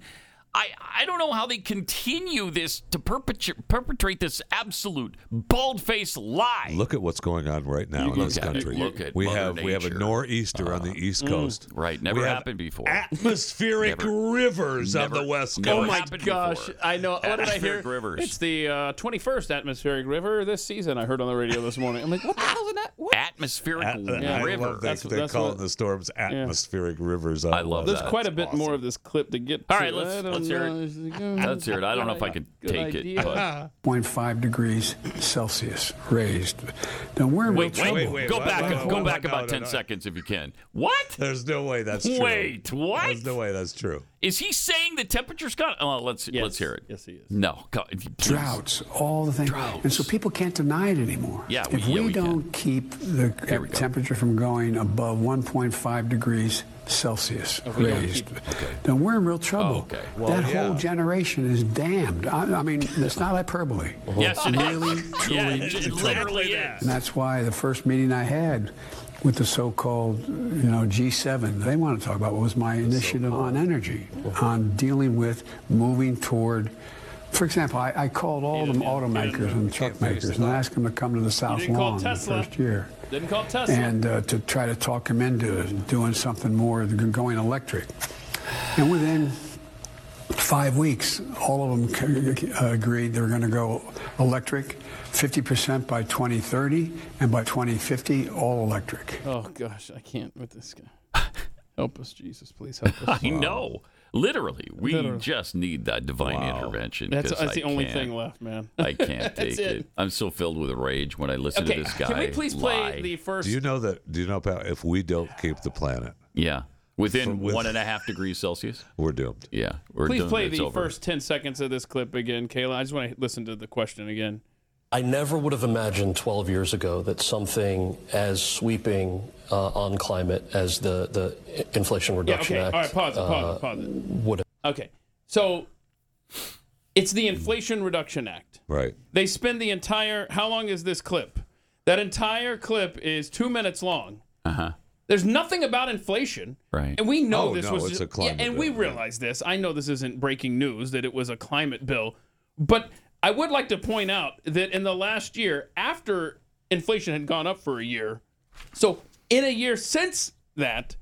Speaker 2: I I don't know how they continue this to perpetrate perpetrate this absolute bald faced lie.
Speaker 13: Look at what's going on right now
Speaker 2: You
Speaker 13: in
Speaker 2: look
Speaker 13: this
Speaker 2: at it.
Speaker 13: country.
Speaker 2: Look at
Speaker 13: we
Speaker 2: Mother
Speaker 13: have we have a
Speaker 2: Nature.
Speaker 13: nor'easter on the east
Speaker 2: Mm.
Speaker 13: coast.
Speaker 2: Right, never
Speaker 13: We have
Speaker 2: happened before.
Speaker 13: Atmospheric rivers on
Speaker 2: never-
Speaker 13: the west coast.
Speaker 2: never
Speaker 3: oh my
Speaker 2: happened
Speaker 3: gosh!
Speaker 2: before.
Speaker 3: I know. What did I hear?
Speaker 2: Atmospheric rivers.
Speaker 3: It's the uh, 21st atmospheric river this season. I heard on the radio this morning. I'm like, what the hell's in that?
Speaker 2: Atmospheric
Speaker 13: At- I
Speaker 2: river.
Speaker 13: love they,
Speaker 3: That's-
Speaker 13: they
Speaker 3: that's
Speaker 13: call
Speaker 3: what-
Speaker 13: the storms atmospheric rivers. I
Speaker 2: love
Speaker 3: There's
Speaker 2: that.
Speaker 3: quite a bit more of this clip to get.
Speaker 2: All
Speaker 3: to.
Speaker 2: right, let's
Speaker 3: I don't
Speaker 2: let's hear
Speaker 3: know.
Speaker 2: it. Let's hear it. I don't know if I can
Speaker 3: Good
Speaker 2: take
Speaker 3: idea.
Speaker 2: it. But.
Speaker 11: 0.5 degrees Celsius raised. Now we're in real
Speaker 2: Wait, wait,
Speaker 11: trouble.
Speaker 2: go back,
Speaker 13: what,
Speaker 2: go
Speaker 13: what,
Speaker 2: back
Speaker 13: no,
Speaker 2: about
Speaker 13: no,
Speaker 2: ten
Speaker 13: no.
Speaker 2: seconds if you can. What?
Speaker 13: There's no way that's true.
Speaker 2: Wait, what?
Speaker 13: There's no way that's true.
Speaker 2: Is he saying the temperature's gone? Oh, let's let's hear it. Yes, he is. No, go- if you- please.
Speaker 11: droughts, all the things. And so people can't deny it anymore.
Speaker 2: Yeah, we-
Speaker 11: if we,
Speaker 2: yeah, we can.
Speaker 11: don't keep the temperature from going above 1.5 degrees Celsius
Speaker 2: If we don't
Speaker 11: raised,
Speaker 2: keep- okay.
Speaker 11: then we're in real trouble.
Speaker 3: Oh,
Speaker 2: okay.
Speaker 11: that
Speaker 13: Well,
Speaker 11: whole
Speaker 13: yeah.
Speaker 11: generation is damned. I, I mean, it's not hyperbole.
Speaker 2: Yes, it is.
Speaker 11: really, truly.
Speaker 2: yeah, it- it literally is.
Speaker 11: And that's why the first meeting I had with the so-called, you know, G7, they want to talk about was my initiative on energy, on dealing with moving toward. For example, I, I called all the automakers and truck makers and asked them to come to the South
Speaker 3: didn't call
Speaker 11: Lawn the
Speaker 3: Tesla.
Speaker 11: first year
Speaker 3: Didn't call Tesla.
Speaker 11: and uh, to try to talk them into doing something more than going electric. And within five weeks, all of them c- uh, agreed they were going to go electric, 50% by 2030, and by 2050, all electric.
Speaker 3: oh gosh, I can't with this guy. help us, Jesus, please help us.
Speaker 2: I know. Literally, we
Speaker 3: Literally.
Speaker 2: just need that divine intervention.
Speaker 3: That's,
Speaker 2: 'cause
Speaker 3: that's
Speaker 2: I
Speaker 3: the only
Speaker 2: can't-
Speaker 3: thing left, man.
Speaker 2: I can't
Speaker 3: That's
Speaker 2: take it. I'm so filled with rage when I listen
Speaker 3: Okay,
Speaker 2: to this guy.
Speaker 3: can we please play
Speaker 2: lie.
Speaker 3: the first?
Speaker 13: Do you know that? Do you know Pat, if we don't keep the planet,
Speaker 2: Yeah,
Speaker 13: From
Speaker 2: within
Speaker 13: with-
Speaker 2: one and a half degrees Celsius.
Speaker 13: we're doomed?
Speaker 2: Yeah, we're
Speaker 3: Please
Speaker 2: done.
Speaker 3: play
Speaker 2: It's
Speaker 3: the
Speaker 2: over.
Speaker 3: first 10 seconds of this clip again, Kayla. I just want to listen to the question again.
Speaker 10: I never would have imagined 12 years ago that something as sweeping uh, on climate as the, the Inflation Reduction
Speaker 3: okay.
Speaker 10: Act
Speaker 3: All right, pause it, pause it,
Speaker 10: uh,
Speaker 3: pause it.
Speaker 10: would have.
Speaker 3: Okay. So it's the Inflation Reduction Act.
Speaker 13: Right.
Speaker 3: They spend the entire. How long is this clip? That entire clip is two minutes long.
Speaker 2: Uh huh.
Speaker 3: There's nothing about inflation.
Speaker 2: Right.
Speaker 3: And we know
Speaker 13: Oh,
Speaker 3: this
Speaker 13: no,
Speaker 3: was
Speaker 13: it's
Speaker 3: just-
Speaker 13: a climate
Speaker 3: yeah, and we
Speaker 13: bill,
Speaker 3: realize this. I know this isn't breaking news that it was a climate bill, but I would like to point out that in the last year, after inflation had gone up for a year, so in a year since that,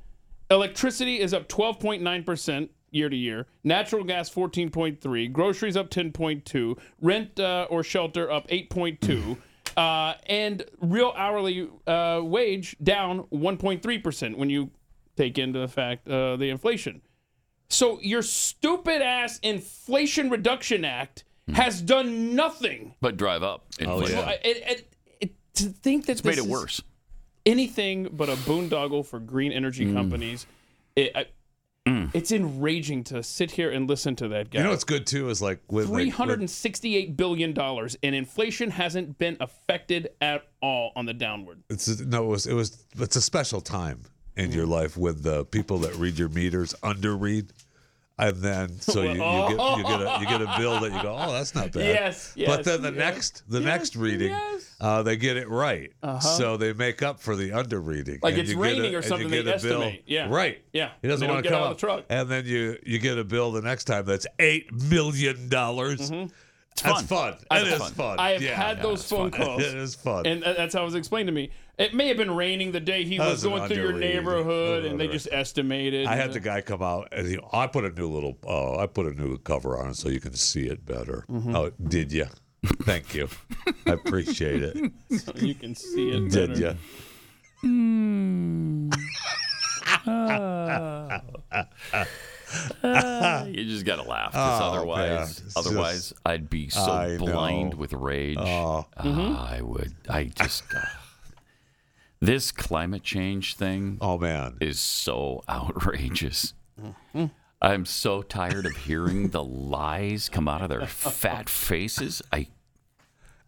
Speaker 3: electricity is up 12.9% year to year, natural gas 14.3, groceries up 10.2, rent uh, or shelter up 8.2. Uh, and real hourly uh, wage down 1.3% when you take into the fact uh, the inflation. So your stupid ass Inflation Reduction Act
Speaker 13: Hmm.
Speaker 3: has done nothing.
Speaker 2: But drive up.
Speaker 13: Oh,
Speaker 2: inflation.
Speaker 3: Well, I- it- it- it- to think that
Speaker 2: It's
Speaker 3: this
Speaker 2: made it
Speaker 3: is
Speaker 2: worse.
Speaker 3: Anything but a boondoggle for green energy
Speaker 13: Hmm.
Speaker 2: Mm.
Speaker 3: companies. It, I, It's enraging to sit here and listen to that guy.
Speaker 13: You know what's good too is like with like,
Speaker 3: Three hundred and sixty-eight billion dollars, and inflation hasn't been affected at all on the downward.
Speaker 13: It's no, it was it was it's a special time in your
Speaker 3: Mm.
Speaker 13: life with the people that read your meters underread, and then so you, you get you get a you get a bill that you go, oh, that's not bad.
Speaker 3: Yes,
Speaker 13: but
Speaker 3: yes,
Speaker 13: then the
Speaker 3: yes,
Speaker 13: next the next reading, uh, they get it right,
Speaker 3: Uh-huh.
Speaker 13: so they make up for the underreading.
Speaker 3: Like
Speaker 13: and
Speaker 3: it's
Speaker 13: you get
Speaker 3: raining or
Speaker 13: a- and you
Speaker 3: something, they
Speaker 13: get a bill-
Speaker 3: estimate. Yeah.
Speaker 13: right.
Speaker 3: Yeah.
Speaker 13: he doesn't
Speaker 3: They don't
Speaker 13: want to
Speaker 3: get
Speaker 13: come
Speaker 3: out of
Speaker 13: up.
Speaker 3: the truck.
Speaker 13: And then you you get a bill the next time that's eight million dollars.
Speaker 3: Mm-hmm.
Speaker 13: That's fun. It is fun.
Speaker 3: I have
Speaker 13: Yeah,
Speaker 3: had
Speaker 13: yeah,
Speaker 3: those
Speaker 13: it's
Speaker 3: phone
Speaker 13: fun.
Speaker 3: calls.
Speaker 13: It is fun.
Speaker 3: And tha- that's how it was explained to me. It may have been raining the day he
Speaker 13: That
Speaker 3: was
Speaker 13: was an
Speaker 3: going through your
Speaker 13: underread.
Speaker 3: neighborhood, and they just estimated.
Speaker 13: I had the guy come out, and he, I put a new little, uh, I put a new cover on it so you can see it better.
Speaker 3: Mm-hmm.
Speaker 13: Oh, did you? Thank you, I appreciate it.
Speaker 3: so you can see it.
Speaker 13: Did
Speaker 3: better.
Speaker 13: you?
Speaker 2: Hmm. Uh. Ah, you just gotta laugh, 'cause
Speaker 13: Ah. Oh,
Speaker 2: otherwise,
Speaker 13: man. It's
Speaker 2: otherwise,
Speaker 13: just-
Speaker 2: I'd be so
Speaker 13: I know.
Speaker 2: blind with rage.
Speaker 13: Oh.
Speaker 2: Ah,
Speaker 3: Mm-hmm.
Speaker 13: Mhm.
Speaker 2: I would. I just this climate change thing.
Speaker 13: Oh man,
Speaker 2: is so outrageous. I'm so tired of hearing the lies come out of their fat faces. I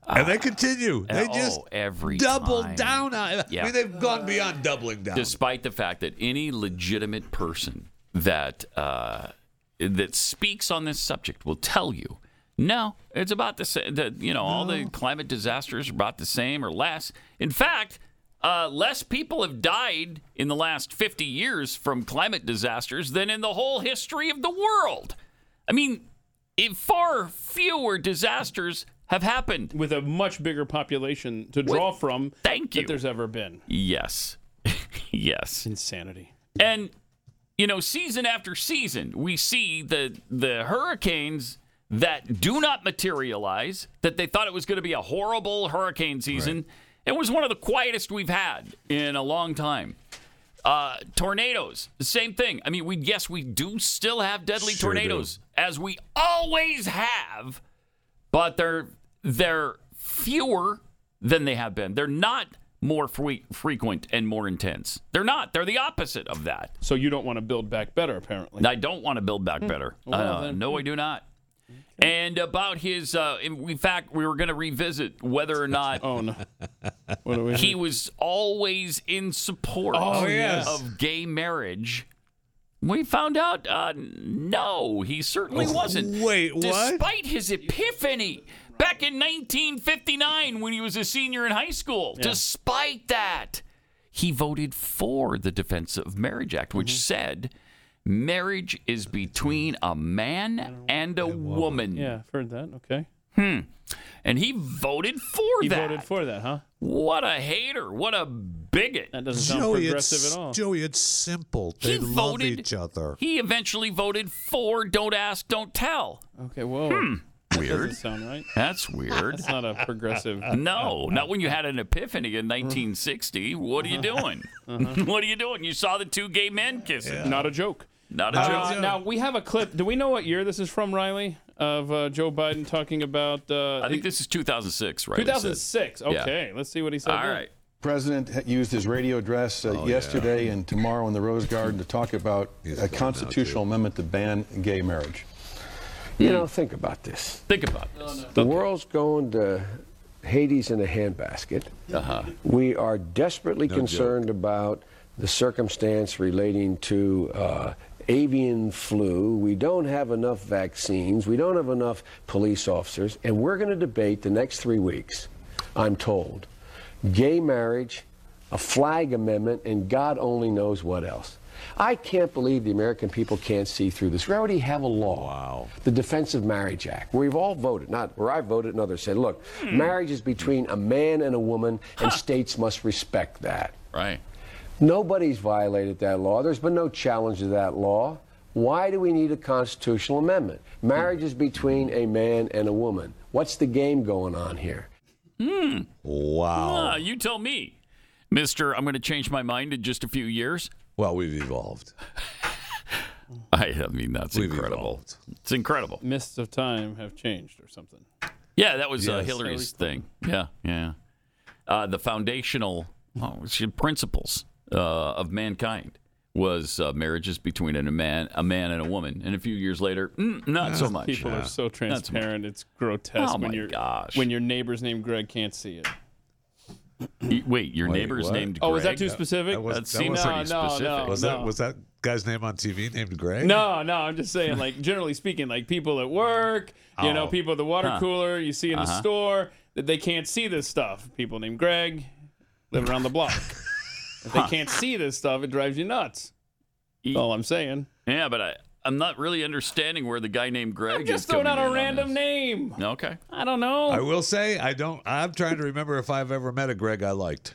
Speaker 13: And they continue. They
Speaker 2: oh,
Speaker 13: just
Speaker 2: every
Speaker 13: double
Speaker 2: time.
Speaker 13: down on. I
Speaker 2: Yeah.
Speaker 13: mean, they've gone beyond doubling down.
Speaker 2: Despite the fact that any legitimate person that uh, that speaks on this subject will tell you, no, it's about the same. That you know, all the climate disasters are about the same or less. In fact, uh, less people have died in the last 50 years from climate disasters than in the whole history of the world. I mean, it, far fewer disasters have happened
Speaker 3: with a much bigger population to draw from.
Speaker 2: Thank you.
Speaker 3: That there's ever been
Speaker 2: Yes. yes.
Speaker 3: insanity.
Speaker 2: And you know, season after season, we see the the hurricanes that do not materialize. That they thought it was going to be a horrible hurricane season. It was one of the quietest we've had in a long time. Uh, tornadoes, the same thing. I mean, we yes, we do still have deadly
Speaker 13: Sure do.
Speaker 2: tornadoes as we always have, but they're they're fewer than they have been. They're not more fre- frequent and more intense. They're not. They're the opposite of that.
Speaker 3: So you don't want to build back better, apparently. Hmm.
Speaker 2: I don't want to build back better.
Speaker 3: Oh, Well,
Speaker 2: Uh,
Speaker 3: then.
Speaker 2: no, I do not. And about his, uh, in in fact, we were going to revisit whether or not
Speaker 3: Oh no. What do we?
Speaker 2: he was always in support
Speaker 3: Oh,
Speaker 2: of,
Speaker 3: yes.
Speaker 2: gay marriage. We found out, uh, no, he certainly
Speaker 13: Oh,
Speaker 2: wasn't.
Speaker 13: wait, what?
Speaker 2: Despite his epiphany back in 1959 when he was a senior in high school, despite that, he voted for the Defense of Marriage Act,
Speaker 3: Mm-hmm.
Speaker 2: which said marriage is between a man and a woman.
Speaker 3: Yeah, I've heard that. Okay.
Speaker 2: Hmm. And he voted for
Speaker 3: You
Speaker 2: that.
Speaker 3: voted for that, huh?
Speaker 2: What a hater. What a bigot.
Speaker 3: That doesn't sound progressive at all.
Speaker 13: Joey, it's simple.
Speaker 2: He They love voted- each
Speaker 13: other.
Speaker 2: He eventually voted for Don't Ask, Don't Tell. Hmm.
Speaker 3: Okay. Whoa. That
Speaker 2: Weird.
Speaker 3: doesn't sound right.
Speaker 2: That's weird.
Speaker 3: That's not a progressive. Uh-huh.
Speaker 2: No, not when you had an epiphany in 1960. What are you doing? What are you doing? You saw the two gay men kissing.
Speaker 3: Not a joke.
Speaker 2: Not a
Speaker 3: Uh,
Speaker 2: joke.
Speaker 3: now we have a clip. Do we know what year this is from, Riley? Of uh, Joe Biden talking about uh,
Speaker 2: I think this is 2006, right? it said?
Speaker 3: 2006.
Speaker 2: Yeah.
Speaker 3: Okay, let's see what he said.
Speaker 2: All
Speaker 3: then.
Speaker 2: right.
Speaker 15: president ha- used his radio address uh, yesterday and tomorrow in the Rose Garden to talk about a constitutional amendment to ban gay marriage.
Speaker 9: You know, think about this.
Speaker 2: Think about this.
Speaker 9: The world's going to Hades in a handbasket.
Speaker 2: Uh-huh.
Speaker 9: We are desperately
Speaker 13: No
Speaker 9: concerned about the circumstance relating to uh, avian flu. We don't have enough vaccines. We don't have enough police officers. And we're going to debate the next three weeks, I'm told, gay marriage, a flag amendment, and God only knows what else. I can't believe the American people can't see through this. We already have a law, the Defense of Marriage Act, where we've all voted, not where I voted and others said, look, marriage is between a man and a woman, and states must respect that.
Speaker 2: Right.
Speaker 9: Nobody's violated that law. There's been no challenge to that law. Why do we need a constitutional amendment? Marriage is between a man and a woman. What's the game going on here?
Speaker 13: Wow.
Speaker 2: Ah, you tell me, Mister. I'm going to change my mind in just a few years.
Speaker 13: Well, we've evolved.
Speaker 2: I, I mean, that's incredible. It's incredible.
Speaker 3: Mists of time have changed or something.
Speaker 2: Yeah, that was uh,
Speaker 3: Yes.
Speaker 2: Hillary's thing. Yeah, yeah. Uh, the foundational oh, she- principles uh, of mankind was uh, marriages between a man, a man and a woman. And a few years later, mm, not so much.
Speaker 3: People are so
Speaker 2: Not so much.
Speaker 3: transparent. It's grotesque
Speaker 2: Oh,
Speaker 3: when
Speaker 2: my
Speaker 3: your when your neighbor's named Greg can't see it.
Speaker 2: Y- Wait, your neighbor's named.
Speaker 3: Oh, was that too
Speaker 2: Greg?
Speaker 3: specific?
Speaker 2: That, was,
Speaker 3: That
Speaker 2: seems
Speaker 3: was-
Speaker 2: pretty
Speaker 3: no, no,
Speaker 2: specific.
Speaker 3: no, Was that- no.
Speaker 13: Was that guy's name on TV named Greg?
Speaker 3: No, no, I'm just saying, like generally speaking, like people at work, you know,
Speaker 13: Oh.
Speaker 3: people at the water
Speaker 13: Huh.
Speaker 3: cooler, you see in the
Speaker 13: Uh-huh.
Speaker 3: store, that they can't see this stuff. People named Greg live around the block. if they can't see this stuff, it drives you nuts. That's all I'm saying.
Speaker 2: E Yeah, but I, I'm not really understanding where the guy named Greg
Speaker 3: I'm
Speaker 2: is
Speaker 3: just
Speaker 2: coming
Speaker 3: throwing out
Speaker 2: in
Speaker 3: a
Speaker 2: on
Speaker 3: random name.
Speaker 2: this. Okay.
Speaker 3: I don't know.
Speaker 13: I will say I don't. I'm trying to remember if I've ever met a Greg I liked.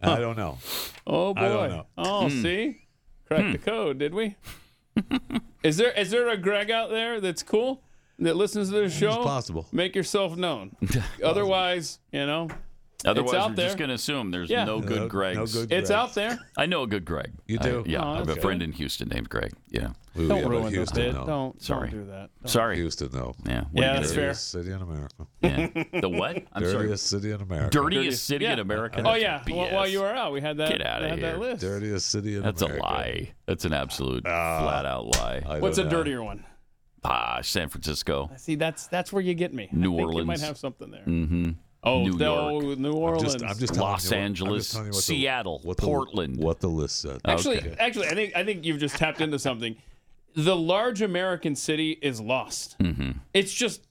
Speaker 13: I don't know.
Speaker 3: Oh boy.
Speaker 13: I don't know.
Speaker 3: Oh,
Speaker 13: Hmm.
Speaker 3: see, cracked
Speaker 2: Hmm.
Speaker 3: the code, did we? is there is there a Greg out there that's cool that listens to this show?
Speaker 13: possible.
Speaker 3: Make yourself known. Otherwise, you know.
Speaker 2: Otherwise,
Speaker 3: it's out
Speaker 2: we're
Speaker 3: there.
Speaker 2: just going to assume there's
Speaker 3: Yeah.
Speaker 2: no
Speaker 3: No-
Speaker 2: good
Speaker 3: no
Speaker 2: Gregs.
Speaker 3: good It's Gregs. out there.
Speaker 2: I know a good Greg.
Speaker 13: You
Speaker 2: I-
Speaker 13: do?
Speaker 2: yeah,
Speaker 13: Oh,
Speaker 2: I have a
Speaker 13: that's
Speaker 2: friend
Speaker 13: good.
Speaker 2: in Houston named Greg. Yeah.
Speaker 13: Ooh,
Speaker 3: Don't yeah, but ruin the Houston, bit. no. Don't- don't
Speaker 2: Sorry.
Speaker 3: do that. Don't.
Speaker 2: Sorry.
Speaker 13: Houston, though.
Speaker 2: Yeah.
Speaker 3: Yeah, that's
Speaker 2: Dirtiest
Speaker 3: fair.
Speaker 13: City in America.
Speaker 2: Yeah. The what? I'm sorry.
Speaker 13: Dirtiest city in America.
Speaker 2: Dirtiest city in
Speaker 3: yeah.
Speaker 2: America.
Speaker 3: Oh
Speaker 2: That's
Speaker 3: yeah, Wh- while you were out, we had that.
Speaker 2: Get outta
Speaker 3: we had
Speaker 2: here.
Speaker 3: That list.
Speaker 13: Dirtiest city in
Speaker 2: That's
Speaker 13: America. Ah.
Speaker 2: a lie. That's an absolute flat out lie.
Speaker 3: What's a dirtier one?
Speaker 2: Ah, San Francisco,
Speaker 3: See, that's that's where you get me.
Speaker 2: New
Speaker 3: I think
Speaker 2: Orleans.
Speaker 3: You might have something there.
Speaker 2: Mm-hmm.
Speaker 3: Oh,
Speaker 2: New
Speaker 3: no,
Speaker 2: York.
Speaker 3: New Orleans.
Speaker 13: telling
Speaker 2: Los
Speaker 13: you what- I'm just
Speaker 2: Angeles,
Speaker 13: telling you what the-
Speaker 2: Seattle,
Speaker 13: what the-
Speaker 2: Portland.
Speaker 13: what the list said.
Speaker 2: Oh,
Speaker 3: Actually, eh, actually, I think I think you've just tapped into something. The large American city is lost.
Speaker 2: Mm-hmm.
Speaker 3: It's just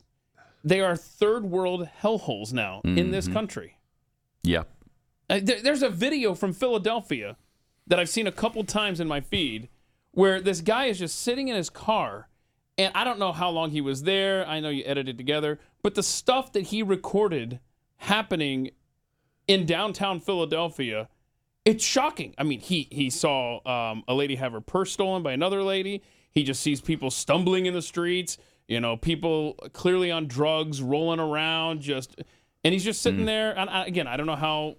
Speaker 3: they are third world hellholes now in this
Speaker 2: Mhm.
Speaker 3: country.
Speaker 2: Yeah.
Speaker 3: Uh, there- there's a video from Philadelphia that I've seen a couple times in my feed where this guy is just sitting in his car, and I don't know how long he was there. I know you edited together, but the stuff that he recorded happening in downtown Philadelphia, it's shocking. I mean, he he saw um, a lady have her purse stolen by another lady. He just sees people stumbling in the streets. You know, people clearly on drugs, rolling around, just and he's just sitting there. And I, again, I don't know how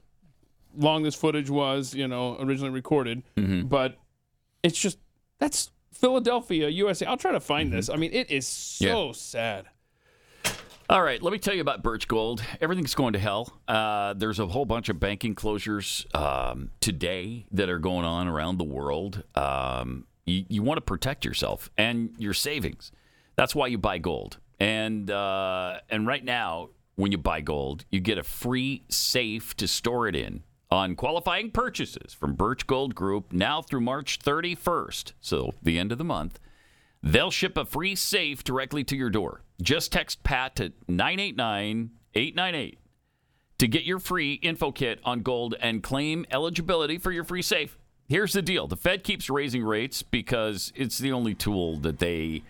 Speaker 3: long this footage was, you know, originally recorded,
Speaker 2: Mm-hmm.
Speaker 3: but it's just that's Philadelphia, USA. I'll try to find this.
Speaker 2: Mm-hmm.
Speaker 3: I mean, it is so sad.
Speaker 2: All right, let me tell you about Birch Gold. Everything's going to hell. Uh, there's a whole bunch of banking closures um, today that are going on around the world. Um, you you want to protect yourself and your savings. That's why you buy gold. And uh, and right now, when you buy gold, you get a free safe to store it in on qualifying purchases from Birch Gold Group now through March 31st, so the end of the month. They'll ship a free safe directly to your door. Just text Pat to 989 898 to get your free info kit on gold and claim eligibility for your free safe. Here's the deal the Fed keeps raising rates because it's the only tool that they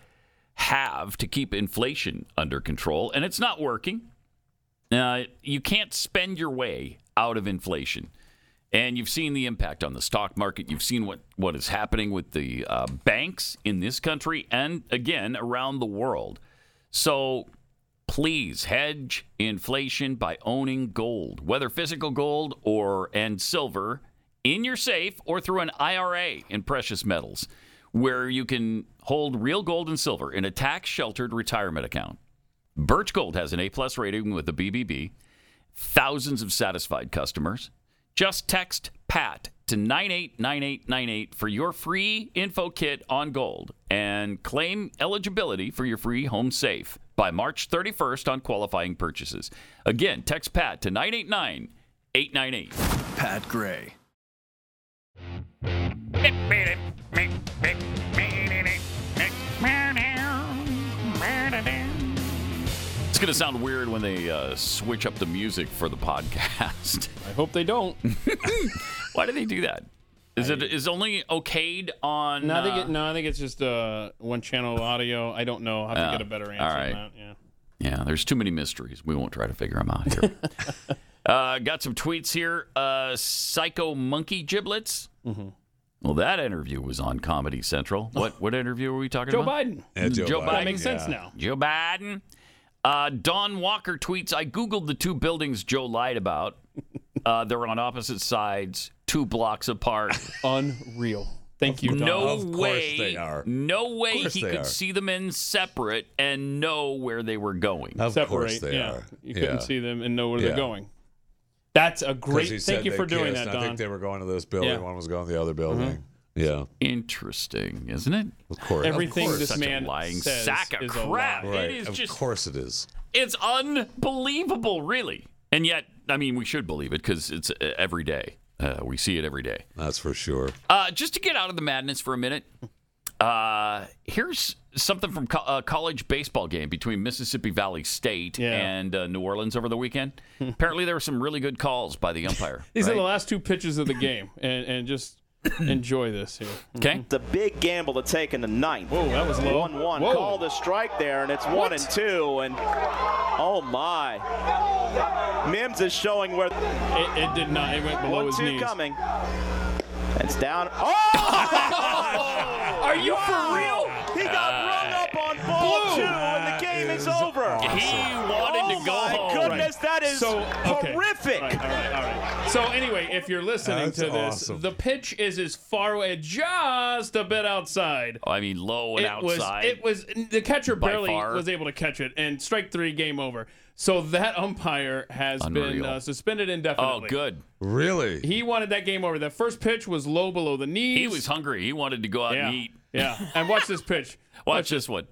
Speaker 2: have to keep inflation under control, and it's not working. Uh, you can't spend your way out of inflation. And you've seen the impact on the stock market. You've seen what, what is happening with the uh, banks in this country and again around the world. So please hedge inflation by owning gold, whether physical gold or and silver in your safe or through an IRA in precious metals, where you can hold real gold and silver in a tax sheltered retirement account. Birch Gold has an A plus rating with the BBB, thousands of satisfied customers. Just text PAT to 989898 for your free info kit on gold and claim eligibility for your free home safe by March 31st on qualifying purchases. Again, text PAT to 989898.
Speaker 12: Pat Gray.
Speaker 13: Oh
Speaker 2: It's going to sound weird when they uh, switch up the music for the podcast.
Speaker 3: I hope they don't.
Speaker 2: Why do they do that? Is it is only okayed on?
Speaker 3: No, I think
Speaker 2: uh,
Speaker 3: it, no, I think it's just uh, one channel audio. I don't know. I have to
Speaker 2: Yeah.
Speaker 3: get a better answer.
Speaker 2: Oh, All
Speaker 3: on
Speaker 2: right.
Speaker 3: that. Yeah.
Speaker 2: Yeah, there's too many mysteries. We won't try to figure them out here. uh, got some tweets here. Uh, Psycho monkey giblets.
Speaker 3: Mm-hmm.
Speaker 2: Well, that interview was on Comedy Central. What what interview were we talking
Speaker 3: Joe
Speaker 2: about?
Speaker 3: Biden. Yeah, Joe Biden. That makes sense Yeah. now.
Speaker 2: Joe Biden. Uh, Don Walker tweets: I googled the two buildings Joe lied about. Uh, they're on opposite sides, two blocks apart.
Speaker 3: Unreal. Thank you.
Speaker 2: No
Speaker 13: Of course
Speaker 2: way.
Speaker 13: they are.
Speaker 2: No way
Speaker 13: course
Speaker 2: he
Speaker 13: they
Speaker 2: could
Speaker 13: are.
Speaker 2: see the men separate and know where they were going.
Speaker 13: Of course
Speaker 3: Separate,
Speaker 13: they
Speaker 3: yeah.
Speaker 13: are.
Speaker 3: You couldn't
Speaker 13: Yeah.
Speaker 3: see them and know where
Speaker 13: Yeah.
Speaker 3: they're going. That's a
Speaker 13: 'Cause
Speaker 3: great.
Speaker 13: he
Speaker 3: Thank
Speaker 13: said
Speaker 3: you
Speaker 13: they
Speaker 3: for doing
Speaker 13: kissed.
Speaker 3: that,
Speaker 13: I
Speaker 3: Don.
Speaker 13: think they were going to this building.
Speaker 3: Yeah. Mm-hmm.
Speaker 13: One was going to the other building. Yeah.
Speaker 2: Interesting, isn't it?
Speaker 13: Of course.
Speaker 3: Everything
Speaker 13: of course.
Speaker 3: this
Speaker 2: Such a
Speaker 3: man
Speaker 2: lying
Speaker 3: says
Speaker 2: sack of
Speaker 3: is a
Speaker 2: crap.
Speaker 3: lie.
Speaker 13: Right.
Speaker 2: It is
Speaker 13: of
Speaker 2: just
Speaker 13: course it is.
Speaker 2: It's unbelievable, really. And yet, I mean, we should believe it because it's uh, every day. Uh, we see it every day.
Speaker 13: That's for sure.
Speaker 2: Uh, just to get out of the madness for a minute, uh, here's something from co- a college baseball game between Mississippi Valley State and uh, New Orleans over the weekend. Apparently, there were some really good calls by the umpire.
Speaker 3: These are
Speaker 2: right?
Speaker 3: the last two pitches of the game, and, and just enjoy this here.
Speaker 2: Okay.
Speaker 16: The big gamble to take in the ninth. Whoa,
Speaker 3: that was low.
Speaker 16: One one.
Speaker 3: Whoa.
Speaker 16: Call the strike there, and it's one and two. And oh my, Mims is showing where.
Speaker 3: It, it did not. It went below
Speaker 16: one,
Speaker 3: his
Speaker 16: two
Speaker 3: knees.
Speaker 16: coming. It's down. Oh!
Speaker 2: Are you for real?
Speaker 16: He got run up on ball two, and the game is, over.
Speaker 2: He wanted
Speaker 16: oh
Speaker 2: to go
Speaker 16: my
Speaker 2: home.
Speaker 16: goodness, that is
Speaker 3: So, okay.
Speaker 16: horrific.
Speaker 3: All right, all right, all right. So anyway, if you're listening
Speaker 2: That's
Speaker 3: to this,
Speaker 2: awesome.
Speaker 3: the pitch is as far away, just a bit outside.
Speaker 2: Oh, I mean, low and
Speaker 3: it
Speaker 2: outside.
Speaker 3: was it was the catcher
Speaker 2: by
Speaker 3: barely
Speaker 2: far.
Speaker 3: was able to catch it, and strike three, game over. So that umpire has been
Speaker 2: Unreal.
Speaker 3: uh, suspended
Speaker 2: oh,
Speaker 3: indefinitely.
Speaker 2: good.
Speaker 13: Really?
Speaker 3: He wanted that game over. That first pitch was low below the knees.
Speaker 2: He was hungry. He wanted to go out
Speaker 3: yeah.
Speaker 2: and eat.
Speaker 3: Yeah, and watch this pitch.
Speaker 2: Watch this one.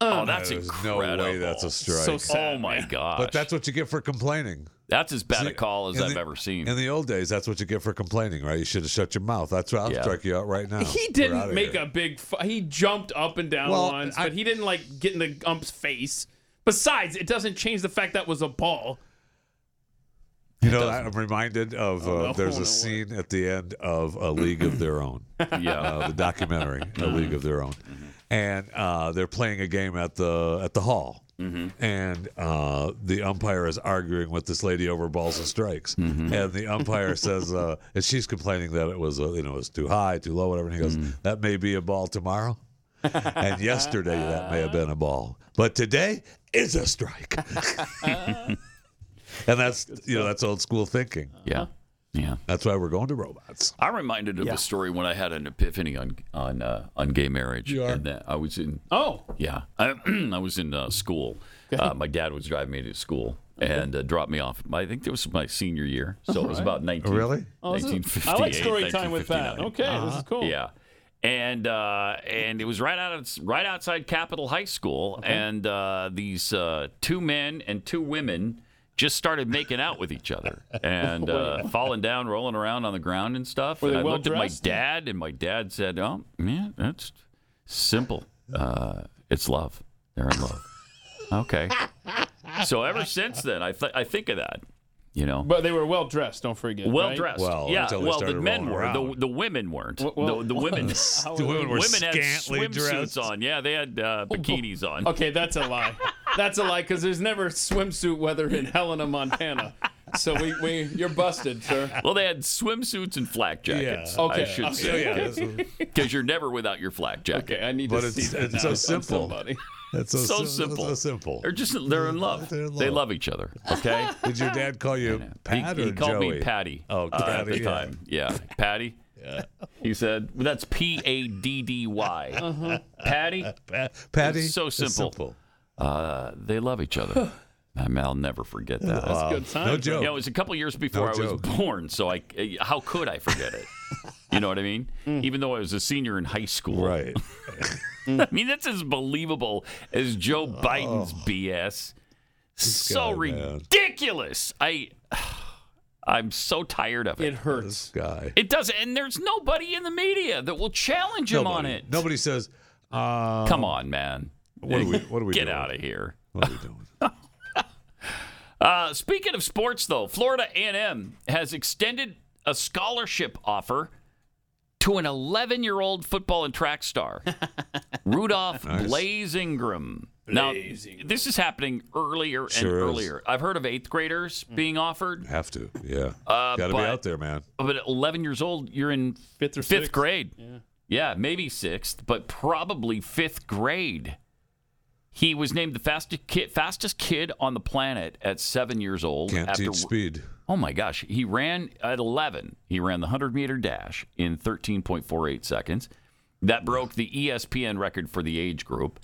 Speaker 2: Oh, that's
Speaker 13: There's
Speaker 2: incredible.
Speaker 13: no way that's a strike.
Speaker 3: So sad,
Speaker 2: oh my gosh.
Speaker 13: But that's what you get for complaining.
Speaker 2: That's as bad a call as
Speaker 13: in
Speaker 2: I've
Speaker 13: the-
Speaker 2: ever seen.
Speaker 13: In the old days, that's what you get for complaining, right? You should have shut your mouth. That's what I'll
Speaker 2: Yeah.
Speaker 13: strike you out right now.
Speaker 3: He
Speaker 13: Oh, We're
Speaker 3: didn't
Speaker 13: outta
Speaker 3: make
Speaker 13: here.
Speaker 3: a big. F- he jumped up and down
Speaker 13: Well,
Speaker 3: once,
Speaker 13: I-
Speaker 3: but he didn't like get in the ump's face. Besides, it doesn't change the fact that was a ball.
Speaker 13: You know, I'm reminded of uh,
Speaker 3: Oh, no,
Speaker 13: there's
Speaker 3: no
Speaker 13: a scene at the end of A League of Their Own.
Speaker 2: Yeah.
Speaker 13: uh, the documentary A
Speaker 3: Mm-hmm.
Speaker 13: League of Their Own, and uh, they're playing a game at the at the hall,
Speaker 3: Mm-hmm.
Speaker 13: and uh, the umpire is arguing with this lady over balls and strikes,
Speaker 3: Mm-hmm.
Speaker 13: and the umpire says, uh, and she's complaining that it was uh, you know it was too high, too low, whatever, and he goes,
Speaker 3: Mm-hmm.
Speaker 13: that may be a ball tomorrow. and yesterday that may have been a ball, but today is a strike. And that's you know that's old school thinking.
Speaker 2: Yeah, yeah.
Speaker 13: That's why we're going to robots.
Speaker 2: I'm reminded of
Speaker 13: Yeah.
Speaker 2: a story when I had an epiphany on on uh, on gay marriage.
Speaker 13: You are?
Speaker 2: And that I was in
Speaker 3: Oh,
Speaker 2: yeah, I, I was in uh, school. Uh, my dad was driving me to school and uh, dropped me off. I think it was my senior year, so it was about 19.
Speaker 13: Really?
Speaker 3: Oh, this is-
Speaker 2: 1958,
Speaker 3: I like story time with that.
Speaker 2: 1959.
Speaker 3: Okay, this is cool.
Speaker 2: Yeah. And uh, and it was right out of, right outside Capitol High School, and uh, these uh, two men and two women just started making out with each other and uh, falling down, rolling around on the ground and stuff.
Speaker 3: Were
Speaker 2: and
Speaker 3: they
Speaker 2: I looked at my
Speaker 3: well-dressed?
Speaker 2: dad, and my dad said, "Oh, man, that's simple. Uh, it's love. They're in love." okay. So ever since then, I th- I think of that. You know,
Speaker 3: But they were well dressed. Don't forget.
Speaker 2: well
Speaker 3: right?
Speaker 2: dressed.
Speaker 13: Well,
Speaker 2: yeah.
Speaker 13: until they
Speaker 2: Well, the
Speaker 13: started
Speaker 2: men
Speaker 13: rolling
Speaker 2: were. The,
Speaker 13: around.
Speaker 2: the women weren't.
Speaker 3: well-
Speaker 2: the, the women.
Speaker 3: How
Speaker 13: The women were
Speaker 2: women had
Speaker 13: scantily
Speaker 2: swimsuits
Speaker 13: dressed.
Speaker 2: on. Yeah, they had uh, bikinis on.
Speaker 3: Okay, that's a lie. That's a lie because there's never swimsuit weather in Helena, Montana. So we, we you're busted, sir.
Speaker 2: Well, they had swimsuits and flak jackets.
Speaker 3: Yeah. Okay.
Speaker 2: I should
Speaker 3: Okay.
Speaker 2: say.
Speaker 13: yeah, that's-
Speaker 2: Because you're never without your flak jacket.
Speaker 3: Okay, I need
Speaker 13: But
Speaker 3: to
Speaker 13: it's-
Speaker 3: see that
Speaker 13: it's
Speaker 3: now
Speaker 13: so
Speaker 3: on
Speaker 13: simple.
Speaker 3: somebody.
Speaker 13: that's
Speaker 2: So
Speaker 13: sim-
Speaker 2: simple.
Speaker 13: That's so simple.
Speaker 2: They're just they're in love.
Speaker 13: They're in
Speaker 2: They
Speaker 13: love.
Speaker 2: love each other. Okay.
Speaker 13: Did your dad call you
Speaker 2: he,
Speaker 13: Pat
Speaker 2: he
Speaker 13: or
Speaker 2: called
Speaker 13: Joey?
Speaker 2: me Patty.
Speaker 13: Oh,
Speaker 2: uh, at
Speaker 13: Patty,
Speaker 2: the
Speaker 13: yeah.
Speaker 2: time. Yeah, Patty. Yeah. He said well, that's P A D D Y. Patty.
Speaker 13: Pa- Patty.
Speaker 2: It's so
Speaker 13: is
Speaker 2: simple. Uh, they love each other. I mean, I'll never forget that.
Speaker 13: Wow.
Speaker 3: good time.
Speaker 13: uh, No
Speaker 2: You
Speaker 13: joke.
Speaker 2: know, it was a couple years before
Speaker 13: No
Speaker 2: I was
Speaker 13: joke.
Speaker 2: born, so I how could I forget it? You know what I mean? Even though I was a senior in high school,
Speaker 13: Mm. right.
Speaker 2: I mean, that's as believable as Joe Biden's BS. So
Speaker 13: Oh. guy, man.
Speaker 2: ridiculous. I, I'm so tired of
Speaker 3: It
Speaker 2: it.
Speaker 3: hurts.
Speaker 13: Guy.
Speaker 2: It does, and there's nobody in the media that will challenge him on
Speaker 13: Nobody-
Speaker 2: it.
Speaker 13: Nobody says. Uh,
Speaker 2: Come on, man.
Speaker 13: What are we? What are we
Speaker 2: Get
Speaker 13: doing?
Speaker 2: out of here.
Speaker 13: What are we doing?
Speaker 2: Uh, speaking of sports, though, Florida A&M has extended a scholarship offer to an 11-year-old football and track star, Rudolph Blaze Ingram. Now, this is happening earlier and
Speaker 13: Sure is.
Speaker 2: earlier. I've heard of eighth graders
Speaker 3: Mm.
Speaker 2: being offered,
Speaker 13: Have to. Yeah.
Speaker 2: Uh,
Speaker 13: Got to be
Speaker 2: but-
Speaker 13: out there, man.
Speaker 2: but at 11 years old, you're in
Speaker 3: Fifth or
Speaker 2: fifth
Speaker 3: sixth.
Speaker 2: grade. Yeah. maybe sixth, but probably fifth grade. He was named the fastest kid, fastest kid on the planet at seven years old.
Speaker 13: Can't teach speed.
Speaker 2: Oh my gosh, he ran at 11. He ran the 100 meter dash in 13.48 seconds. That broke the E ESPN record for the age group.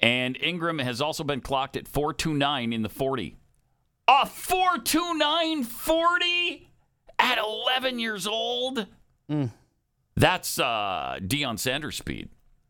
Speaker 2: And Ingram has also been clocked at 429 in the 40. A 429 40 at 11 years old? That's uh, Deion Sanders' speed.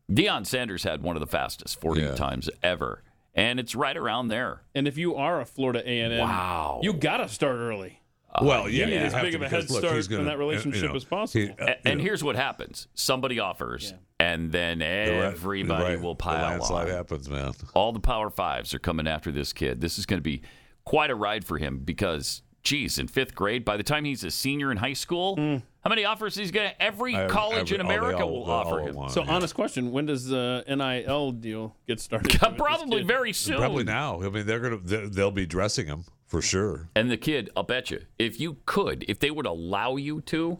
Speaker 2: Deion Sanders had one of the fastest 40 times ever, and it's right around there.
Speaker 3: And if you are a Florida A&M,
Speaker 2: Wow.
Speaker 3: you gotta start early.
Speaker 13: Well,
Speaker 3: you
Speaker 13: Uh, yeah,
Speaker 3: need
Speaker 13: you
Speaker 3: as
Speaker 13: have
Speaker 3: big
Speaker 13: to
Speaker 3: of a
Speaker 13: because,
Speaker 3: head
Speaker 13: look,
Speaker 3: start
Speaker 13: he's gonna-
Speaker 3: in that
Speaker 13: uh, you
Speaker 3: relationship
Speaker 13: know,
Speaker 3: as possible.
Speaker 13: he- uh,
Speaker 2: A- and here's what happens: somebody offers, and then
Speaker 13: ra-
Speaker 2: everybody
Speaker 13: the ra-
Speaker 2: will
Speaker 13: the
Speaker 2: pile on.
Speaker 13: landslide happens, man.
Speaker 2: All the Power Fives are coming after this kid. This is going to be quite a ride for him because, geez, in fifth grade, by the time he's a senior in high school,
Speaker 3: Mm.
Speaker 2: how many offers he's going to? Every
Speaker 3: Every-
Speaker 2: college in
Speaker 3: every- oh, they
Speaker 2: America
Speaker 3: all-
Speaker 2: will
Speaker 3: they all
Speaker 2: offer
Speaker 3: want
Speaker 2: him.
Speaker 3: So, honest question: When does uh, the NIL deal get started?
Speaker 2: probably very soon.
Speaker 13: Probably now. I mean, they're gonna they- they'll be dressing him for sure.
Speaker 2: And the kid, I'll bet you, if you could, if they would allow you to,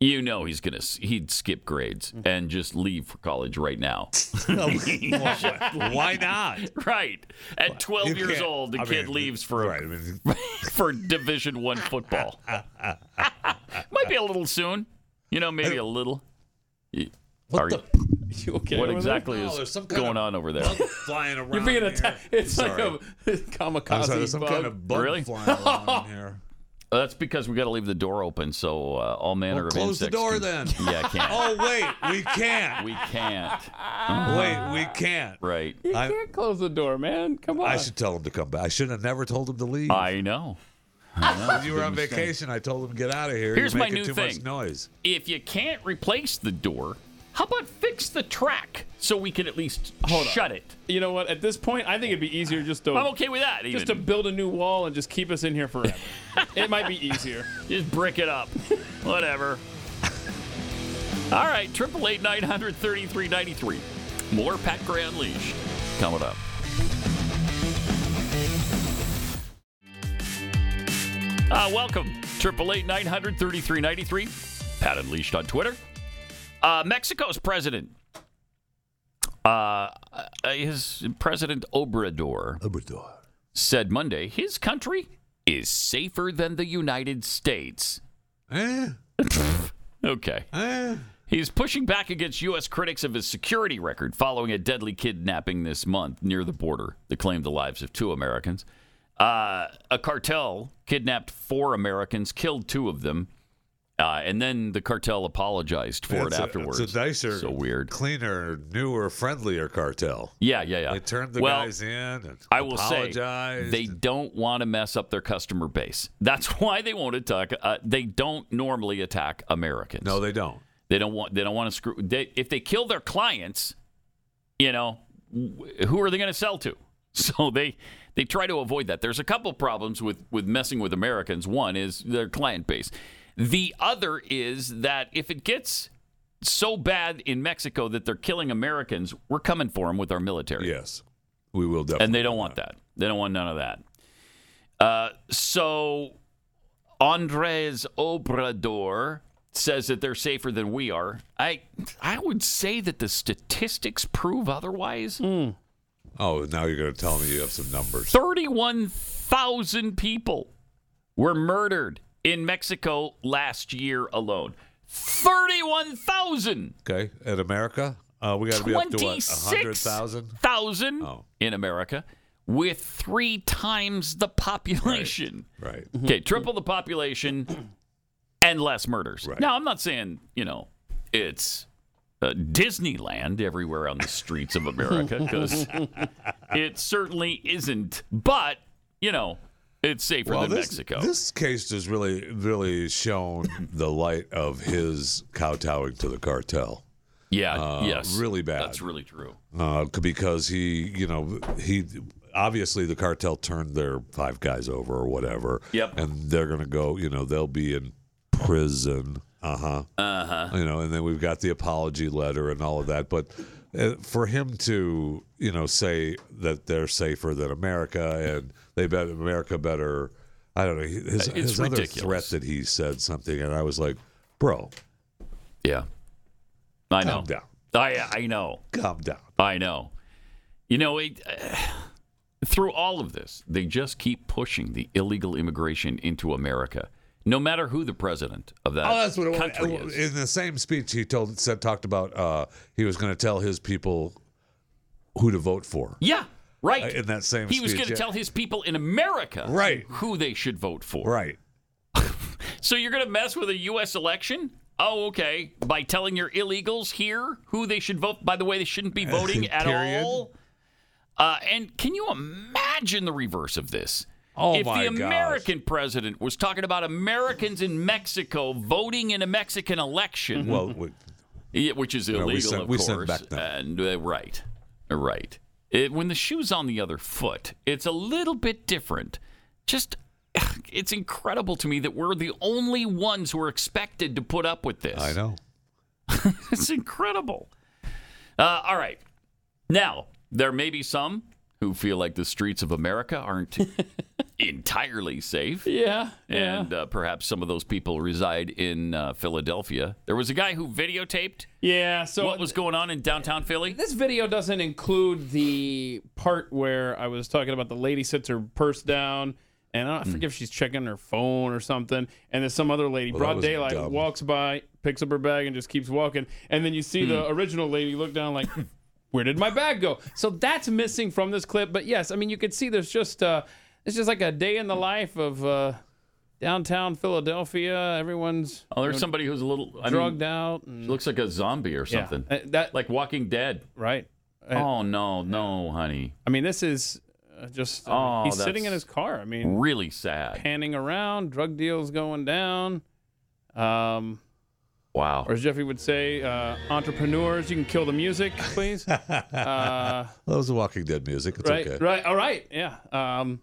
Speaker 2: you know he's gonna s- he'd skip grades and just leave for college right now.
Speaker 13: Why not?
Speaker 2: Right. At 12
Speaker 13: You
Speaker 2: years
Speaker 13: can't-
Speaker 2: old, the
Speaker 13: I
Speaker 2: kid
Speaker 13: mean,
Speaker 2: leaves for
Speaker 13: right, I mean-
Speaker 2: for Division One football. Might be a little soon. You know, maybe a little. What,
Speaker 3: you okay over
Speaker 2: what
Speaker 3: there?
Speaker 2: exactly
Speaker 13: No,
Speaker 2: is
Speaker 13: there's some kind
Speaker 2: going
Speaker 13: of
Speaker 2: on over there?
Speaker 13: flying around.
Speaker 3: You're being
Speaker 13: here.
Speaker 3: attacked. It's
Speaker 13: I'm
Speaker 3: like
Speaker 13: sorry.
Speaker 3: a kamikaze
Speaker 13: I'm sorry, there's some
Speaker 3: bug.
Speaker 13: kind of bug
Speaker 2: Really?
Speaker 13: flying around here.
Speaker 2: That's because we got to leave the door open, so uh, all manner
Speaker 13: Well,
Speaker 2: of
Speaker 13: close the
Speaker 2: insects
Speaker 13: door
Speaker 2: can-
Speaker 13: then.
Speaker 2: Yeah, I can't.
Speaker 13: Oh wait, we can't.
Speaker 2: We can't.
Speaker 13: Wait, we can't.
Speaker 2: Oh. Right.
Speaker 3: You
Speaker 13: I-
Speaker 3: can't close the door, man. Come on.
Speaker 13: I should tell him to come back. I should have never told him to leave.
Speaker 2: I know.
Speaker 13: When you were on vacation, I told him get out of here.
Speaker 2: Here's
Speaker 13: You're
Speaker 2: my
Speaker 13: making
Speaker 2: new
Speaker 13: too
Speaker 2: thing.
Speaker 13: Much noise.
Speaker 2: If you can't replace the door, how about fix the track so we can at least
Speaker 3: Hold on.
Speaker 2: shut it?
Speaker 3: You know what? At this point, I think it'd be easier just to.
Speaker 2: I'm okay with that. Even.
Speaker 3: Just to build a new wall and just keep us in here forever. it might be easier.
Speaker 2: Just brick it up. Whatever. All right, triple eight nine hundred thirty three ninety three. More Pat Gray Unleashed coming up. Uh, welcome, triple eight nine hundred thirty three ninety three. Pat Unleashed on Twitter. Uh, Mexico's president, uh, his president Obrador,
Speaker 13: Obrador
Speaker 2: said Monday his country is safer than the United States.
Speaker 13: Eh.
Speaker 2: Okay. He's pushing back against U.S. critics of his security record following a deadly kidnapping this month near the border that claimed the lives of two Americans. Uh, a cartel kidnapped four Americans, killed two of them, uh, and then the cartel apologized for
Speaker 13: It's
Speaker 2: it
Speaker 13: a-
Speaker 2: afterwards.
Speaker 13: It's a nicer,
Speaker 2: So weird.
Speaker 13: cleaner, newer, friendlier cartel.
Speaker 2: yeah, yeah, yeah. They
Speaker 13: turned the guys in and
Speaker 2: I will say
Speaker 13: apologized
Speaker 2: they don't want to mess up their customer base. That's why they won't attack. Uh, they don't normally attack Americans.
Speaker 13: No, they don't.
Speaker 2: They don't want. They don't want to screw. They, if they kill their clients, you know, wh- who are they going to sell to? So they they try to avoid that. There's a couple problems with with messing with Americans. One is their client base. The other is that if it gets so bad in Mexico that they're killing Americans, we're coming for them with our military.
Speaker 13: Yes, we will definitely.
Speaker 2: And they don't want that. They don't want none of that. Uh, so Andres Obrador says that they're safer than we are. I I would say that the statistics prove otherwise.
Speaker 13: Hmm. Oh, now you're going to tell me you have some numbers.
Speaker 2: 31,000 people were murdered in Mexico last year alone. 31,000.
Speaker 13: Okay, at America, uh, we got to be up to what? A hundred thousand. Oh.
Speaker 2: 26,000 in America with three times the population. Mm-hmm.
Speaker 13: Right.
Speaker 2: Okay, triple the population and less murders. Now, I'm not saying, you know, it's uh, Disneyland everywhere on the streets of America because it certainly isn't. But, you know, it's safer than
Speaker 13: this,
Speaker 2: Mexico.
Speaker 13: This case has really, really shown the light of his kowtowing to the cartel.
Speaker 2: yeah,
Speaker 13: Uh,
Speaker 2: yes.
Speaker 13: really bad.
Speaker 2: That's really true.
Speaker 13: uh, c- because he, you know, he obviously the cartel turned their five guys over or whatever.
Speaker 2: Yep.
Speaker 13: And they're gonna go. You know, they'll be in prison. Uh huh.
Speaker 2: Uh huh.
Speaker 13: You know, and then we've got the apology letter and all of that. But uh, for him to, you know, say that they're safer than America and they bet America better. I don't know. His,
Speaker 2: It's
Speaker 13: his other threat
Speaker 2: ridiculous.
Speaker 13: that he said something, and I was like, bro,
Speaker 2: Yeah. I know.
Speaker 13: Calm down.
Speaker 2: I, I know.
Speaker 13: calm down.
Speaker 2: I know. You know, it, through all of this, they just keep pushing the illegal immigration into America, no matter who the president of that
Speaker 13: Oh, that's what it was.
Speaker 2: Uh, country is.
Speaker 13: In the same speech, he told said talked about uh, he was going to tell his people who to vote for.
Speaker 2: Yeah, right.
Speaker 13: Uh, in that same
Speaker 2: he was
Speaker 13: speech,
Speaker 2: going to
Speaker 13: yeah.
Speaker 2: tell his people in America
Speaker 13: Right.
Speaker 2: who they should vote for.
Speaker 13: Right.
Speaker 2: So you're going to mess with a U.S. election? Oh, okay. By telling your illegals here who they should vote. By the way, they shouldn't be voting at
Speaker 13: Period.
Speaker 2: all. Uh, and can you imagine the reverse of this?
Speaker 13: Oh,
Speaker 2: if
Speaker 13: my
Speaker 2: the
Speaker 13: gosh.
Speaker 2: American president was talking about Americans in Mexico voting in a Mexican election,
Speaker 13: Well, we-
Speaker 2: Mm-hmm. Yeah, which is
Speaker 13: You know,
Speaker 2: illegal,
Speaker 13: we sent-
Speaker 2: of
Speaker 13: we
Speaker 2: course.
Speaker 13: sent back
Speaker 2: and uh, right, right. It- when the shoe's on the other foot, it's a little bit different. Just, it's incredible to me that we're the only ones who are expected to put up with this. I
Speaker 13: know.
Speaker 2: it's incredible. Uh, all right. Now, there may be some who feel like the streets of America aren't entirely safe.
Speaker 3: Yeah, yeah.
Speaker 2: And uh, perhaps some of those people reside in uh, Philadelphia. There was a guy who videotaped
Speaker 3: Yeah. So
Speaker 2: what was going on in downtown Philly?
Speaker 3: This video doesn't include the part where I was talking about the lady sits her purse down, and I, don't, I
Speaker 2: Hmm.
Speaker 3: forget if she's checking her phone or something, and then some other lady,
Speaker 13: Well, that
Speaker 3: broad
Speaker 13: was
Speaker 3: daylight,
Speaker 13: dumb.
Speaker 3: walks by, picks up her bag, and just keeps walking. And then you see the
Speaker 2: Hmm.
Speaker 3: original lady look down like, "Where did my bag go?" So that's missing from this clip. But yes, I mean you could see there's just uh, it's just like a day in the life of. Uh, Downtown Philadelphia, everyone's.
Speaker 2: Oh, there's somebody who's a little I mean,
Speaker 3: drugged out. And,
Speaker 2: She looks like a zombie or
Speaker 3: Yeah.
Speaker 2: something.
Speaker 3: Uh, that
Speaker 2: like Walking Dead.
Speaker 3: Right. Uh,
Speaker 2: oh no, no, honey.
Speaker 3: I mean, this is uh, just uh,
Speaker 2: Oh,
Speaker 3: he's sitting
Speaker 2: that's
Speaker 3: in his car. I mean,
Speaker 2: Really sad.
Speaker 3: panning around, drug deals going down. Um,
Speaker 2: wow.
Speaker 3: Or as Jeffy would say, uh, entrepreneurs, you can kill the music, please. uh,
Speaker 13: that was the Walking Dead music. It's
Speaker 3: right,
Speaker 13: okay.
Speaker 3: right, all right, yeah. Um,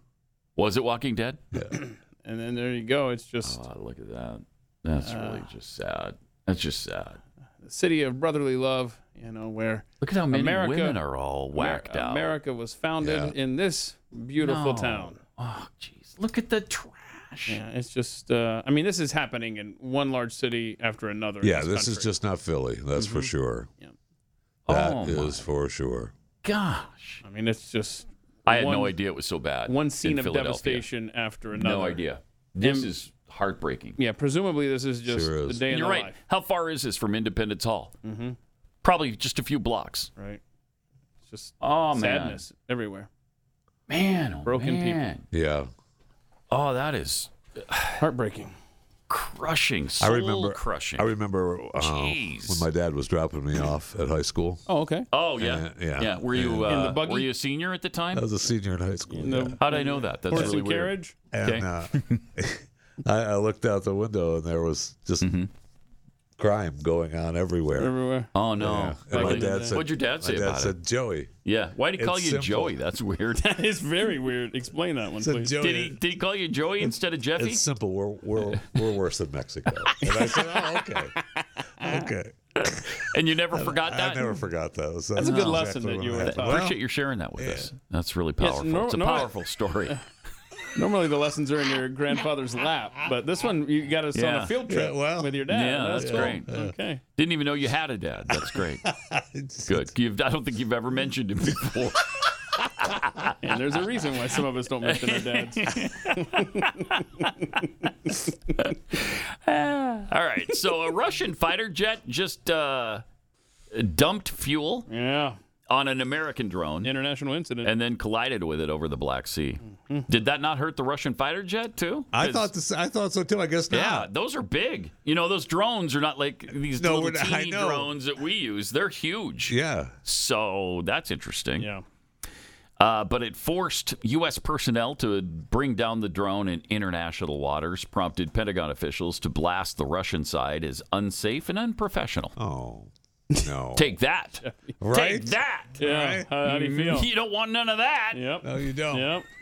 Speaker 2: Was it Walking Dead?
Speaker 13: Yeah.
Speaker 3: and then there you go. It's just
Speaker 2: oh, look at that. That's really just sad. That's just sad.
Speaker 3: the city of brotherly love. You know where?
Speaker 2: Look at how many
Speaker 3: America,
Speaker 2: women are all whacked
Speaker 3: Amer-
Speaker 2: out.
Speaker 3: America was founded in this beautiful
Speaker 2: No.
Speaker 3: town.
Speaker 2: Oh, jeez. Look at the trash.
Speaker 3: Yeah, it's just. Uh, I mean, this is happening in one large city after another. in
Speaker 13: Yeah, this
Speaker 3: country.
Speaker 13: is
Speaker 3: Mm-hmm.
Speaker 13: just not Philly. That's for sure.
Speaker 3: Oh,
Speaker 13: That
Speaker 3: my.
Speaker 13: is for sure.
Speaker 2: Gosh.
Speaker 3: I mean, it's just.
Speaker 2: I had no
Speaker 3: one-
Speaker 2: idea it was so bad.
Speaker 3: One
Speaker 2: in
Speaker 3: scene of
Speaker 2: Philadelphia.
Speaker 3: devastation after another.
Speaker 2: No idea. This
Speaker 3: And-
Speaker 2: is heartbreaking.
Speaker 3: Yeah, presumably this is just
Speaker 2: Sure
Speaker 3: the
Speaker 2: is.
Speaker 3: day in
Speaker 2: You're
Speaker 3: the
Speaker 2: right.
Speaker 3: life.
Speaker 2: How far is this from Independence Hall?
Speaker 3: Mm-hmm.
Speaker 2: Probably just a few blocks.
Speaker 3: Right. It's just
Speaker 2: Oh, man.
Speaker 3: sadness everywhere.
Speaker 2: Man, oh,
Speaker 3: Broken people.
Speaker 2: man.
Speaker 13: Yeah.
Speaker 2: Oh, that is
Speaker 3: heartbreaking.
Speaker 2: Crushing.
Speaker 13: I
Speaker 2: Soul
Speaker 13: remember
Speaker 2: crushing.
Speaker 13: I remember uh,
Speaker 2: Jeez.
Speaker 13: when my dad was dropping me off at high school.
Speaker 3: Oh, okay.
Speaker 2: Oh yeah,
Speaker 13: Uh, yeah.
Speaker 2: yeah. Were you
Speaker 13: In
Speaker 2: uh,
Speaker 13: the
Speaker 3: buggy?
Speaker 2: were you a senior at the time?
Speaker 13: I was a senior in high school.
Speaker 3: the-
Speaker 13: yeah.
Speaker 2: How'd I know that? That's
Speaker 3: Horse
Speaker 2: really
Speaker 3: and
Speaker 2: weird.
Speaker 3: carriage.
Speaker 13: And uh, I, I looked out the window and there was just
Speaker 2: Mm-hmm.
Speaker 13: crime going on everywhere.
Speaker 3: Everywhere.
Speaker 2: Oh no!
Speaker 13: Yeah. And my
Speaker 2: Really?
Speaker 13: dad said,
Speaker 2: What'd your dad say
Speaker 13: my dad
Speaker 2: about
Speaker 13: said,
Speaker 2: it?
Speaker 13: Joey.
Speaker 2: Yeah. Why'd he call
Speaker 13: "It's
Speaker 2: you
Speaker 13: simple."
Speaker 2: Joey? That's weird.
Speaker 3: That is very weird. Explain that one,
Speaker 13: It's a
Speaker 3: please.
Speaker 13: joke.
Speaker 2: did he did he call you Joey instead of Jeffy?
Speaker 13: It's simple. We're, we're, we're worse than Mexico. And I said, oh, okay. Okay.
Speaker 2: And you never forgot that.
Speaker 13: I never forgot those.
Speaker 3: That's a good
Speaker 13: exactly
Speaker 3: lesson that
Speaker 13: what
Speaker 3: you were
Speaker 13: happened.
Speaker 3: taught.
Speaker 13: Well,
Speaker 2: Appreciate you sharing that with us. That's really
Speaker 3: Yes,
Speaker 2: powerful.
Speaker 3: nor-
Speaker 2: it's a
Speaker 3: nor-
Speaker 2: powerful story.
Speaker 3: Normally the lessons are in your grandfather's lap, but this one you got us on
Speaker 2: Yeah.
Speaker 3: a field trip
Speaker 13: Yeah, well.
Speaker 3: with your dad.
Speaker 2: Yeah, that's
Speaker 3: cool.
Speaker 2: great.
Speaker 3: Okay.
Speaker 2: Didn't even know you had a dad. That's great. Good. You've, I don't think you've ever mentioned him before.
Speaker 3: And there's a reason why some of us don't mention our dads.
Speaker 2: All right. So a Russian fighter jet just uh, dumped fuel
Speaker 3: Yeah.
Speaker 2: on an American drone
Speaker 3: International incident. Mm-hmm.
Speaker 2: and then collided with it over the Black Sea. Did that not hurt the Russian fighter jet too?
Speaker 13: I
Speaker 2: 'Cause-
Speaker 13: thought this. I thought so too. I guess
Speaker 2: Yeah,
Speaker 13: not.
Speaker 2: those are big. You know, those drones are not like these
Speaker 13: No,
Speaker 2: little
Speaker 13: we're not- I
Speaker 2: teeny
Speaker 13: know.
Speaker 2: drones that we use. They're huge.
Speaker 13: Yeah.
Speaker 2: So that's interesting.
Speaker 3: Yeah.
Speaker 2: Uh, but it forced U.S. personnel to bring down the drone in international waters, prompted Pentagon officials to blast the Russian side as unsafe and unprofessional.
Speaker 13: Oh no.
Speaker 2: Take that.
Speaker 13: right.
Speaker 2: Take that. Mm-hmm.
Speaker 3: Yeah.
Speaker 13: Right.
Speaker 3: How, how do you feel?
Speaker 2: You don't want none of that.
Speaker 3: Yep.
Speaker 13: No, you don't.
Speaker 3: Yep.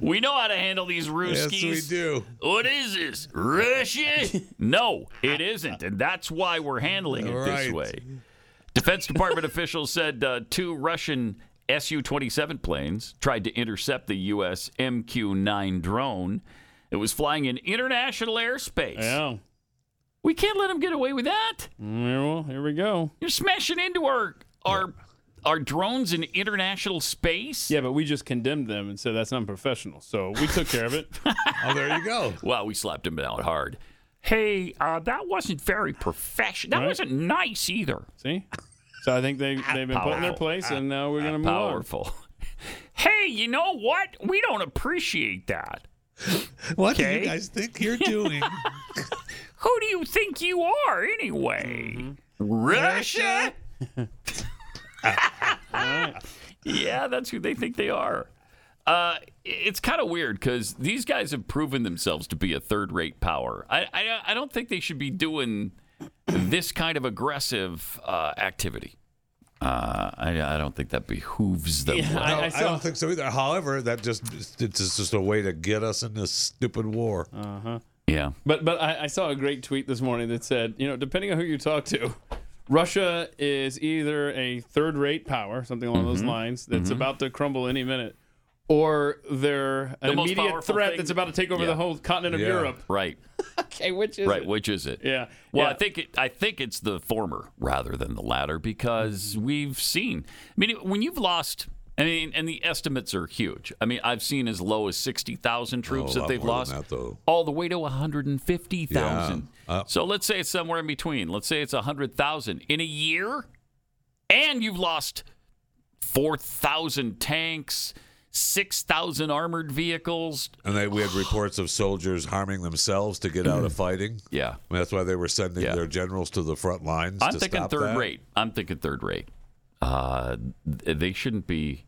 Speaker 2: We know how to handle these
Speaker 13: Yes,
Speaker 2: Ruskies.
Speaker 13: we do.
Speaker 2: What is this? Russia? no, it isn't. And that's why we're handling it this
Speaker 13: Right.
Speaker 2: way. Defense Department officials said uh, two Russian Su 27 planes tried to intercept the U.S. MQ 9 drone. It was flying in international airspace.
Speaker 3: Yeah.
Speaker 2: We can't let them get away with that.
Speaker 3: Here, well, here we go.
Speaker 2: You're smashing into our, our are drones in international space?
Speaker 3: Yeah, but we just condemned them and said that's unprofessional. So we took care of it.
Speaker 13: oh, there you go.
Speaker 2: Wow, we slapped him down hard. Hey, uh, that wasn't very professional. That
Speaker 3: Right.
Speaker 2: wasn't nice either.
Speaker 3: See? So I think they, they've been put in their
Speaker 2: Powerful. Ah,
Speaker 3: place, and now we're going to move on.
Speaker 2: Powerful. Hey, you know what? We don't appreciate that.
Speaker 13: What
Speaker 2: Okay.
Speaker 13: do you guys think you're doing?
Speaker 2: Who do you think you are, anyway? Russia? yeah, that's who they think they are. Uh, it's kind of weird because these guys have proven themselves to be a third-rate power. I, I, I don't think they should be doing this kind of aggressive uh, activity. Uh, I, I don't think that behooves them.
Speaker 13: no,
Speaker 2: well.
Speaker 13: I, don't think so either. However, that just it's just a way to get us in this stupid war.
Speaker 3: Uh-huh.
Speaker 2: Yeah.
Speaker 3: But but I, I saw a great tweet this morning that said, you know, depending on who you talk to, Russia is either a third-rate power, something along those
Speaker 2: Mhm.
Speaker 3: lines, that's
Speaker 2: Mhm.
Speaker 3: about to crumble any minute, or they're
Speaker 2: The
Speaker 3: an
Speaker 2: most
Speaker 3: immediate
Speaker 2: powerful
Speaker 3: threat
Speaker 2: thing-
Speaker 3: that's about to take over
Speaker 2: Yeah.
Speaker 3: the whole continent of Europe.
Speaker 2: Right.
Speaker 3: Okay, which is
Speaker 2: right.
Speaker 3: it?
Speaker 2: Which is it?
Speaker 3: Yeah.
Speaker 2: Well, I
Speaker 3: Yeah.
Speaker 2: think it, I think it's the former rather than the latter because
Speaker 3: Mm-hmm.
Speaker 2: we've seen. I mean, when you've lost, I mean, and the estimates are huge. I mean, I've seen as low as sixty thousand troops
Speaker 13: Oh, a
Speaker 2: that
Speaker 13: lot
Speaker 2: they've
Speaker 13: more than
Speaker 2: lost,
Speaker 13: that, though.
Speaker 2: all the way to one hundred and fifty thousand.
Speaker 13: Yeah. Uh,
Speaker 2: so let's say it's somewhere in between. Let's say it's hundred thousand in a year, and you've lost four thousand tanks, six thousand armored vehicles.
Speaker 13: And they, we had reports of soldiers harming themselves to get out of fighting.
Speaker 2: Mm. Yeah.
Speaker 13: I mean, that's why they were sending their generals to the front lines.
Speaker 2: I'm
Speaker 13: to
Speaker 2: thinking
Speaker 13: stop
Speaker 2: third
Speaker 13: that.
Speaker 2: rate. I'm thinking third rate. Uh, th- they shouldn't be.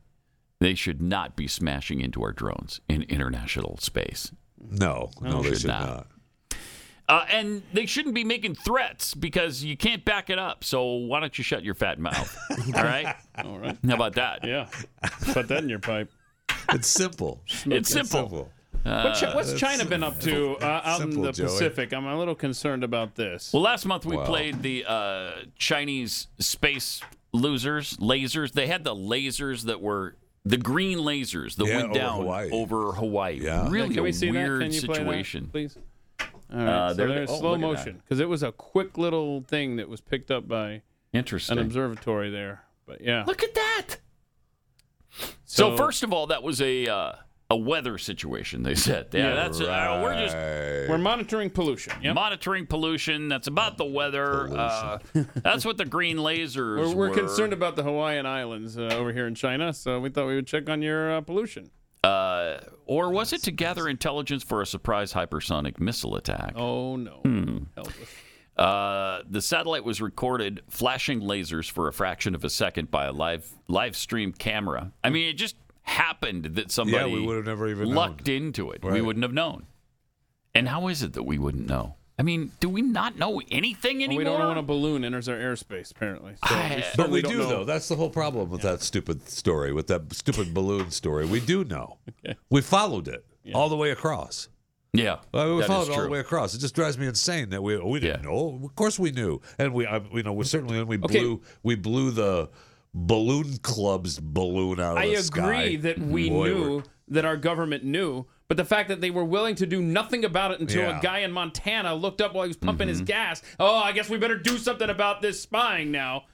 Speaker 2: They should not be smashing into our drones in international space.
Speaker 13: No, no, they should not.
Speaker 2: Uh, and they shouldn't be making threats because you can't back it up. So why don't you shut your fat mouth? All right.
Speaker 3: All right.
Speaker 2: How about that?
Speaker 3: Yeah. Put that in your pipe.
Speaker 13: It's simple.
Speaker 2: It's simple.
Speaker 3: What Chi-
Speaker 2: Uh,
Speaker 3: what's
Speaker 2: that's
Speaker 3: China been up to
Speaker 2: simple.
Speaker 3: uh, out in
Speaker 2: Simple,
Speaker 3: the
Speaker 2: Joey.
Speaker 3: Pacific? I'm a little concerned about this.
Speaker 2: Well, last month we
Speaker 3: Wow.
Speaker 2: played the uh, Chinese space losers, lasers. They had the lasers that were the green lasers that
Speaker 13: Yeah,
Speaker 2: went
Speaker 13: over
Speaker 2: down
Speaker 13: Hawaii.
Speaker 2: over Hawaii.
Speaker 13: Yeah.
Speaker 2: Really
Speaker 3: Uh, Can
Speaker 2: a
Speaker 3: we see that?
Speaker 2: weird
Speaker 3: Can you play that,
Speaker 2: situation.
Speaker 3: please? All right,
Speaker 2: Uh,
Speaker 3: so
Speaker 2: there-
Speaker 3: there's
Speaker 2: oh,
Speaker 3: slow
Speaker 2: look at that.
Speaker 3: motion because it was a quick little thing that was picked up by
Speaker 2: Interesting.
Speaker 3: an observatory there. But yeah,
Speaker 2: Look at that. So,
Speaker 3: So-
Speaker 2: first of all, that was a uh, a weather situation. They said, yeah,
Speaker 3: Yeah.
Speaker 2: that's uh, we're just
Speaker 3: we're monitoring pollution. Yep.
Speaker 2: monitoring pollution. That's about the weather. Uh, that's what the green lasers.
Speaker 3: We're, we're
Speaker 2: were.
Speaker 3: concerned about the Hawaiian Islands uh, over here in China, so we thought we would check on your uh, pollution.
Speaker 2: Uh, or was it to gather intelligence for a surprise hypersonic missile attack?
Speaker 3: Oh no!
Speaker 2: Hmm.
Speaker 3: Help us.
Speaker 2: Uh, the satellite was recorded flashing lasers for a fraction of a second by a live live stream camera. I mean, it just happened that somebody
Speaker 13: we would have never even
Speaker 2: lucked into it. We
Speaker 13: Right.
Speaker 2: wouldn't have known. And how is it that we wouldn't know? I mean, do we not know anything
Speaker 3: Well,
Speaker 2: anymore?
Speaker 3: we don't know when a balloon enters our airspace, apparently. So we
Speaker 13: But we
Speaker 3: certainly
Speaker 13: do
Speaker 3: don't know.
Speaker 13: though. That's the whole problem with that stupid story, with that stupid balloon story. We do know. We followed it all the way across.
Speaker 2: Yeah,
Speaker 13: Well, we
Speaker 12: that
Speaker 13: followed
Speaker 12: is
Speaker 13: it all the
Speaker 12: true.
Speaker 13: way across. It just drives me insane that we we didn't know. Of course we knew, and we I, you know we certainly we
Speaker 3: Okay.
Speaker 13: blew we blew the balloon club's balloon out of
Speaker 3: I
Speaker 13: the
Speaker 3: agree
Speaker 13: sky.
Speaker 3: that we
Speaker 13: Boy,
Speaker 3: knew that our government knew, but the fact that they were willing to do nothing about it until
Speaker 13: Yeah. Mm-hmm.
Speaker 3: a guy in Montana looked up while he was pumping his gas. Oh, I guess we better do something about this spying now.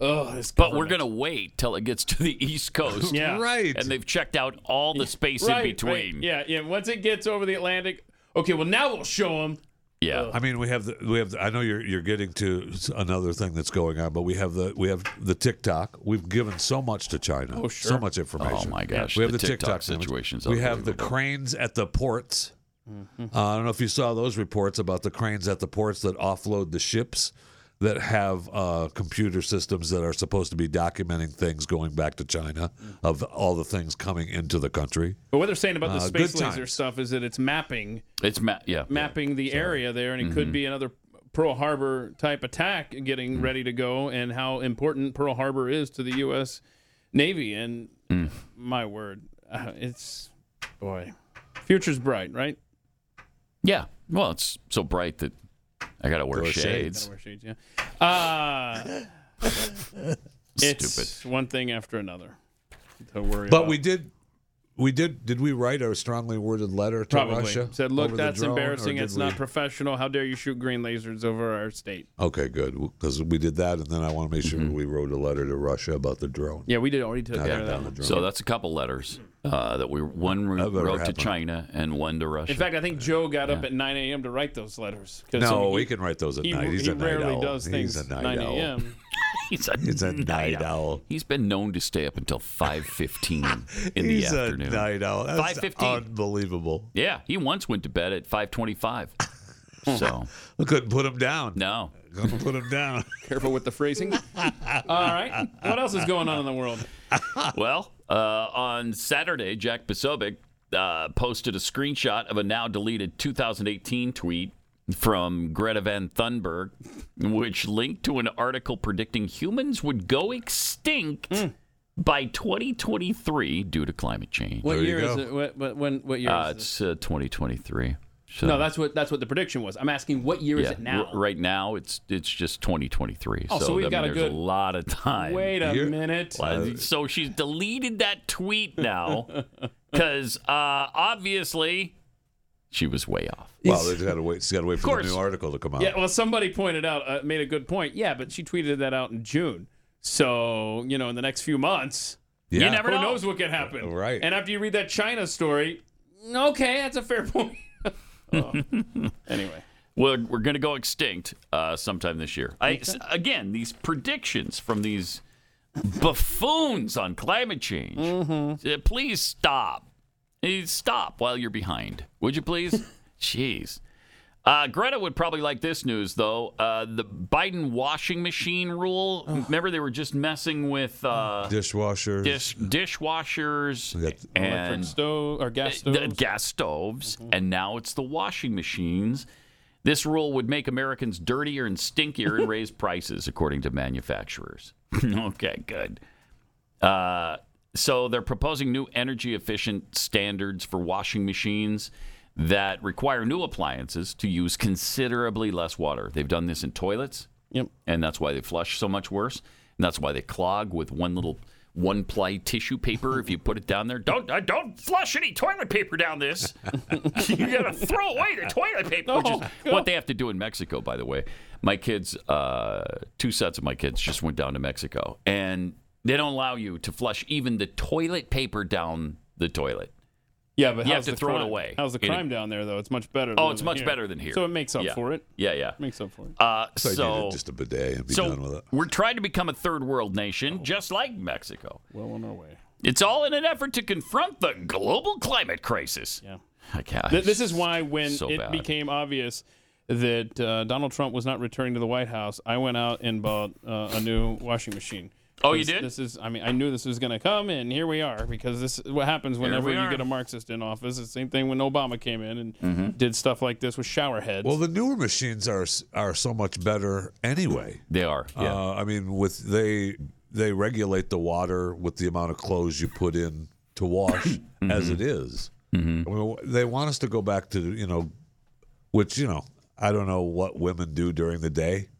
Speaker 3: Oh, this
Speaker 2: But we're gonna wait till it gets to the East Coast,
Speaker 3: Yeah. Right.
Speaker 2: And they've checked out all the space
Speaker 3: right,
Speaker 2: in between.
Speaker 3: right. Yeah, yeah. Once it gets over the Atlantic, okay. Well, now we'll show them.
Speaker 2: Yeah.
Speaker 13: I mean, we have the we have. The, I know you're you're getting to another thing that's going on, but we have the we have the TikTok. We've given so much to China.
Speaker 2: Oh, sure.
Speaker 13: So much information.
Speaker 2: Oh, my gosh,
Speaker 13: We have
Speaker 2: the
Speaker 13: the,
Speaker 2: TikTok
Speaker 13: TikTok,
Speaker 2: situation's
Speaker 13: We have the
Speaker 2: unbelievable.
Speaker 13: cranes at the ports. Uh, I don't know if you saw those reports about the cranes at the ports that offload the ships that have uh, computer systems that are supposed to be documenting things going back to China of all the things coming into the country.
Speaker 3: But what they're saying about the
Speaker 13: Uh,
Speaker 3: space
Speaker 13: good times.
Speaker 3: laser stuff is that it's mapping,
Speaker 2: It's ma- yeah.
Speaker 3: mapping the area there, and it
Speaker 13: Mm-hmm.
Speaker 3: could be another Pearl Harbor type attack getting
Speaker 13: Mm.
Speaker 3: ready to go, and how important Pearl Harbor is to the U.S. Navy. And
Speaker 2: Mm.
Speaker 3: my word, uh, it's boy, future's bright, right?
Speaker 2: Yeah. Well, it's so bright that I gotta wear
Speaker 13: Throw
Speaker 2: shades.
Speaker 3: Gotta wear shades, yeah. Uh, it's
Speaker 2: Stupid.
Speaker 3: one thing after another to worry
Speaker 13: But
Speaker 3: about.
Speaker 13: we did we did. Did we write a strongly worded letter to
Speaker 3: Probably
Speaker 13: Russia?
Speaker 3: said, "Look,
Speaker 13: over the
Speaker 3: that's
Speaker 13: drone, or
Speaker 3: embarrassing.
Speaker 13: did
Speaker 3: It's
Speaker 13: we-
Speaker 3: not professional. How dare you shoot green lasers over our state?"
Speaker 13: Okay, good. Because we did that, and then I want to make sure
Speaker 2: Mm-hmm.
Speaker 13: we wrote a letter to Russia about the drone.
Speaker 3: Yeah, we did already took
Speaker 13: Not
Speaker 3: care of
Speaker 13: down
Speaker 3: that.
Speaker 13: the
Speaker 2: So that's a couple letters uh, that we one
Speaker 13: That better
Speaker 2: wrote to
Speaker 13: happen.
Speaker 2: China and one to Russia.
Speaker 3: In fact, I think Joe got up at 9 a.m. to write those letters. 'Cause
Speaker 13: No, he can write those at
Speaker 3: he-
Speaker 13: night. He's
Speaker 3: he
Speaker 13: a night
Speaker 3: rarely
Speaker 13: owl.
Speaker 3: does
Speaker 13: He's
Speaker 3: things
Speaker 13: a night
Speaker 3: 9
Speaker 13: owl.
Speaker 3: a.m.
Speaker 2: He's a, night owl. He's been known to stay up until five fifteen in the
Speaker 13: He's a
Speaker 2: afternoon.
Speaker 13: night owl. That's
Speaker 2: Five fifteen.
Speaker 13: Unbelievable.
Speaker 2: Yeah, he once went to bed at five twenty five. So
Speaker 13: we couldn't put him down.
Speaker 2: No,
Speaker 13: couldn't put him down.
Speaker 3: Careful with the phrasing. All right. What else is going on in the world?
Speaker 2: well, uh, on Saturday, Jack Posobiec uh, posted a screenshot of a now deleted 2018 tweet from Greta Van Thunberg, which linked to an article predicting humans would go extinct
Speaker 3: Hmm.
Speaker 2: by 2023 due to climate change.
Speaker 3: What year is it? What, what, when, what year
Speaker 2: Uh,
Speaker 3: is it?
Speaker 2: it's uh, 2023. So,
Speaker 13: uh,
Speaker 3: No, that's what that's what the prediction was. I'm asking what year is
Speaker 2: yeah,
Speaker 3: it now?
Speaker 2: r- right now, it's it's just 2023.
Speaker 3: Oh, so we've
Speaker 2: I mean,
Speaker 3: got a
Speaker 2: there's
Speaker 3: good-
Speaker 2: a lot of time.
Speaker 3: Wait a minute.
Speaker 2: Well, so she's deleted that tweet now because uh, obviously she was way off.
Speaker 13: Well, they got to wait. She's got to wait for the
Speaker 3: course.
Speaker 13: new article to come out.
Speaker 3: Yeah, well, somebody pointed out, uh, made a good point. Yeah, but she tweeted that out in June. So, you know, in the next few months,
Speaker 13: You Yeah. never
Speaker 3: who
Speaker 13: know.
Speaker 3: knows what could happen.
Speaker 13: Right.
Speaker 3: And after you read that China story, okay, that's a fair point. anyway,
Speaker 2: we're, we're going to go extinct uh, sometime this year. I, s- again, these predictions from these buffoons on climate change. Uh, please stop. Eh, Stop while you're behind. Would you please? Jeez. Uh, Greta would probably like this news, though. Uh, the Biden washing machine rule. Remember, they were just messing with uh,
Speaker 13: Dishwasher.
Speaker 2: dish, dishwashers and uh,
Speaker 3: electric stove or gas Mm-hmm.
Speaker 2: the
Speaker 3: stove.
Speaker 2: gas stoves, and now it's the washing machines. This rule would make Americans dirtier and stinkier and raise prices, according to manufacturers. okay, good. Uh, so they're proposing new energy efficient standards for washing machines that require new appliances to use considerably less water. They've done this in toilets.
Speaker 3: Yep.
Speaker 2: And that's why they flush so much worse. And that's why they clog with one little one ply tissue paper if you put it down there. Don't uh, don't flush any toilet paper down this. you gotta throw away the toilet paper, which is what they have to do in Mexico, by the way. My kids, uh, two sets of my kids, just went down to Mexico, and they don't allow you to flush even the toilet paper down the toilet.
Speaker 3: Yeah, but
Speaker 2: you
Speaker 3: how's
Speaker 2: have to
Speaker 3: the
Speaker 2: throw
Speaker 3: crime-
Speaker 2: it away.
Speaker 3: How's the
Speaker 2: You know?
Speaker 3: crime down there though? It's much better.
Speaker 2: Oh,
Speaker 3: than
Speaker 2: it's much
Speaker 3: here.
Speaker 2: better than here.
Speaker 3: So it makes up
Speaker 2: Yeah.
Speaker 3: for it.
Speaker 2: Yeah, yeah.
Speaker 3: Makes up for it.
Speaker 2: Uh,
Speaker 13: So
Speaker 2: so
Speaker 13: you did just a bidet and be
Speaker 2: so
Speaker 13: done with it.
Speaker 2: we're trying to become a third world
Speaker 3: Oh.
Speaker 2: nation, just like Mexico.
Speaker 3: Well on our way.
Speaker 2: It's all in an effort to confront the global climate crisis.
Speaker 3: Yeah.
Speaker 2: I can't.
Speaker 3: Th- this is why when
Speaker 2: so
Speaker 3: it
Speaker 2: bad.
Speaker 3: became obvious that uh, Donald Trump was not returning to the White House, I went out and bought uh, a new washing machine.
Speaker 2: Oh, you
Speaker 3: This-
Speaker 2: did?
Speaker 3: This is, I mean, I knew this was going to come, and here we are. Because this is what happens whenever
Speaker 2: we
Speaker 3: you
Speaker 2: are.
Speaker 3: get a Marxist in office. It's the same thing when Obama came in and
Speaker 2: Mm-hmm.
Speaker 3: did stuff like this with shower heads.
Speaker 13: Well, the newer machines are are so much better anyway.
Speaker 2: They are. Yeah.
Speaker 13: Uh, I mean, with they they regulate the water with the amount of clothes you put in to wash
Speaker 2: Mm-hmm.
Speaker 13: as it is. I mean, they want us to go back to you know, which you know I don't know what women do during the day,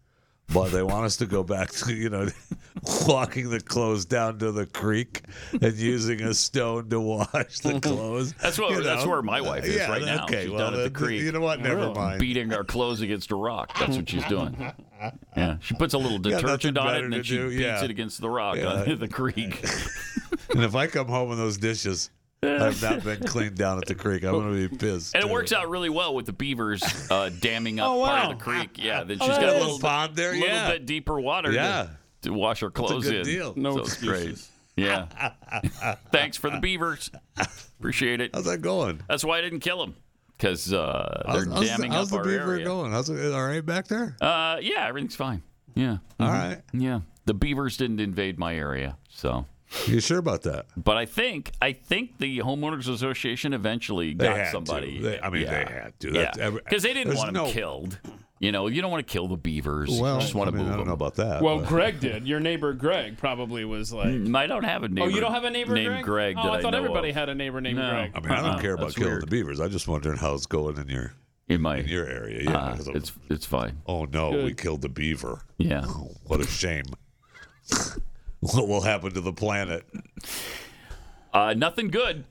Speaker 13: but they want us to go back to you know, walking the clothes down to the creek and using a stone to wash the clothes.
Speaker 2: That's what-
Speaker 13: you
Speaker 2: that's where my wife is
Speaker 13: Yeah,
Speaker 2: right now.
Speaker 13: Okay,
Speaker 2: She's
Speaker 13: well,
Speaker 2: down at the
Speaker 13: then,
Speaker 2: creek.
Speaker 13: You know what? Never mind.
Speaker 2: Beating our clothes against a rock. That's what she's doing. Yeah. She puts a little
Speaker 13: Got nothing
Speaker 2: detergent on it
Speaker 13: better
Speaker 2: and then
Speaker 13: to
Speaker 2: she
Speaker 13: do,
Speaker 2: beats
Speaker 13: yeah.
Speaker 2: it against the rock
Speaker 13: Yeah.
Speaker 2: on the creek.
Speaker 13: And if I come home and those dishes have not been cleaned down at the creek, I'm going to be pissed.
Speaker 2: And it
Speaker 13: too.
Speaker 2: works out really well with the beavers uh, damming up
Speaker 13: Oh,
Speaker 2: part
Speaker 13: wow.
Speaker 2: of the creek. Yeah, then
Speaker 13: Oh,
Speaker 2: she's
Speaker 13: that
Speaker 2: got a
Speaker 13: is-
Speaker 2: little
Speaker 13: Pond there,
Speaker 2: little
Speaker 13: yeah.
Speaker 2: bit deeper water. to-
Speaker 13: Yeah.
Speaker 2: to, wash her
Speaker 13: That's a
Speaker 2: clothes
Speaker 13: good
Speaker 2: in.
Speaker 13: deal.
Speaker 3: No
Speaker 2: so it's great.
Speaker 3: excuses.
Speaker 2: Yeah. Thanks for the beavers. Appreciate it.
Speaker 13: How's that going?
Speaker 2: That's why I didn't kill them because uh, they're
Speaker 13: How's, how's the-
Speaker 2: damming up
Speaker 13: how's the
Speaker 2: our
Speaker 13: beaver
Speaker 2: area.
Speaker 13: going? How's it all right back there?
Speaker 2: Uh, yeah, everything's fine. Yeah.
Speaker 13: All right.
Speaker 2: Yeah. The beavers didn't invade my area, so.
Speaker 13: You sure about that?
Speaker 2: But I think I think the homeowners association eventually
Speaker 13: They
Speaker 2: got
Speaker 13: had to.
Speaker 2: somebody.
Speaker 13: They- I mean,
Speaker 2: yeah.
Speaker 13: they had to. That's every-
Speaker 2: because they didn't
Speaker 13: there's
Speaker 2: want them
Speaker 13: no-
Speaker 2: killed. You know, you don't want to kill the beavers.
Speaker 13: Well,
Speaker 2: you just want
Speaker 13: I mean,
Speaker 2: to
Speaker 13: I
Speaker 2: move
Speaker 13: don't know
Speaker 2: them.
Speaker 13: about that.
Speaker 3: well,
Speaker 13: but-
Speaker 3: Greg did. Your neighbor Greg probably was like.
Speaker 2: Mm, I don't have a neighbor.
Speaker 3: oh, you don't have a neighbor
Speaker 2: named Greg.
Speaker 3: oh,
Speaker 2: that
Speaker 3: I thought
Speaker 2: know
Speaker 3: everybody
Speaker 2: of.
Speaker 3: had a neighbor named
Speaker 2: No.
Speaker 3: Greg.
Speaker 13: I mean, I don't
Speaker 2: Uh-uh,
Speaker 13: care about
Speaker 2: that's
Speaker 13: killing
Speaker 2: weird.
Speaker 13: the beavers. I just wondering how it's going in your
Speaker 2: in my
Speaker 13: in your area. Yeah,
Speaker 2: Uh,
Speaker 13: 'cause I'm-
Speaker 2: it's it's fine.
Speaker 13: oh no, we
Speaker 3: good.
Speaker 13: killed the beaver.
Speaker 2: Yeah.
Speaker 13: Oh, what a shame. what will happen to the planet?
Speaker 2: Uh, nothing good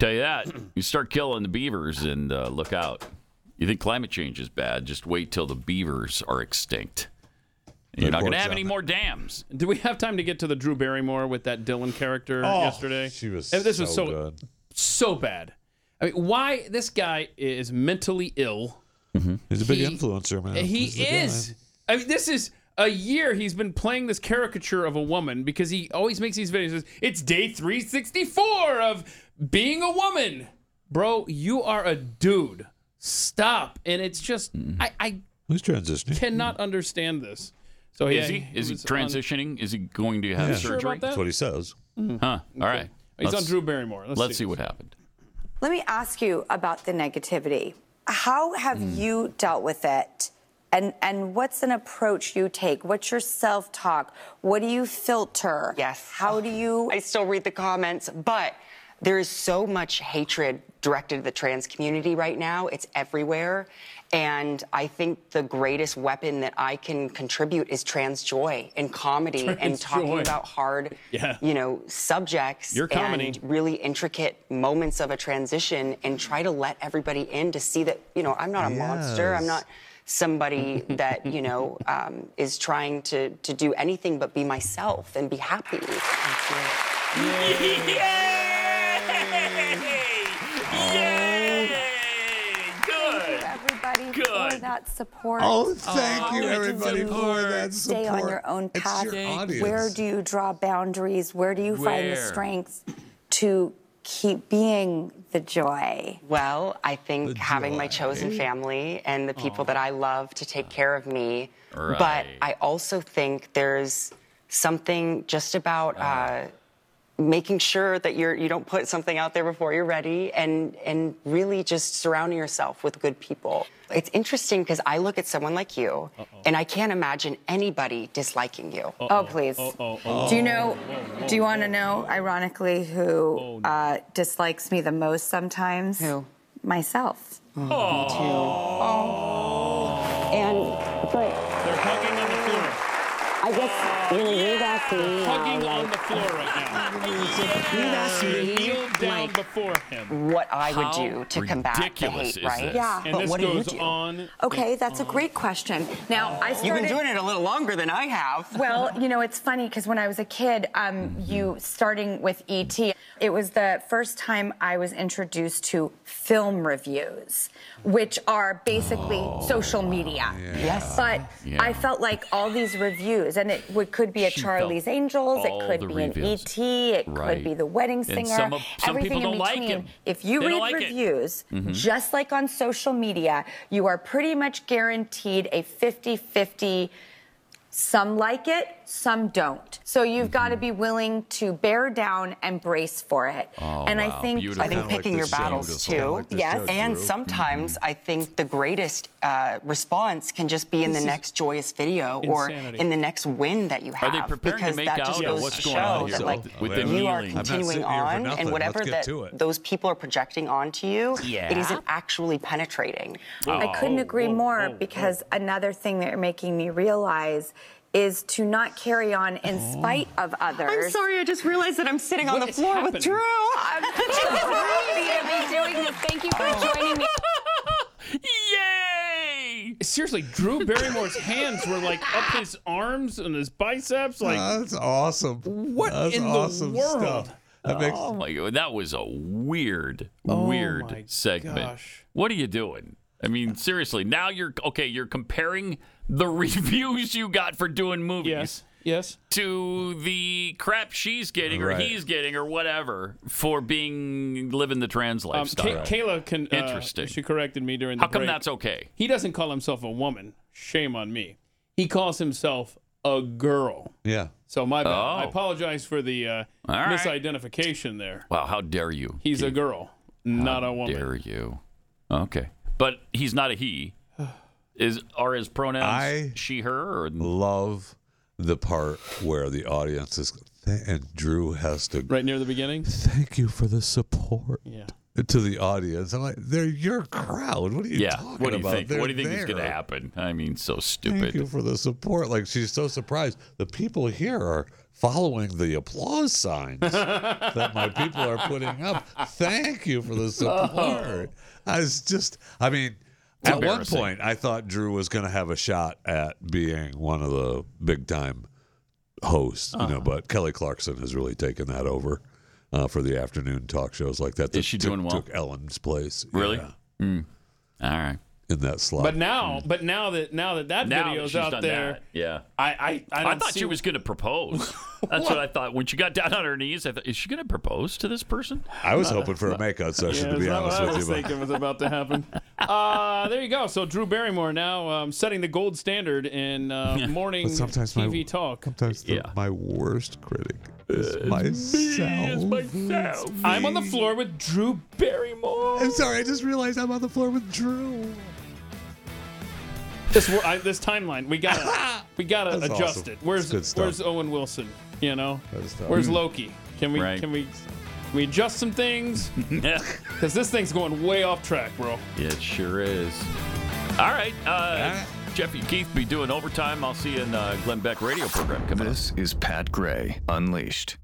Speaker 2: Tell you that. You start killing the beavers and uh, look out. You think climate change is bad? Just wait till the beavers are extinct. And You're not going to have any more dams.
Speaker 3: Do we have time to get to the Drew Barrymore with that Dylan character
Speaker 13: Oh,
Speaker 3: yesterday?
Speaker 13: she was
Speaker 3: And This was
Speaker 13: so
Speaker 3: so
Speaker 13: good.
Speaker 3: so bad. I mean, why this guy is mentally ill?
Speaker 2: Mm-hmm.
Speaker 13: He's a big
Speaker 3: He-
Speaker 13: influencer, man.
Speaker 3: He
Speaker 13: He's the guy.
Speaker 3: is. I mean, this is a year he's been playing this caricature of a woman because he always makes these videos. He says, It's day 364 of being a woman. Bro, you are a dude. Stop. And it's just, I, I
Speaker 13: He's transitioning.
Speaker 3: cannot understand this. So yeah,
Speaker 2: is he is he
Speaker 3: was on-
Speaker 2: transitioning? Is he going to have
Speaker 13: Yeah.
Speaker 3: sure
Speaker 2: surgery?
Speaker 3: about that? That's what he
Speaker 13: says.
Speaker 2: Huh. All right.
Speaker 3: He's
Speaker 2: Let's-
Speaker 3: on Drew Barrymore. Let's
Speaker 2: Let's,
Speaker 3: see
Speaker 2: see what happened.
Speaker 17: Let me ask you about the negativity. How have
Speaker 18: Hmm.
Speaker 17: you dealt with it? And, and what's an approach you take? What's your self talk? What do you filter? Yes. How do you?
Speaker 19: I still read the comments, but there is so much hatred directed at the trans community right now. It's everywhere. And I think the greatest weapon that I can contribute is trans joy and comedy and
Speaker 18: Trans
Speaker 19: talking
Speaker 18: joy.
Speaker 19: about hard,
Speaker 18: Yeah.
Speaker 19: you know, subjects
Speaker 18: Your comedy.
Speaker 19: and really intricate moments of a transition and try to let everybody in to see that, you know, I'm not a monster. I'm
Speaker 18: Yes.
Speaker 19: not somebody that, you know, um, is trying to, to do anything but be myself and be happy.
Speaker 17: Thank you, everybody, for that support.
Speaker 18: Oh, thank you, everybody, for that
Speaker 17: Stay on
Speaker 18: support.
Speaker 17: your own
Speaker 18: It's
Speaker 17: path.
Speaker 18: your Thank audience.
Speaker 17: Where do you draw boundaries? Where do you find the
Speaker 19: Where?
Speaker 17: strength to keep being the joy?
Speaker 19: Well, I think having my chosen
Speaker 17: joy.
Speaker 19: family and the people that I love to take care of me. But
Speaker 18: Right.
Speaker 19: I also think there's something just about uh, making sure that you're you don't put something out there before you're ready, and and really just surrounding yourself with good people. It's interesting because I look at someone like you, and I can't imagine anybody disliking you.
Speaker 17: Oh, please. Do you know?
Speaker 18: Oh.
Speaker 17: Do you want to know, ironically, who uh, dislikes me the most sometimes? Who? Myself.
Speaker 20: And but they're hugging on the floor. I guess you know you've asked me.
Speaker 3: Hugging
Speaker 20: how,
Speaker 3: on
Speaker 20: like,
Speaker 3: the floor right now.
Speaker 19: You've asked me,
Speaker 3: Kneel down
Speaker 19: like,
Speaker 3: before him.
Speaker 19: What I would
Speaker 3: How
Speaker 19: do to combat the
Speaker 3: ridiculous
Speaker 19: hate,
Speaker 3: is
Speaker 19: right?
Speaker 3: this? Yeah. And
Speaker 19: But
Speaker 3: this
Speaker 19: what
Speaker 3: goes
Speaker 19: do you do?
Speaker 3: on
Speaker 17: Okay, that's a great question. Now I started.
Speaker 19: You've been doing it a little longer than I have.
Speaker 17: Well, you know, it's funny because when I was a kid, um,
Speaker 18: Mm-hmm.
Speaker 17: you starting with ET, it was the first time I was introduced to film reviews, which are basically social media.
Speaker 18: Yes.
Speaker 17: But
Speaker 18: Oh, Yeah.
Speaker 17: I felt like all these reviews, and it would, could be a Charlie's Angels,
Speaker 18: all
Speaker 17: it could
Speaker 18: the
Speaker 17: be
Speaker 18: reviews.
Speaker 17: an ET, it
Speaker 18: Right.
Speaker 17: could be The Wedding
Speaker 18: And
Speaker 17: Singer,
Speaker 18: some of- some
Speaker 17: everything
Speaker 18: people
Speaker 17: in
Speaker 18: don't like
Speaker 17: between.
Speaker 18: it.
Speaker 17: If you
Speaker 18: They don't
Speaker 17: read
Speaker 18: like it.
Speaker 17: reviews,
Speaker 18: Mhm.
Speaker 17: just like on social media, you are pretty much guaranteed a 50 50 some like it, some don't. So you've got to be
Speaker 19: Mm-hmm.
Speaker 17: willing to bear down and brace for it.
Speaker 19: Oh,
Speaker 17: and
Speaker 19: wow.
Speaker 17: I think
Speaker 19: Beautiful. I think I like picking this your joke. battles, Beautiful. too. Mm-hmm. I like this Yes. joke, And Drew. sometimes I think the greatest uh, response can just be in
Speaker 18: This
Speaker 19: the
Speaker 18: is
Speaker 19: next joyous video
Speaker 18: insanity.
Speaker 19: or in the next win that you
Speaker 18: Are
Speaker 19: have.
Speaker 18: they preparing to
Speaker 19: because
Speaker 18: make
Speaker 19: that just
Speaker 18: out
Speaker 19: goes
Speaker 18: what's
Speaker 19: to
Speaker 18: going
Speaker 19: show
Speaker 18: on here
Speaker 19: that, like,
Speaker 18: with the
Speaker 19: you are
Speaker 18: kneeling? I'm not
Speaker 19: continuing
Speaker 18: sitting here for
Speaker 19: on,
Speaker 18: nothing.
Speaker 19: and whatever
Speaker 18: Let's get
Speaker 19: that
Speaker 18: to it.
Speaker 19: those people are projecting onto you, it
Speaker 18: Yeah.
Speaker 19: isn't actually penetrating.
Speaker 17: I
Speaker 19: Oh,
Speaker 18: Oh.
Speaker 17: couldn't agree more because another thing that you're making me realize is to not carry on in
Speaker 19: Oh.
Speaker 17: spite of others.
Speaker 19: I'm sorry, I just realized that I'm sitting on the floor with Drew.
Speaker 17: I'm so happy to be doing this. Thank you for joining me.
Speaker 2: Yay!
Speaker 3: Seriously, Drew Barrymore's hands were like up his arms and his biceps. Like
Speaker 13: that's awesome.
Speaker 3: What
Speaker 13: That's
Speaker 3: in
Speaker 13: awesome
Speaker 3: the world? Um,
Speaker 13: stuff. That makes-
Speaker 2: Oh my god, that was a weird,
Speaker 3: Oh,
Speaker 2: weird segment. What are you doing? I mean, seriously. Now you're okay. You're comparing the reviews you got for doing movies. Yes.
Speaker 3: Yes.
Speaker 2: To the crap she's getting or
Speaker 3: Right.
Speaker 2: he's getting or whatever for being living the trans
Speaker 3: Um,
Speaker 2: lifestyle.
Speaker 3: Kay- Kayla can. uh,
Speaker 2: Interesting.
Speaker 3: She corrected me during the
Speaker 2: How come
Speaker 3: break.
Speaker 2: that's okay?
Speaker 3: He doesn't call himself a woman. Shame on me. He calls himself a girl.
Speaker 13: Yeah.
Speaker 3: So my bad. I
Speaker 2: Oh.
Speaker 3: apologize for the uh,
Speaker 2: All right.
Speaker 3: misidentification there.
Speaker 2: Wow, how dare you?
Speaker 3: He's a girl, not a woman.
Speaker 2: Dare you? Okay, but he's not a he. Is are his pronouns
Speaker 13: I
Speaker 2: she her or
Speaker 13: love the part where the audience is and Drew has to
Speaker 3: Right near the beginning.
Speaker 13: Thank you for the support.
Speaker 3: Yeah.
Speaker 13: to the audience. I'm like, they're your crowd. What are you
Speaker 2: yeah.
Speaker 13: talking
Speaker 2: What do you
Speaker 13: about?
Speaker 2: think?
Speaker 13: They're
Speaker 2: What do you think is
Speaker 13: there.
Speaker 2: going to happen? I mean, so stupid.
Speaker 13: Thank you for the support. Like she's so surprised. The people here are following the applause signs that my people are putting up. Thank you for the support. I was just, I mean,
Speaker 2: Oh. It's
Speaker 13: at one
Speaker 2: embarrassing.
Speaker 13: point I thought Drew was going to have a shot at being one of the big time hosts,
Speaker 2: Uh-huh.
Speaker 13: you know, but Kelly Clarkson has really taken that over uh, for the afternoon talk shows like that.
Speaker 2: Is she
Speaker 13: took-
Speaker 2: doing well?
Speaker 13: Took Ellen's place.
Speaker 2: Really? Hmm.
Speaker 13: Yeah.
Speaker 2: All right.
Speaker 13: In that slot.
Speaker 3: But now, but now that now that that
Speaker 2: Now
Speaker 3: video's
Speaker 2: that she's
Speaker 3: out
Speaker 2: done
Speaker 3: there,
Speaker 2: that, yeah.
Speaker 3: I I I, don't
Speaker 2: thought
Speaker 3: see-
Speaker 2: she was going to propose. That's what I thought. When she got down on her knees, I thought, is she going to propose to this person?
Speaker 13: I was hoping for a makeout session, to
Speaker 3: is
Speaker 13: be
Speaker 3: that
Speaker 13: honest
Speaker 3: what I
Speaker 13: with
Speaker 3: was
Speaker 13: you. but-
Speaker 3: thinking was about to happen. Uh, there you go. So Drew Barrymore now um, setting the gold standard in uh, morning
Speaker 13: But sometimes
Speaker 3: TV
Speaker 13: my,
Speaker 3: talk.
Speaker 13: Sometimes the- my worst critic is
Speaker 3: Uh,
Speaker 13: myself.
Speaker 3: I'm on the floor with Drew Barrymore. I'm
Speaker 13: sorry, I just realized I'm on the floor with Drew.
Speaker 3: This wor- I, this timeline, we gotta we gotta
Speaker 13: That's
Speaker 3: adjust
Speaker 13: awesome.
Speaker 3: it. Where's
Speaker 13: That's good stuff.
Speaker 3: where's Owen Wilson? You know,
Speaker 13: stuff.
Speaker 3: where's
Speaker 13: Mm.
Speaker 3: Loki? Can we
Speaker 2: Right.
Speaker 3: can we can we adjust some things? Because this thing's going way off track, bro.
Speaker 2: It sure is. All right. Uh, Jeffy Keith be doing overtime. I'll see you in uh, Glenn Beck radio program. Coming up.
Speaker 12: This is Pat Gray Unleashed.